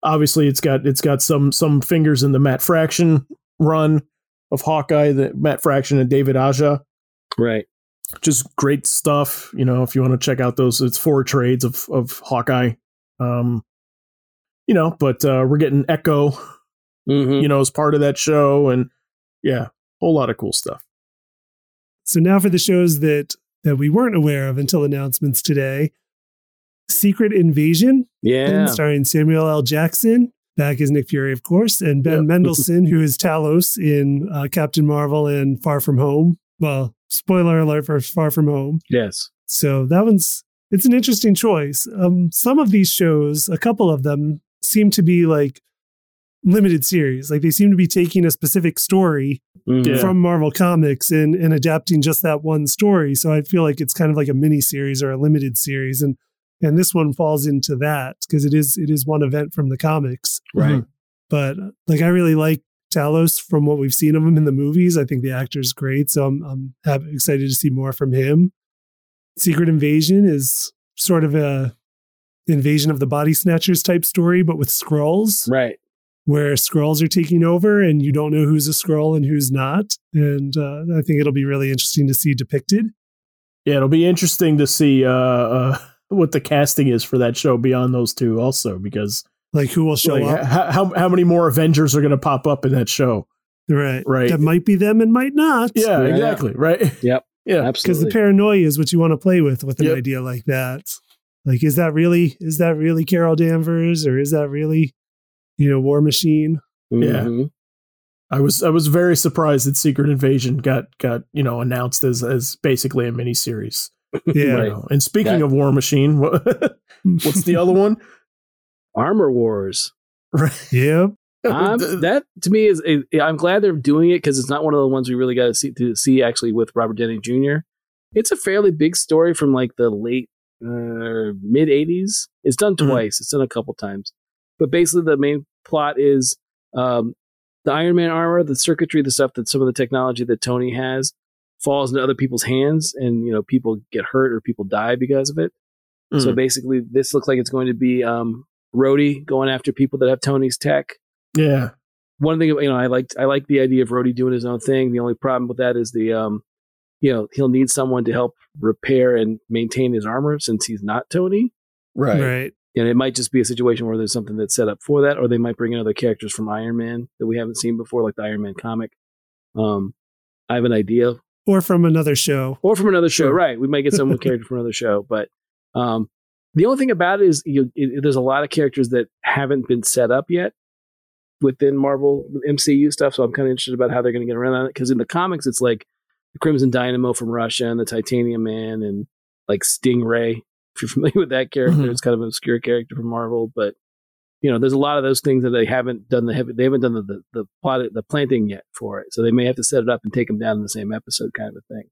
Speaker 1: obviously it's got it's got some some fingers in the Matt Fraction run of Hawkeye, the Matt Fraction and David Aja.
Speaker 2: right,
Speaker 1: Just great stuff. You know, if you want to check out those, it's four trades of of Hawkeye. Um, you know, but uh, we're getting Echo
Speaker 2: mm-hmm.
Speaker 1: you know, as part of that show. And yeah, whole lot of cool stuff.
Speaker 4: So now for the shows that that we weren't aware of until announcements today. Secret Invasion,
Speaker 2: yeah,
Speaker 4: starring Samuel L. Jackson, back as Nick Fury, of course, and Ben
Speaker 1: Yeah.
Speaker 4: Mendelsohn, who is Talos in uh, Captain Marvel and Far From Home. Well, spoiler alert for Far From Home.
Speaker 2: yes,
Speaker 4: So that one's it's an interesting choice. Um, some of these shows, a couple of them, seem to be like limited series. Like they seem to be taking a specific story
Speaker 2: Mhm.
Speaker 1: Yeah.
Speaker 4: from Marvel Comics and and adapting just that one story. So I feel like it's kind of like a mini series or a limited series, and and this one falls into that because it is it is one event from the comics.
Speaker 2: right,
Speaker 4: But like I really like Talos from what we've seen of him in the movies. I think the actor's great, so I'm I'm hap- excited to see more from him. Secret Invasion is sort of a invasion of the body snatchers type story, but with scrolls
Speaker 2: Right.
Speaker 4: where scrolls are taking over and you don't know who's a scroll and who's not. And uh, I think it'll be really interesting to see depicted.
Speaker 1: Yeah, it'll be interesting to see uh, uh, <laughs> what the casting is for that show beyond those two, also, because
Speaker 4: Like who will show
Speaker 1: like,
Speaker 4: up?
Speaker 1: h- how how many more Avengers are going to pop up in that show?
Speaker 4: Right.
Speaker 1: Right.
Speaker 4: That might be them and might not.
Speaker 1: Yeah,
Speaker 2: Yeah.
Speaker 1: exactly. Right. <laughs>
Speaker 2: Yep.
Speaker 1: Yeah.
Speaker 4: Because the
Speaker 2: Absolutely.
Speaker 4: paranoia is what you want to play with with an
Speaker 1: Yep.
Speaker 4: idea like that. Like, is that really is that really Carol Danvers or is that really, you know, War
Speaker 1: <laughs>
Speaker 4: Machine?
Speaker 1: yeah.
Speaker 2: Mhm.
Speaker 1: I was I was very surprised that Secret Invasion got got you know announced as as basically a miniseries.
Speaker 4: Yeah.
Speaker 1: You
Speaker 2: Right.
Speaker 1: know? And speaking
Speaker 2: That-
Speaker 1: of War Machine, wha- <laughs> what's the other one? <laughs>
Speaker 2: Armor Wars.
Speaker 1: Right.
Speaker 4: Yep.
Speaker 2: I'm,
Speaker 1: <laughs>
Speaker 2: that to me is a, I'm glad they're doing it because it's not one of the ones we really got to see to see actually with Robert Downey Jr. It's a fairly big story from like the late uh, mid '80s. It's done
Speaker 1: Mhm.
Speaker 2: twice. It's done a couple times, but basically the main plot is um, the Iron Man armor, the circuitry, the stuff that some of the technology that Tony has falls into other people's hands, and you know people get hurt or people die because of it. So
Speaker 1: Mm.
Speaker 2: basically, this looks like it's going to be um, Rhodey going after people that have Tony's tech
Speaker 1: yeah.
Speaker 2: one thing you know, I liked I like the idea of Rhodey doing his own thing. The only problem with that is the um, you know, he'll need someone to help repair and maintain his armor since he's not Tony.
Speaker 1: Right.
Speaker 4: Right.
Speaker 2: And it might just be a situation where there's something that's set up for that, or they might bring in other characters from Iron Man that we haven't seen before, like the Iron Man comic. Um, I have an idea,
Speaker 4: Or from another show.
Speaker 2: or from another show,
Speaker 4: Sure.
Speaker 2: right? We might get some character from another show, but um, the only thing about it is you, it, there's a lot of characters that haven't been set up yet within Marvel MCU stuff. So I'm kind of interested about how they're going to get around that because in the comics, it's like the Crimson Dynamo from Russia and the Titanium Man and like Stingray. If you're <laughs> familiar with that character,
Speaker 1: Mhm.
Speaker 2: it's kind of an obscure character from Marvel, but you know, there's a lot of those things that they haven't done the heavy, they haven't done the, the, the plot, the planting yet for it. So they may have to set it up and take them down in the same episode kind of a thing.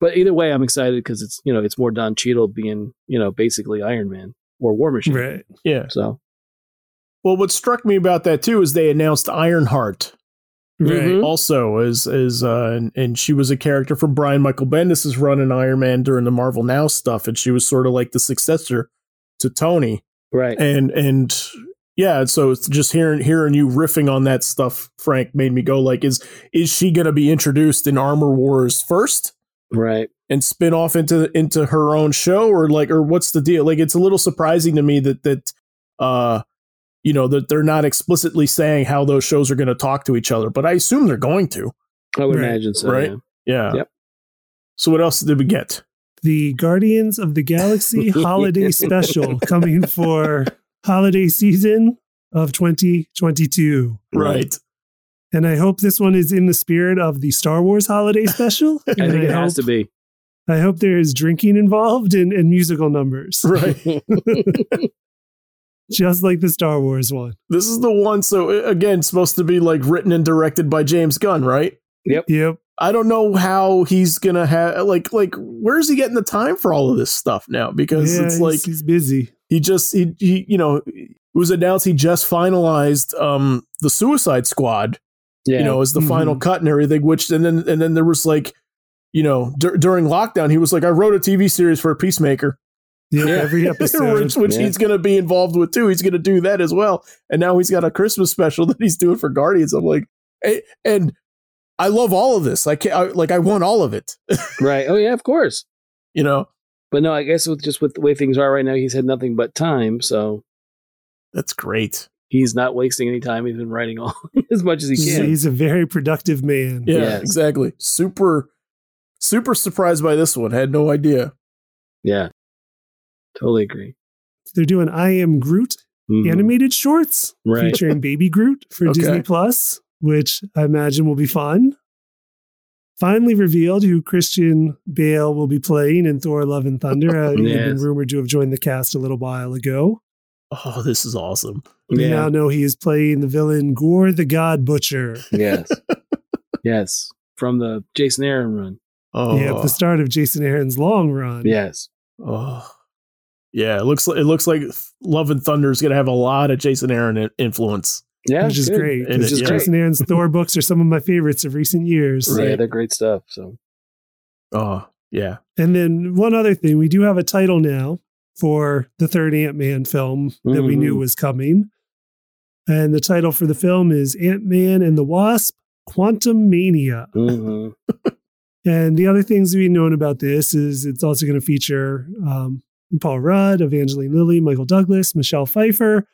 Speaker 2: But either way, I'm excited because it's, you know, it's more Don Cheadle being, you know, basically Iron Man or War
Speaker 1: Mm-hmm.
Speaker 2: Machine.
Speaker 4: Right.
Speaker 1: Yeah.
Speaker 2: So,
Speaker 1: Well, what struck me about that too is they announced Ironheart
Speaker 4: Right.
Speaker 2: Mhm.
Speaker 1: also as as uh, and, and she was a character from Brian Michael Bendis's run in Iron Man during the Marvel Now stuff, and she was sort of like the successor to Tony.
Speaker 2: right.
Speaker 1: and and yeah and so it's just hearing hearing you riffing on that stuff frank made me go like is is she going to be introduced in armor wars first
Speaker 2: Right.
Speaker 1: and spin off into into her own show or like or what's the deal like it's a little surprising to me that that uh you know that they're not explicitly saying how those shows are going to talk to each other but i assume they're going to
Speaker 2: I would
Speaker 4: Right.
Speaker 2: imagine so.
Speaker 1: Right.
Speaker 2: yeah.
Speaker 1: yeah
Speaker 2: Yep.
Speaker 1: so what else did we get
Speaker 4: the Guardians of the Galaxy holiday special coming for holiday season of 2022.
Speaker 1: right
Speaker 4: And I hope this one is in the spirit of the Star Wars holiday special.
Speaker 1: I
Speaker 2: I
Speaker 4: And
Speaker 2: think it has to
Speaker 4: hope,
Speaker 2: be.
Speaker 4: I hope there is drinking involved and, and musical numbers,
Speaker 1: right <laughs>
Speaker 4: just like the Star Wars one.
Speaker 1: this is the one so uh, again supposed to be like written and directed by james gunn right
Speaker 4: Yep.
Speaker 1: I don't know how he's gonna have like like where's he getting the time for all of this stuff now? Because
Speaker 4: Yeah,
Speaker 1: it's
Speaker 4: he's-
Speaker 1: like
Speaker 4: he's busy.
Speaker 1: he just he, he you know it was announced he just finalized um the Suicide Squad
Speaker 2: Yeah. Mm-hmm.
Speaker 1: you know as the
Speaker 4: Mhm.
Speaker 1: final cut and everything. Which and then and then there was like you know dur- during lockdown he was like I wrote a TV series for a Peacemaker
Speaker 4: Yep,
Speaker 1: <laughs>
Speaker 2: Yeah.
Speaker 4: Every episode.
Speaker 1: which, which
Speaker 2: Yeah.
Speaker 1: he's gonna be involved with too. He's gonna do that as well. And now he's got a Christmas special <laughs> that he's doing for Guardians. I'm like eh, and. I love all of this. I can't I, like. I want all of it. <laughs>
Speaker 2: right. Oh, yeah, of course.
Speaker 1: You know.
Speaker 2: But no, I guess with just with the way things are right now, he's had nothing but time. So
Speaker 1: That's great.
Speaker 2: he's not wasting any time. He's been writing <laughs> all as much as he
Speaker 4: So
Speaker 2: can.
Speaker 4: he's a very productive man.
Speaker 1: Yeah,
Speaker 2: Yes.
Speaker 1: exactly. Super, super surprised by this one. Had no idea.
Speaker 2: Yeah. Totally agree.
Speaker 4: They're doing I Am Groot
Speaker 2: Mhm.
Speaker 4: animated shorts.
Speaker 2: Right.
Speaker 4: featuring Baby Groot for
Speaker 1: Okay.
Speaker 4: Disney Plus, which I imagine will be fun. Finally revealed who Christian Bale will be playing in Thor: Love and Thunder. Uh, He had been
Speaker 2: Yes.
Speaker 4: rumored to have joined the cast a little while ago.
Speaker 1: Oh, this is awesome.
Speaker 4: We
Speaker 2: Yeah.
Speaker 4: now know he is playing the villain Gore the God Butcher.
Speaker 2: <laughs> yes. Yes. From the Jason Aaron run.
Speaker 1: Oh,
Speaker 4: Yeah, at the start of Jason Aaron's long run.
Speaker 2: Yes.
Speaker 1: oh. yeah. It looks like it looks like Love and Thunder is gonna have a lot of Jason Aaron in- influence.
Speaker 2: Yeah.
Speaker 4: which is
Speaker 2: good.
Speaker 4: great.
Speaker 1: And
Speaker 4: It's
Speaker 1: it-
Speaker 4: just
Speaker 1: yeah.
Speaker 4: Jason Aaron's Thor books are some of my favorites of recent years.
Speaker 2: Yeah,
Speaker 1: Right.
Speaker 2: they're great stuff. So
Speaker 1: Oh, yeah.
Speaker 4: And then one other thing, we do have a title now for the third Ant Man film that we
Speaker 2: Mhm.
Speaker 4: knew was coming. And the title for the film is Ant Man and the Wasp Quantum Mania.
Speaker 2: hmm
Speaker 4: And the other things we've known about this is it's also going to feature um, Paul Rudd, Evangeline Lilly, Michael Douglas, Michelle Pfeiffer.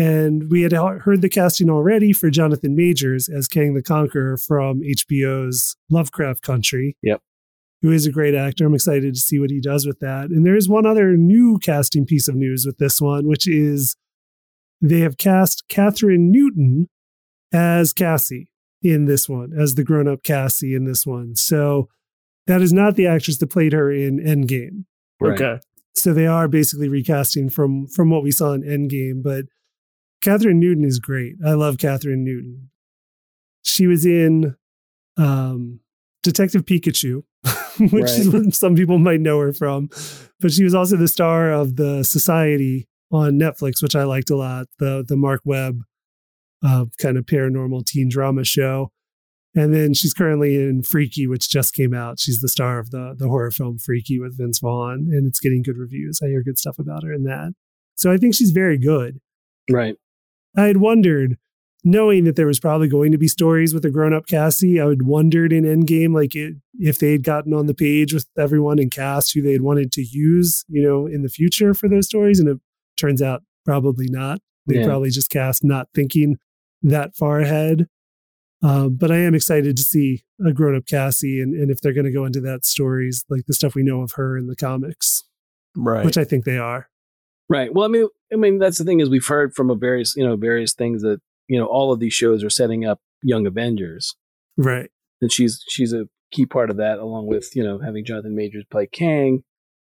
Speaker 4: And we had he- heard the casting already for Jonathan Majors as Kang the Conqueror from HBO's Lovecraft Country.
Speaker 2: Yep.
Speaker 4: Who is a great actor. I'm excited to see what he does with that. And there is one other new casting piece of news with this one, which is they have cast Catherine Newton as Cassie in this one, as the grown up Cassie in this one. So that is not the actress that played her in Endgame.
Speaker 1: Okay.
Speaker 4: So they are basically recasting from from what we saw in Endgame, but Catherine Newton is great. I love Catherine Newton. She was in um, Detective Pikachu, <laughs> which is what some people might know her from, but she was also the star of the Society on Netflix, which I liked a lot. The the Mark Webb uh, kind of paranormal teen drama show. And then she's currently in Freaky, which just came out. She's the star of the the horror film Freaky with Vince Vaughn, and it's getting good reviews. I hear good stuff about her in that. So I think she's very good.
Speaker 2: Right.
Speaker 4: I had wondered, knowing that there was probably going to be stories with a grown up Cassie, I had wondered in Endgame, like it, if they had gotten on the page with everyone and cast who they had wanted to use, you know, in the future for those stories. And it turns out probably not. They
Speaker 2: Yeah.
Speaker 4: probably just cast not thinking that far ahead. Um, but I am excited to see a grown up Cassie and, and if they're going to go into that stories, like the stuff we know of her in the comics,
Speaker 1: Right.
Speaker 4: which I think they are.
Speaker 2: Right. Well, I mean, I mean, that's the thing is we've heard from a various, you know, various things that you know all of these shows are setting up Young Avengers,
Speaker 4: Right.
Speaker 2: and she's she's a key part of that, along with you know having Jonathan Majors play Kang.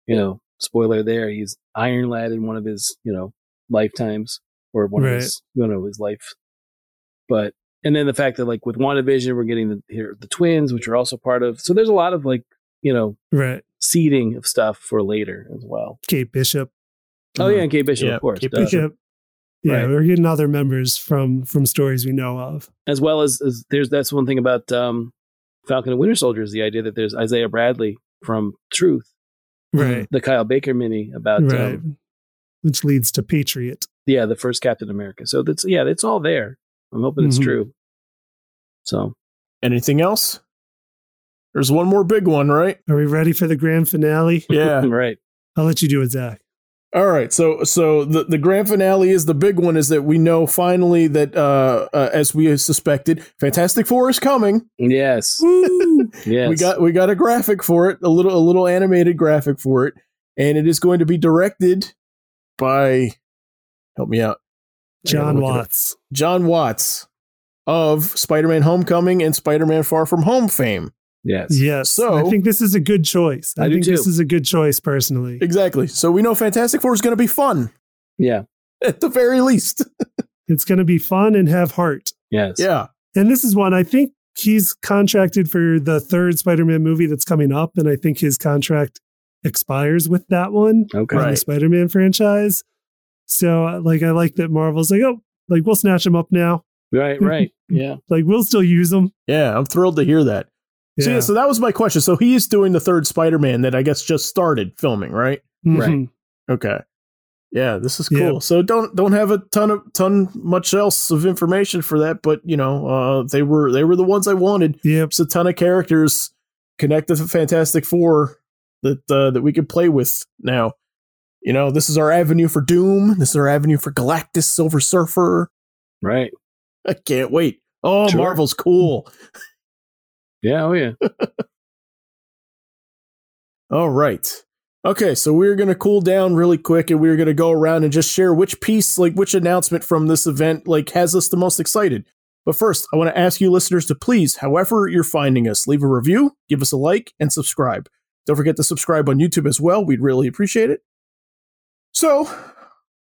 Speaker 2: You know, spoiler there, he's Iron Lad in one of his you know lifetimes or one
Speaker 4: Right.
Speaker 2: of his you know his life, but. And then the fact that like with WandaVision, we're getting the here the twins, which are also part of. So there's a lot of like you know
Speaker 4: Right.
Speaker 2: seeding of stuff for later as well.
Speaker 4: Kate Bishop.
Speaker 2: Oh yeah, and Kate Bishop,
Speaker 1: Mm-hmm. Yeah,
Speaker 2: of course,
Speaker 1: Kate
Speaker 2: duh.
Speaker 1: Bishop.
Speaker 4: Yeah,
Speaker 2: Right.
Speaker 4: we're getting other members from from stories we know of.
Speaker 2: as well as, as there's that's one thing about um, Falcon and Winter Soldier is the idea that there's Isaiah Bradley from Truth, Mm-hmm.
Speaker 4: Right.
Speaker 2: the Kyle Baker mini about
Speaker 4: right.
Speaker 2: um,
Speaker 4: Which leads to Patriot.
Speaker 2: yeah the first Captain America. So that's yeah, it's all there. I'm hoping it's
Speaker 1: Mm-hmm.
Speaker 4: Mhm.
Speaker 2: true. So
Speaker 1: Anything else? There's one more big one, right?
Speaker 4: Are we ready for the grand finale? <laughs>
Speaker 1: Yeah.
Speaker 2: <laughs> right,
Speaker 4: I'll let you do it, Zach.
Speaker 1: All right, so so the, the grand finale is the big one. Is that we know finally that uh, uh as we suspected, Fantastic Four is coming.
Speaker 2: yes,
Speaker 4: <laughs> Woo!
Speaker 2: yes,
Speaker 1: We got we got a graphic for it, a little a little animated graphic for it, and it is going to be directed by help me out, I gotta
Speaker 4: John
Speaker 1: look it up.
Speaker 4: Watts.
Speaker 1: John Watts of Spider-Man: Homecoming and Spider-Man: Far From Home fame.
Speaker 2: yes,
Speaker 4: Yes.
Speaker 1: So-
Speaker 4: I think this is a good choice. I,
Speaker 2: I do
Speaker 4: think this
Speaker 2: too.
Speaker 4: is a good choice personally.
Speaker 1: Exactly. So we know Fantastic Four is going to be fun <laughs>
Speaker 2: yeah,
Speaker 1: at the very least.
Speaker 4: It's gonna be fun and have heart.
Speaker 2: yes,
Speaker 1: Yeah.
Speaker 4: And this is one I think he's contracted for the third Spider-Man movie that's coming up, and I think his contract expires with that one.
Speaker 2: okay,
Speaker 4: on the
Speaker 1: Right.
Speaker 4: Spider-Man franchise. So uh, like I like that Marvel's like, oh, like we'll snatch them up now.
Speaker 1: <laughs>
Speaker 2: right, right, yeah,
Speaker 4: Like we'll still use them.
Speaker 1: Yeah, I'm thrilled to hear that. So yeah,
Speaker 4: Yeah.
Speaker 1: so that was my question. So he is doing the third Spider-Man that I guess just started filming, right?
Speaker 4: Mhm.
Speaker 2: Right.
Speaker 1: Okay. Yeah, this is cool.
Speaker 4: Yeah.
Speaker 1: So don't don't have a ton of ton much else of information for that, but you know, uh they were they were the ones I wanted.
Speaker 4: Yep.
Speaker 1: It's a ton of characters connected to Fantastic Four that uh, that we could play with now. You know, this is our avenue for Doom. This is our avenue for Galactus, Silver Surfer.
Speaker 2: right,
Speaker 1: I can't wait. Oh,
Speaker 2: Sure.
Speaker 1: Marvel's cool.
Speaker 2: yeah, oh yeah,
Speaker 1: All right. Okay, so we're going to cool down really quick and we're going to go around and just share which piece, like which announcement from this event, like has us the most excited. But first, I want to ask you listeners to please, however you're finding us, leave a review, give us a like, and subscribe. Don't forget to subscribe on YouTube as well. We'd really appreciate it. So,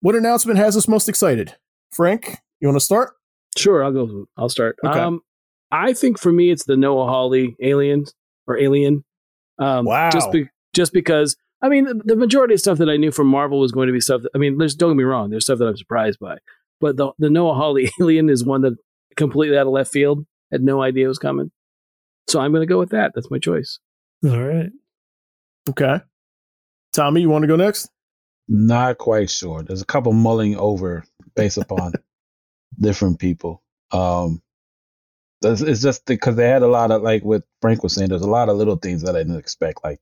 Speaker 1: what announcement has us most excited? Frank, you want to start?
Speaker 2: sure. I'll go. I'll start.
Speaker 1: Okay.
Speaker 2: Um, I think for me, it's the Noah Hawley Alien or Alien. Um,
Speaker 1: Wow.
Speaker 2: Just be- just because I mean the, the majority of stuff that I knew from Marvel was going to be stuff. That, I mean, there's don't get me wrong, there's stuff that I'm surprised by, but the the Noah Hawley <laughs> alien is one that completely out of left field. Had no idea was coming, so I'm going to go with that.
Speaker 1: <laughs>
Speaker 2: That's my choice. <laughs>
Speaker 4: All right.
Speaker 1: Okay. Tommy, you want to go next?
Speaker 3: Not quite sure. There's a couple mulling over based upon different people. Um, it's it's just because they had a lot of like what Frank was saying. There's a lot of little things that I didn't expect. Like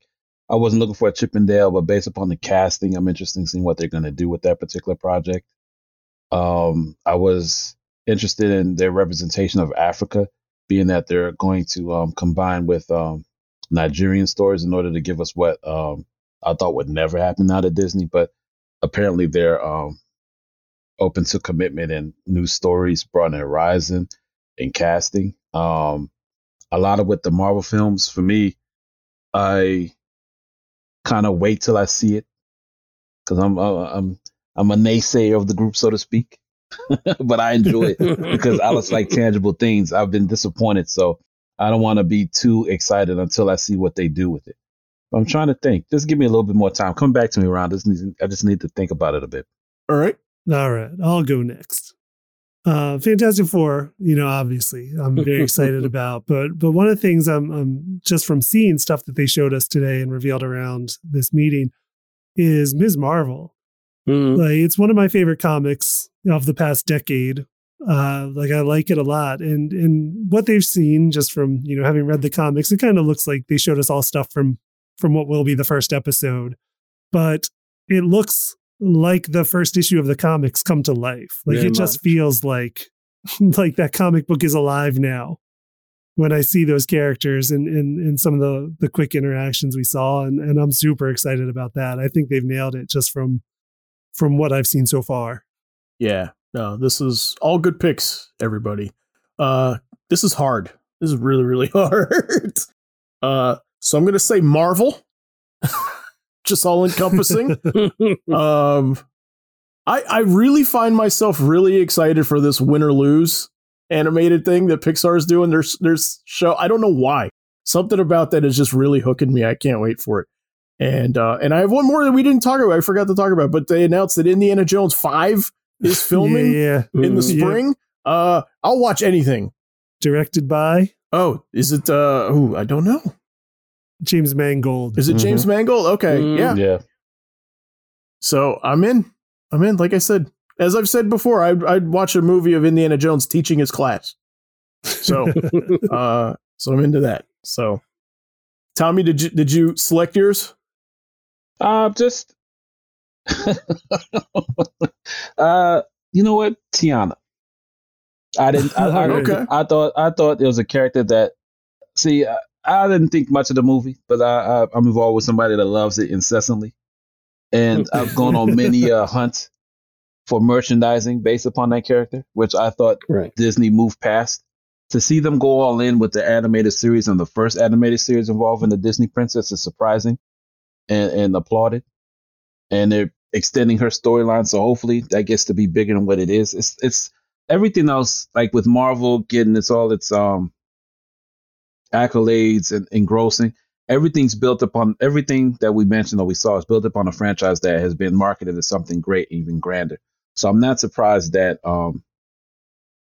Speaker 3: I wasn't looking for a Chippendale, but based upon the casting, I'm interested in seeing what they're going to do with that particular project. Um, I was interested in their representation of Africa, being that they're going to um, combine with um, Nigerian stories in order to give us what um, I thought would never happen out of Disney, but apparently they're um, open to commitment and new stories brought in Horizon and casting. Um, a lot of with the Marvel films, for me, I kind of wait till I see it because I'm uh, I'm I'm a naysayer of the group, so to speak. <laughs> but I enjoy
Speaker 2: Mm-hmm.
Speaker 3: it because I just like tangible things. I've been disappointed, so I don't want to be too excited until I see what they do with it. I'm trying to think. Just give me a little bit more time. Come back to me, Ron. Just need, I just need to think about it a bit.
Speaker 1: All right.
Speaker 4: All right, I'll go next. Uh, Fantastic Four, you know, obviously, I'm
Speaker 1: <laughs>
Speaker 4: very excited about. But but one of the things I'm, I'm just from seeing stuff that they showed us today and revealed around this meeting is Ms. Marvel.
Speaker 2: Mhm.
Speaker 4: Like it's one of my favorite comics of the past decade. Uh, like I like it a lot, and and what they've seen just from you know having read the comics, it kind of looks like they showed us all stuff from from what will be the first episode, but it looks like the first issue of the comics come to life. Like
Speaker 2: Very
Speaker 4: it just feels like <laughs> like that comic book is alive now. When I see those characters and and, and some of the the quick interactions we saw, and, and I'm super excited about that. I think they've nailed it just from from what I've seen so far.
Speaker 1: Yeah. No, this is all good picks, everybody. Uh this is hard. This is really, really <laughs> hard. Uh so I'm gonna say Marvel. Just all encompassing. <laughs> um I I really find myself really excited for this win or lose animated thing that Pixar's doing. There's there's show I don't know why. Something about that is just really hooking me. I can't wait for it. And uh and I have one more that we didn't talk about. I forgot to talk about, but they announced that Indiana Jones 5
Speaker 4: <laughs>
Speaker 1: is filming
Speaker 4: Yeah, yeah.
Speaker 1: in
Speaker 2: Mm-hmm.
Speaker 1: the
Speaker 4: Mhm. Yeah.
Speaker 1: spring. Uh I'll watch anything.
Speaker 4: Directed by
Speaker 1: Oh, is it uh ooh, I don't know.
Speaker 4: James Mangold.
Speaker 1: Is it James
Speaker 4: Mm-hmm.
Speaker 1: Mangold? Okay,
Speaker 2: Mm.
Speaker 1: yeah.
Speaker 3: Yeah,
Speaker 1: So I'm in. I'm in. Like I said, as I've said before, I'd, I'd watch a movie of Indiana Jones teaching his class. So, uh, so I'm into that. So, Tommy, did you did you select yours?
Speaker 3: uh, just <laughs> uh, you know what, Tiana. I didn't. I, I,
Speaker 1: Okay.
Speaker 3: I thought I thought it was a character that. See, I, I didn't think much of the movie, but I, I I'm involved with somebody that loves it incessantly, and I've gone on many uh, hunts for merchandising based upon that character, which I thought
Speaker 2: Right.
Speaker 3: Disney moved past. To see them go all in with the animated series and the first animated series involving the Disney princess is surprising and, and applauded. And they're extending her storyline, so hopefully that gets to be bigger than what it is. It's it's everything else, like with Marvel getting its all its um accolades and engrossing. Everything's built upon everything that we mentioned or we saw is built upon a franchise that has been marketed as something great, even grander. So I'm not surprised that um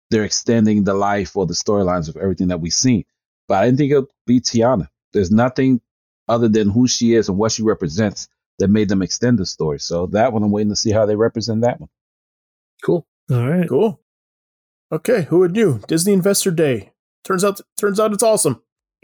Speaker 3: they're extending the life or the storylines of everything that we've seen. But I didn't think it'd be Tiana. There's nothing other than who she is and what she represents that made them extend the story. So that one, I'm waiting to see how they represent that one.
Speaker 2: Cool.
Speaker 4: All right.
Speaker 1: Cool. Okay, who would knew? Disney Investor Day. Turns out turns out it's awesome. <laughs>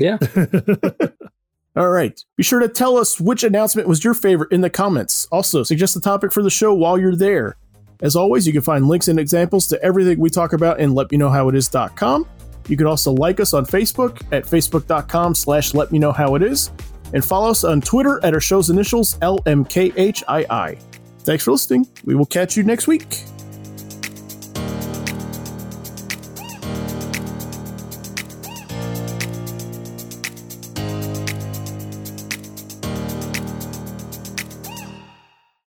Speaker 1: All right. Be sure to tell us which announcement was your favorite in the comments. Also, suggest a topic for the show while you're there. As always, you can find links and examples to everything we talk about in letmeKnowHowItIs.com. You can also like us on Facebook at facebook.com slash letmeKnowHowItIs and follow us on Twitter at our show's initials, LMKHII. Thanks for listening. We will catch you next week.